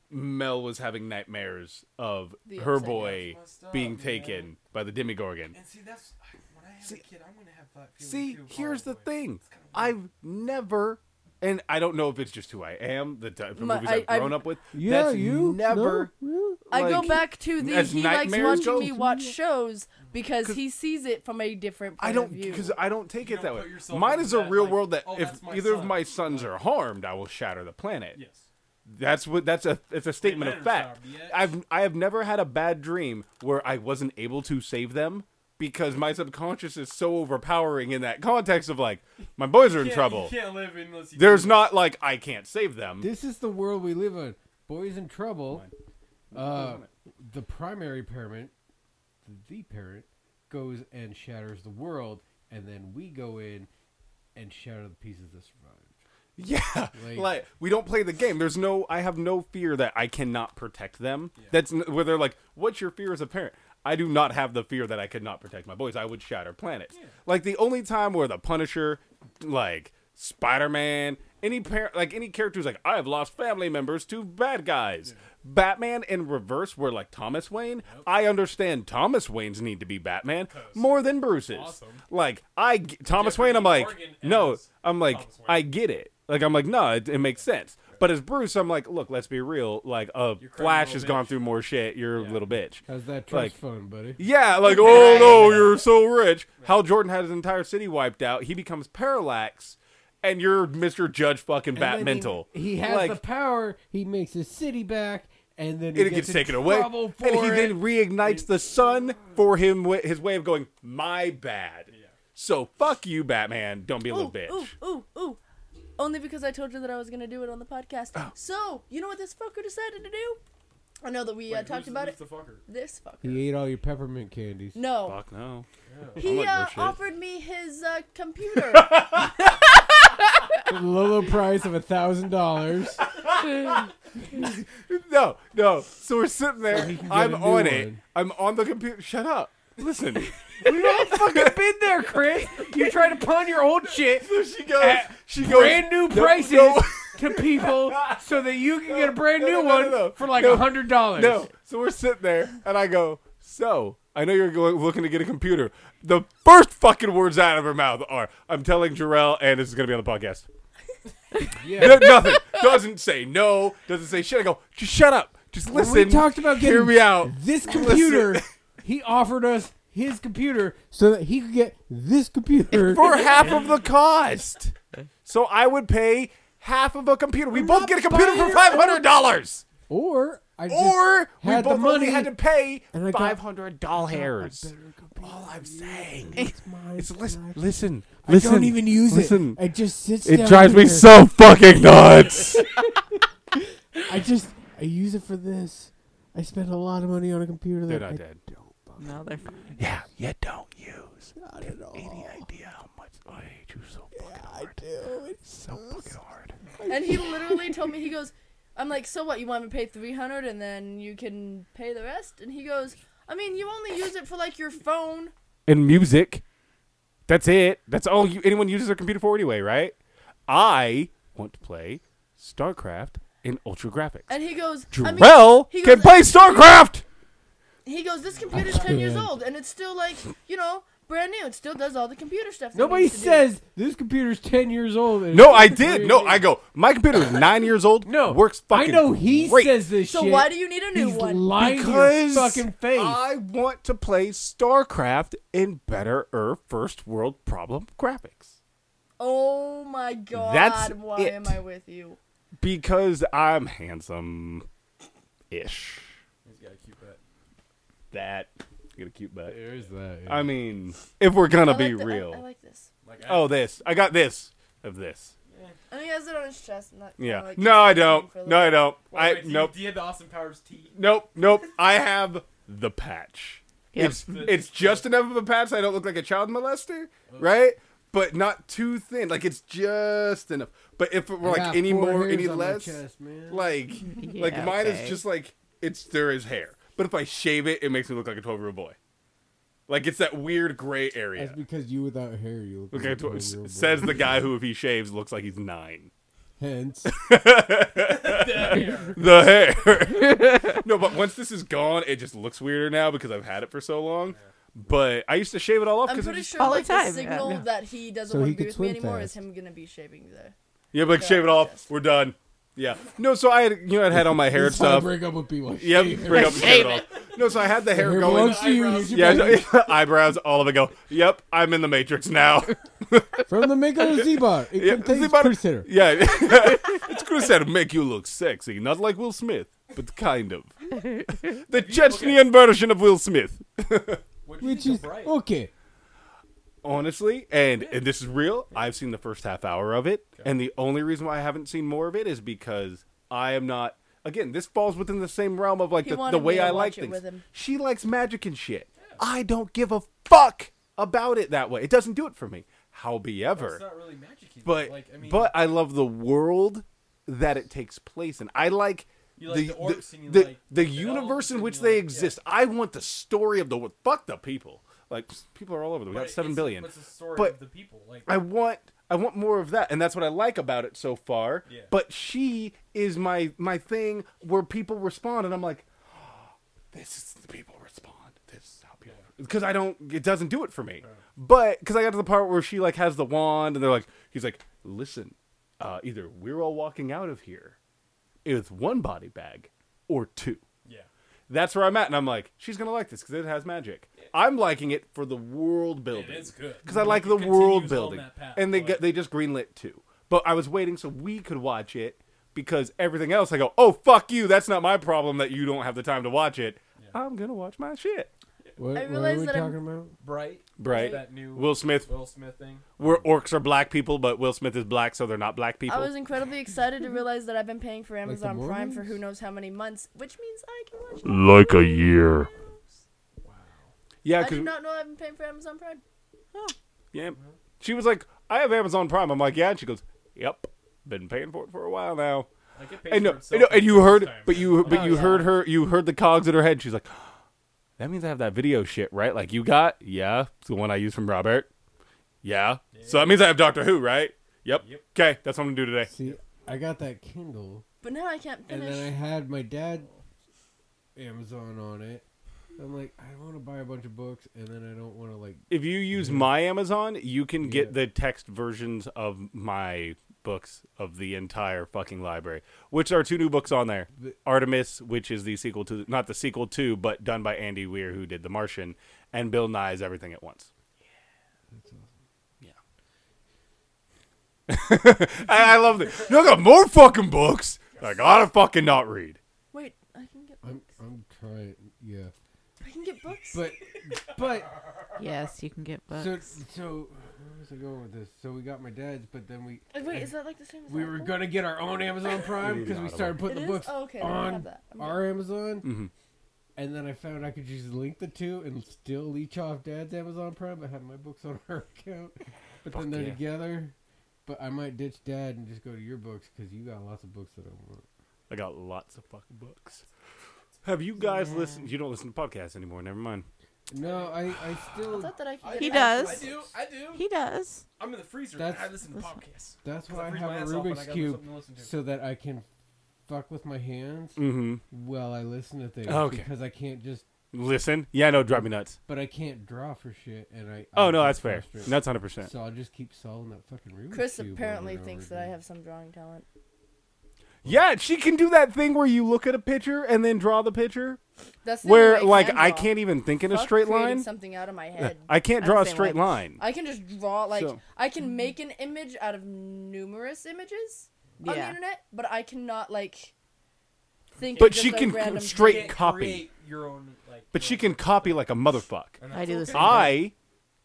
Speaker 1: Mel was having nightmares of
Speaker 4: The
Speaker 1: her
Speaker 4: Upside
Speaker 1: boy
Speaker 3: Down's messed up,
Speaker 1: being
Speaker 3: man.
Speaker 1: taken by the Demigorgon.
Speaker 3: And see, that's when I have
Speaker 1: See-
Speaker 3: a kid, I'm gonna have that feeling
Speaker 1: See,
Speaker 3: too,
Speaker 1: here's the
Speaker 3: probably.
Speaker 1: thing.
Speaker 3: It's kinda weird.
Speaker 1: I've never, and I don't know if it's just who I am, the type of
Speaker 4: My-
Speaker 1: movies
Speaker 4: I-
Speaker 1: I've
Speaker 4: I've-
Speaker 1: grown up with.
Speaker 8: Yeah,
Speaker 1: that's
Speaker 8: you
Speaker 1: never.
Speaker 8: No?
Speaker 4: I go
Speaker 1: like,
Speaker 4: back to the
Speaker 1: as
Speaker 4: he likes
Speaker 1: nightmares
Speaker 4: watching
Speaker 1: go?
Speaker 4: me watch shows because
Speaker 1: 'Cause-
Speaker 4: he sees it from a different point
Speaker 1: I don't
Speaker 4: of view.
Speaker 1: because I don't take
Speaker 3: You
Speaker 1: it
Speaker 3: don't
Speaker 1: that
Speaker 3: put
Speaker 1: way.
Speaker 3: yourself
Speaker 1: Mine
Speaker 3: into
Speaker 1: is a
Speaker 3: that,
Speaker 1: real
Speaker 3: like,
Speaker 1: world that
Speaker 3: "Oh,
Speaker 1: if
Speaker 3: that's my
Speaker 1: either of
Speaker 3: son."
Speaker 1: my sons are harmed, I will shatter the planet.
Speaker 3: Yes.
Speaker 1: That's what that's a it's a statement of
Speaker 3: matters,
Speaker 1: fact.
Speaker 3: Rob, yeah.
Speaker 1: I've I have never had a bad dream where I wasn't able to save them because my subconscious is so overpowering in that context of like my boys are in
Speaker 3: Can't-
Speaker 1: trouble.
Speaker 3: You can't live unless you.
Speaker 1: There's not like I can't save them.
Speaker 2: This is the world we live in. Boys in trouble. Uh, the primary parent, the parent, goes and shatters the world, and then we go in and shatter the pieces that survived.
Speaker 1: Yeah, like,
Speaker 2: Like-
Speaker 1: we don't play the game. There's no, I have no fear that I cannot protect them. That's n- where they're like, "What's your fear as a parent?" I do not have the fear that I could not protect my boys. I would shatter planets. Like the only time where the Punisher, like Spider Man, any parent, like any character who's like, "I have lost family members to bad guys." Batman in reverse, where like Thomas Wayne, I understand Thomas Wayne's need to be Batman more than Bruce's.
Speaker 3: Awesome.
Speaker 1: Like I, g- Thomas
Speaker 3: Jeffrey
Speaker 1: Wayne, I'm like,
Speaker 3: Morgan
Speaker 1: no,
Speaker 3: as
Speaker 1: I'm like,
Speaker 3: Thomas Wayne.
Speaker 1: I get it. Like I'm like, no, it, it makes sense. But as Bruce, I'm like, look, let's be real. Like, uh,
Speaker 3: crazy
Speaker 1: Flash
Speaker 3: little
Speaker 1: has gone
Speaker 3: bitch.
Speaker 1: through more shit. You're a little bitch.
Speaker 2: How's that trust
Speaker 1: Like-
Speaker 2: fund, buddy?
Speaker 1: Yeah, like, oh no, you're so rich. Hal Jordan had his entire city wiped out. He becomes Parallax, and you're Mr. Judge fucking
Speaker 2: And then he-
Speaker 1: Batmental.
Speaker 2: He, has
Speaker 1: like,
Speaker 2: the power. He makes his city back, and then he
Speaker 1: it gets
Speaker 2: in
Speaker 1: taken away,
Speaker 2: trouble
Speaker 1: and
Speaker 2: For
Speaker 1: he
Speaker 2: it.
Speaker 1: then reignites the sun for him. wi- His way of going, my bad. So fuck you, Batman. Don't be a little
Speaker 4: Ooh,
Speaker 1: bitch.
Speaker 4: ooh, ooh, ooh. Only because I told you that I was gonna do it on the podcast.
Speaker 1: Oh.
Speaker 4: So you know what this fucker decided to do? I know that we uh, talked about it.
Speaker 3: The fucker.
Speaker 4: This fucker.
Speaker 8: He ate all your peppermint candies.
Speaker 4: No,
Speaker 1: Fuck no.
Speaker 4: he
Speaker 1: like
Speaker 4: uh,
Speaker 1: your shit.
Speaker 4: offered me his uh, computer.
Speaker 8: For the low, low price of a thousand dollars.
Speaker 1: No, no. So we're sitting there.
Speaker 8: can get
Speaker 1: I'm
Speaker 8: a new
Speaker 1: on it.
Speaker 8: one.
Speaker 1: I'm on the computer. Shut up. Listen.
Speaker 2: We've all fucking been there, Chris. You try to pawn your old shit,
Speaker 1: so she goes.
Speaker 2: At
Speaker 1: she goes.
Speaker 2: brand new
Speaker 1: no,
Speaker 2: prices
Speaker 1: no.
Speaker 2: to people, so that you can get a brand
Speaker 1: no,
Speaker 2: new
Speaker 1: no, no, no,
Speaker 2: one
Speaker 1: no.
Speaker 2: for like
Speaker 1: No.
Speaker 2: a hundred dollars.
Speaker 1: No. So we're sitting there, and I go. So I know you're going, looking to get a computer. The first fucking words out of her mouth are, "I'm telling Jarrell, and this is gonna be on the podcast."
Speaker 2: Yeah.
Speaker 1: No- nothing. Doesn't say no. Doesn't say shit. I go. Just shut up. Just
Speaker 8: When
Speaker 1: listen.
Speaker 8: we talked about
Speaker 1: Hear
Speaker 8: getting
Speaker 1: me out.
Speaker 8: this computer. He offered us his computer so that he could get this computer.
Speaker 1: for half of the cost. So I would pay half of a computer. We both get a computer for five hundred dollars,
Speaker 8: Or I just
Speaker 1: or we
Speaker 8: had
Speaker 1: both
Speaker 8: the money
Speaker 1: only had to pay
Speaker 8: and I got-
Speaker 1: five hundred dollars.
Speaker 8: better
Speaker 1: All I'm saying
Speaker 8: It's mine.
Speaker 1: is listen, listen,
Speaker 8: I
Speaker 1: listen.
Speaker 8: don't even use
Speaker 1: listen.
Speaker 8: it. It just sits.
Speaker 1: It
Speaker 8: down
Speaker 1: drives me
Speaker 8: here.
Speaker 1: so fucking nuts.
Speaker 8: I just I use it for this. I spent a lot of money on a computer that I don't buy
Speaker 6: No, they're fine.
Speaker 1: yeah, you don't use.
Speaker 8: not at all.
Speaker 1: Any idea how much Oh. I hate you so fucking
Speaker 8: I
Speaker 1: hard?
Speaker 8: do.
Speaker 1: So fucking hard.
Speaker 4: and he literally told me, he goes, I'm like, so what? You want me to pay 300 and then you can pay the rest? And he goes, I mean, you only use it for like your phone.
Speaker 1: and music. That's it. That's all you, anyone uses their computer for anyway, right? I want to play StarCraft in Ultra Graphics.
Speaker 4: And he goes, I mean,
Speaker 1: Jarrell
Speaker 4: he
Speaker 1: can
Speaker 4: goes-
Speaker 1: play StarCraft.
Speaker 4: he goes, this computer's 10 years
Speaker 8: can't.
Speaker 4: old and it's still like, you know, brand new. It still does all the computer stuff. that it
Speaker 2: Nobody
Speaker 4: needs to do."
Speaker 2: says this computer's ten years old. and
Speaker 1: No,
Speaker 2: it's
Speaker 1: I
Speaker 2: really
Speaker 1: did. No, I go. My computer is nine years old.
Speaker 2: No,
Speaker 1: works fucking.
Speaker 2: I know he
Speaker 1: great.
Speaker 2: says this
Speaker 4: So
Speaker 2: shit.
Speaker 4: why do you need a new
Speaker 8: He's
Speaker 4: one?
Speaker 8: lying to your
Speaker 1: because
Speaker 8: fucking face.
Speaker 1: I want to play StarCraft in better er first world problem graphics.
Speaker 4: oh my god.
Speaker 1: That's
Speaker 4: why
Speaker 1: it.
Speaker 4: am I with you?
Speaker 1: Because I'm handsome, ish.
Speaker 3: He's got a cute butt.
Speaker 1: That get a cute butt.
Speaker 2: There is that. yeah.
Speaker 1: I mean, if we're gonna
Speaker 4: I
Speaker 1: be
Speaker 4: like the- I-
Speaker 1: real.
Speaker 4: I, like this.
Speaker 3: Like, I,
Speaker 1: oh, this. I got this of this.
Speaker 4: And he has it on his chest. Not kinda
Speaker 1: Yeah.
Speaker 4: like-
Speaker 1: No, I don't.
Speaker 4: for a
Speaker 1: No, I don't.
Speaker 3: Wait,
Speaker 1: I
Speaker 3: wait, do you-
Speaker 1: nope.
Speaker 3: Do you have the Austin Powers T?
Speaker 1: Nope. Nope. I have the patch.
Speaker 6: Yep.
Speaker 1: It's it's just enough of a patch I don't look like a child molester, right? But not too thin. Like it's just enough. But if it were
Speaker 2: I got
Speaker 1: like any
Speaker 2: four
Speaker 1: more, any
Speaker 2: hairs on my
Speaker 1: less,
Speaker 2: chest, man.
Speaker 1: like
Speaker 6: Yeah,
Speaker 1: like mine
Speaker 6: okay.
Speaker 1: is just like it's there is hair. But if I shave it, it makes me look like a twelve year old boy. Like it's that weird gray area.
Speaker 8: That's because you without hair, you look
Speaker 1: Okay,
Speaker 8: like a
Speaker 1: tw- s-
Speaker 8: 12-year-old
Speaker 1: says
Speaker 8: boy.
Speaker 1: the guy who, if he shaves, looks like he's nine.
Speaker 8: Hence,
Speaker 1: The hair. no, but once this is gone, it just looks weirder now because I've had it for so long. But I used to shave it all off
Speaker 4: I'm
Speaker 1: because
Speaker 4: pretty
Speaker 1: just,
Speaker 4: sure
Speaker 6: All the
Speaker 4: like
Speaker 6: time, yeah.
Speaker 4: the signal
Speaker 6: Yeah.
Speaker 4: that he doesn't
Speaker 8: So
Speaker 4: want
Speaker 8: he
Speaker 4: to be
Speaker 8: could
Speaker 4: with me
Speaker 8: swim
Speaker 4: anymore is
Speaker 8: fast.
Speaker 4: him gonna be shaving there.
Speaker 1: yeah, but like, shave it off.
Speaker 4: just-
Speaker 1: We're done. Yeah. No, so I had you know I had all my hair and
Speaker 2: It's time to
Speaker 1: stuff.
Speaker 2: break up with BYU.
Speaker 1: Yep, bring up the
Speaker 6: Shave
Speaker 1: shit off.
Speaker 6: it.
Speaker 1: No, so I had the hair,
Speaker 2: Hair
Speaker 1: going.
Speaker 2: belongs to you.
Speaker 3: Eyebrows.
Speaker 2: Here's your
Speaker 1: Yeah,
Speaker 2: baby.
Speaker 1: so- eyebrows, all of it go. Yep, I'm in the Matrix now.
Speaker 2: From the maker of Z-Bar. It
Speaker 1: Yeah,
Speaker 2: contains
Speaker 1: Z-Bar-
Speaker 2: Crusader.
Speaker 1: Yeah, it's Chris said make you look sexy, not like Will Smith, but kind of. The Chechenian version of Will Smith.
Speaker 2: Which is okay.
Speaker 1: Honestly, and, and this is real, I've seen the first half hour of it, and the only reason why I haven't seen more of it is because I am not. Again, this falls within the same realm of like
Speaker 4: He
Speaker 1: the, the
Speaker 4: wanted
Speaker 1: way
Speaker 4: me to
Speaker 1: I like
Speaker 4: watch it
Speaker 1: things.
Speaker 4: with him.
Speaker 1: She likes magic and shit. I don't give a fuck about it that way. It doesn't do it for me. Howbeit,
Speaker 3: It's not really magic. either.
Speaker 1: but
Speaker 3: like, I mean,
Speaker 1: but I love the world that it takes place in. I like
Speaker 3: You like the orcs and you
Speaker 1: the,
Speaker 3: like
Speaker 1: the
Speaker 3: the
Speaker 1: universe
Speaker 3: elves
Speaker 1: in
Speaker 3: and
Speaker 1: which
Speaker 3: you
Speaker 1: they
Speaker 3: like- yeah.
Speaker 1: exist. I want the story of the world. Fuck the people. Like people are all over. the We
Speaker 3: but
Speaker 1: got
Speaker 3: it's-
Speaker 1: seven billion.
Speaker 3: What's the story
Speaker 1: But-
Speaker 3: of the people? Like,
Speaker 1: I want I want more of that, and that's what I like about it so far.
Speaker 3: Yeah.
Speaker 1: But she is my my thing where people respond, and I'm like, this is the people respond. This is how people because I don't it doesn't do it for me. But because I got to the part where she like has the wand, and they're like, he's like, listen, uh, either we're all walking out of here with one body bag or two
Speaker 3: yeah.
Speaker 1: that's where I'm at, and I'm like, she's gonna like this because it has magic. I'm liking it for the world building.
Speaker 3: is good.
Speaker 1: because I like the
Speaker 3: Continues
Speaker 1: world
Speaker 3: on
Speaker 1: building,
Speaker 3: that path,
Speaker 1: and they
Speaker 3: but-
Speaker 1: got, they just greenlit two. But I was waiting so we could watch it because everything else, I go, oh fuck you, that's not my problem that you don't have the time to watch it. I'm gonna watch my shit.
Speaker 2: What,
Speaker 4: I
Speaker 2: what are
Speaker 4: realize
Speaker 2: we
Speaker 4: that
Speaker 2: talking
Speaker 4: I'm-
Speaker 2: about?
Speaker 3: Bright.
Speaker 1: Bright.
Speaker 3: That new
Speaker 1: Will Smith,
Speaker 3: Will Smith thing.
Speaker 1: where orcs are black people, but Will Smith is black, so they're not black people.
Speaker 4: I was incredibly excited to realize that I've been paying for Amazon Prime for
Speaker 2: Mormons?
Speaker 4: who knows how many months, which means I can watch.
Speaker 9: Like a year.
Speaker 1: yeah,
Speaker 4: I did
Speaker 1: 'cause-
Speaker 4: not know I've been paying for Amazon Prime.
Speaker 1: yeah. She was like, I have Amazon Prime. I'm like, yeah. And she goes, Yep, been paying for it for a while now.
Speaker 3: Like it pays
Speaker 1: I
Speaker 3: for
Speaker 1: know, I
Speaker 3: itself
Speaker 1: know, and you heard,
Speaker 3: this time.
Speaker 1: but you, but
Speaker 4: Oh,
Speaker 1: you
Speaker 4: yeah.
Speaker 1: heard her, you heard the cogs in her head. She's like, "That means I have that video shit, right? Like you got, yeah, it's the one I used from Robert, yeah. So that means I have Doctor Who, right? Yep.
Speaker 3: Yep.
Speaker 1: Okay, that's what I'm gonna do today.
Speaker 2: See, I got that Kindle,
Speaker 4: But now I can't
Speaker 2: and
Speaker 4: finish.
Speaker 2: then I had my dad Amazon on it. I'm like, I want to buy a bunch of books, and then I don't want to like.
Speaker 1: If you use my Amazon, you can get
Speaker 2: Yeah.
Speaker 1: the text versions of my books of the entire fucking library, which are two new books on there. Artemis, which is the sequel to, not the sequel to, but done by Andy Weir, who did The Martian, and Bill Nye's Everything at Once. I, I love this. No, I got more fucking books. that I gotta fucking not read.
Speaker 4: Wait, I can get
Speaker 2: I'm I'm trying, yeah,
Speaker 4: I can get books.
Speaker 2: but but
Speaker 6: Yes, you can get books.
Speaker 2: so so where was I going with this? So we got my dad's, but then we
Speaker 4: Uh, Wait, is that like the same? As
Speaker 2: we were
Speaker 4: Audible?
Speaker 2: gonna get our own Amazon Prime because we started putting
Speaker 4: It
Speaker 2: the
Speaker 4: is?
Speaker 2: books
Speaker 4: Oh, okay, then I have
Speaker 2: on
Speaker 4: that. I'm
Speaker 2: our Amazon, and then I found I could just link the two and still leech off Dad's Amazon Prime, but have my books on her account. But then they're
Speaker 1: yeah.
Speaker 2: together. But I might ditch Dad and just go to your books because you got lots of books that I want.
Speaker 1: I got lots of fucking books. Have you guys listened? You don't listen to podcasts anymore. Never mind.
Speaker 2: No, I I
Speaker 4: I
Speaker 2: still.
Speaker 4: thought that I could. Get
Speaker 6: He
Speaker 4: actual
Speaker 6: does.
Speaker 3: I
Speaker 4: books.
Speaker 3: do. I do.
Speaker 6: he does.
Speaker 3: I'm in the freezer.
Speaker 2: That's-
Speaker 3: I listen to podcasts.
Speaker 2: That's
Speaker 3: I
Speaker 2: why I
Speaker 3: freeze my
Speaker 2: have
Speaker 3: ass
Speaker 2: a
Speaker 3: off when
Speaker 2: Rubik's
Speaker 3: I gotta
Speaker 2: cube
Speaker 3: something to listen to.
Speaker 2: so that I can fuck with my hands
Speaker 1: Mm-hmm.
Speaker 2: while I listen to things
Speaker 1: Okay.
Speaker 2: because I can't just.
Speaker 1: Listen. Yeah, no, drive me nuts.
Speaker 2: But I can't draw for shit, and I.
Speaker 1: Oh
Speaker 2: I
Speaker 1: no,
Speaker 2: get
Speaker 1: that's fair.
Speaker 2: frustrated.
Speaker 1: That's hundred percent.
Speaker 2: So I'll just keep solving that fucking Rubik's
Speaker 4: Chris
Speaker 2: cube
Speaker 4: apparently
Speaker 2: over and
Speaker 4: thinks
Speaker 2: over
Speaker 4: that I
Speaker 2: again.
Speaker 4: have some drawing talent.
Speaker 1: Yeah, she can do that thing where you look at a picture and then draw the picture.
Speaker 4: That's the
Speaker 1: Where
Speaker 4: only
Speaker 1: like
Speaker 4: can
Speaker 1: I
Speaker 4: draw.
Speaker 1: can't even think in a
Speaker 4: Fuck
Speaker 1: straight
Speaker 4: creating
Speaker 1: line.
Speaker 4: Something out of my head.
Speaker 1: I can't
Speaker 6: I'm
Speaker 1: draw a
Speaker 6: saying,
Speaker 1: straight
Speaker 6: like,
Speaker 1: line.
Speaker 4: I can just draw like
Speaker 1: So-
Speaker 4: I can make an image out of numerous images on the
Speaker 6: Yeah.
Speaker 4: internet, but I cannot like think.
Speaker 1: But
Speaker 4: of just
Speaker 1: she
Speaker 4: a
Speaker 1: can
Speaker 4: random
Speaker 1: straight
Speaker 3: You can't
Speaker 1: copy.
Speaker 3: create Your own, like,
Speaker 1: But
Speaker 3: your
Speaker 1: she can
Speaker 3: own-
Speaker 1: copy like a motherfucker.
Speaker 3: and
Speaker 6: I do
Speaker 3: that's
Speaker 6: the
Speaker 3: okay.
Speaker 1: I
Speaker 6: same.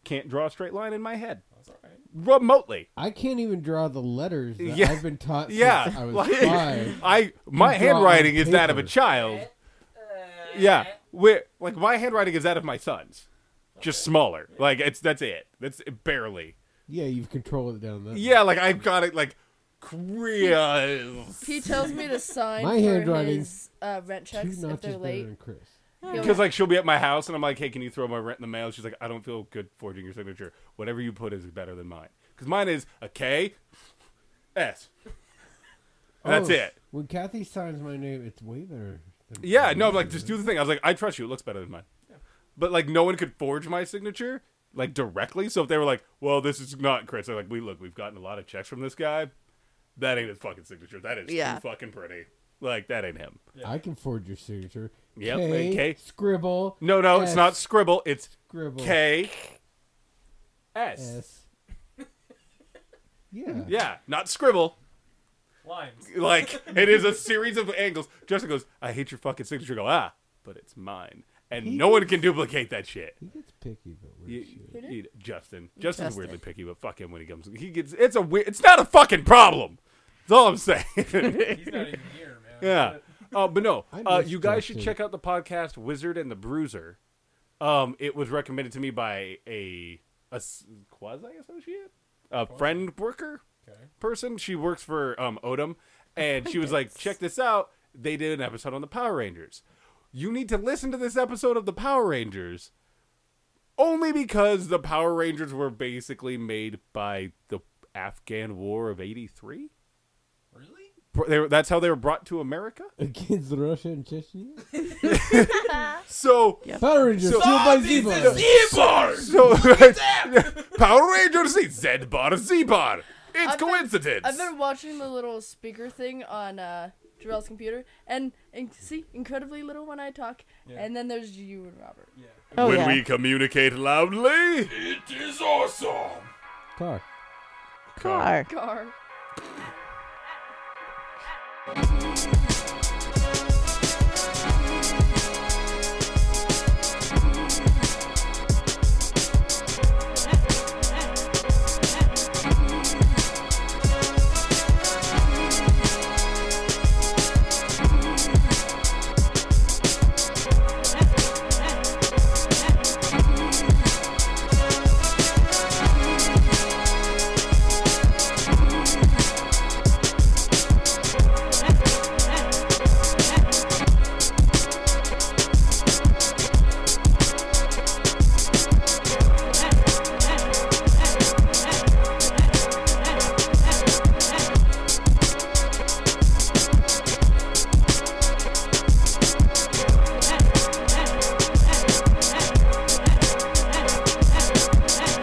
Speaker 1: can't draw a straight line in my head
Speaker 3: That's all right.
Speaker 1: remotely.
Speaker 2: I can't even draw the letters that
Speaker 1: Yeah.
Speaker 2: I've been taught
Speaker 1: Yeah,
Speaker 2: since I was
Speaker 1: like-
Speaker 2: five.
Speaker 1: I my
Speaker 2: draw on
Speaker 1: handwriting is that of a
Speaker 2: paper.
Speaker 1: child.
Speaker 4: uh,
Speaker 1: Yeah, we're, like my handwriting is that of my son's, just smaller. Like it's that's it. That's barely.
Speaker 2: Yeah, you've controlled it down there.
Speaker 1: Yeah, like I've got it like because
Speaker 4: He tells me to sign
Speaker 2: My
Speaker 4: for
Speaker 2: handwriting's
Speaker 4: his uh, rent
Speaker 2: two
Speaker 4: checks if
Speaker 2: notches
Speaker 4: they're
Speaker 2: better
Speaker 4: late.
Speaker 2: than Chris.
Speaker 4: He'll-
Speaker 1: like she'll be at my house and I'm like, hey, can you throw my rent in the mail? She's like, I don't feel good forging your signature. Whatever you put is better than mine because mine is a K S. And that's
Speaker 2: Oh,
Speaker 1: it.
Speaker 2: When Kathy signs my name, it's way better. Than
Speaker 1: Yeah, no, like just do the thing. I was like, I trust you. It looks better than mine. But like, no one could forge my signature like directly. So if they were like, "Well, this is not Chris," they're like, "We look, we've gotten a lot of checks from this guy. that ain't his fucking signature. That is
Speaker 6: Yeah.
Speaker 1: too fucking pretty. Like that ain't him.
Speaker 8: I can forge your signature.
Speaker 1: Yep,
Speaker 8: K,
Speaker 1: and K.
Speaker 8: Scribble.
Speaker 1: No, no,
Speaker 8: S,
Speaker 1: it's not scribble. It's
Speaker 8: Scribble.
Speaker 1: K.
Speaker 7: S.
Speaker 8: S. Yeah.
Speaker 1: Yeah, not scribble.
Speaker 3: Lines.
Speaker 1: Like it is a series of angles. Justin goes, "I hate your fucking signature." I go, ah, but it's mine, and no one can duplicate that shit.
Speaker 8: He gets picky, but weird
Speaker 1: You-
Speaker 8: shit.
Speaker 1: you- Justin. Justin's
Speaker 6: Justin.
Speaker 1: weirdly picky, but fuck him when he comes. He gets. It's a weird. It's not a fucking problem. That's all I'm saying.
Speaker 3: He's not even here, man.
Speaker 1: yeah. Uh, but no,
Speaker 8: I
Speaker 1: uh,
Speaker 8: miss
Speaker 1: you guys should
Speaker 8: Justin.
Speaker 1: check out the podcast Wizard and the Bruiser. Um, it was recommended to me by a a quasi associate, a friend worker person. She works for um Odom, and she was like, "Check this out." They did an episode on the Power Rangers. You need to listen to this episode of the Power Rangers only because the Power Rangers were basically made by the Afghan War of '83.
Speaker 3: Really?
Speaker 1: Br- They were, that's how they were brought to America.
Speaker 8: Against Russia and Chechnya?
Speaker 1: So,
Speaker 8: Power Rangers, fueled by Zebra.
Speaker 1: so Power Rangers is Z bar Z bar. It's
Speaker 4: I've been-
Speaker 1: coincidence.
Speaker 4: I've been watching the little speaker thing on uh, Jarrell's computer, and, and see, incredibly little when I talk, and then there's you and Robert.
Speaker 6: Oh,
Speaker 1: when
Speaker 6: yeah.
Speaker 1: we communicate loudly,
Speaker 8: Talk.
Speaker 6: Car.
Speaker 4: Gar.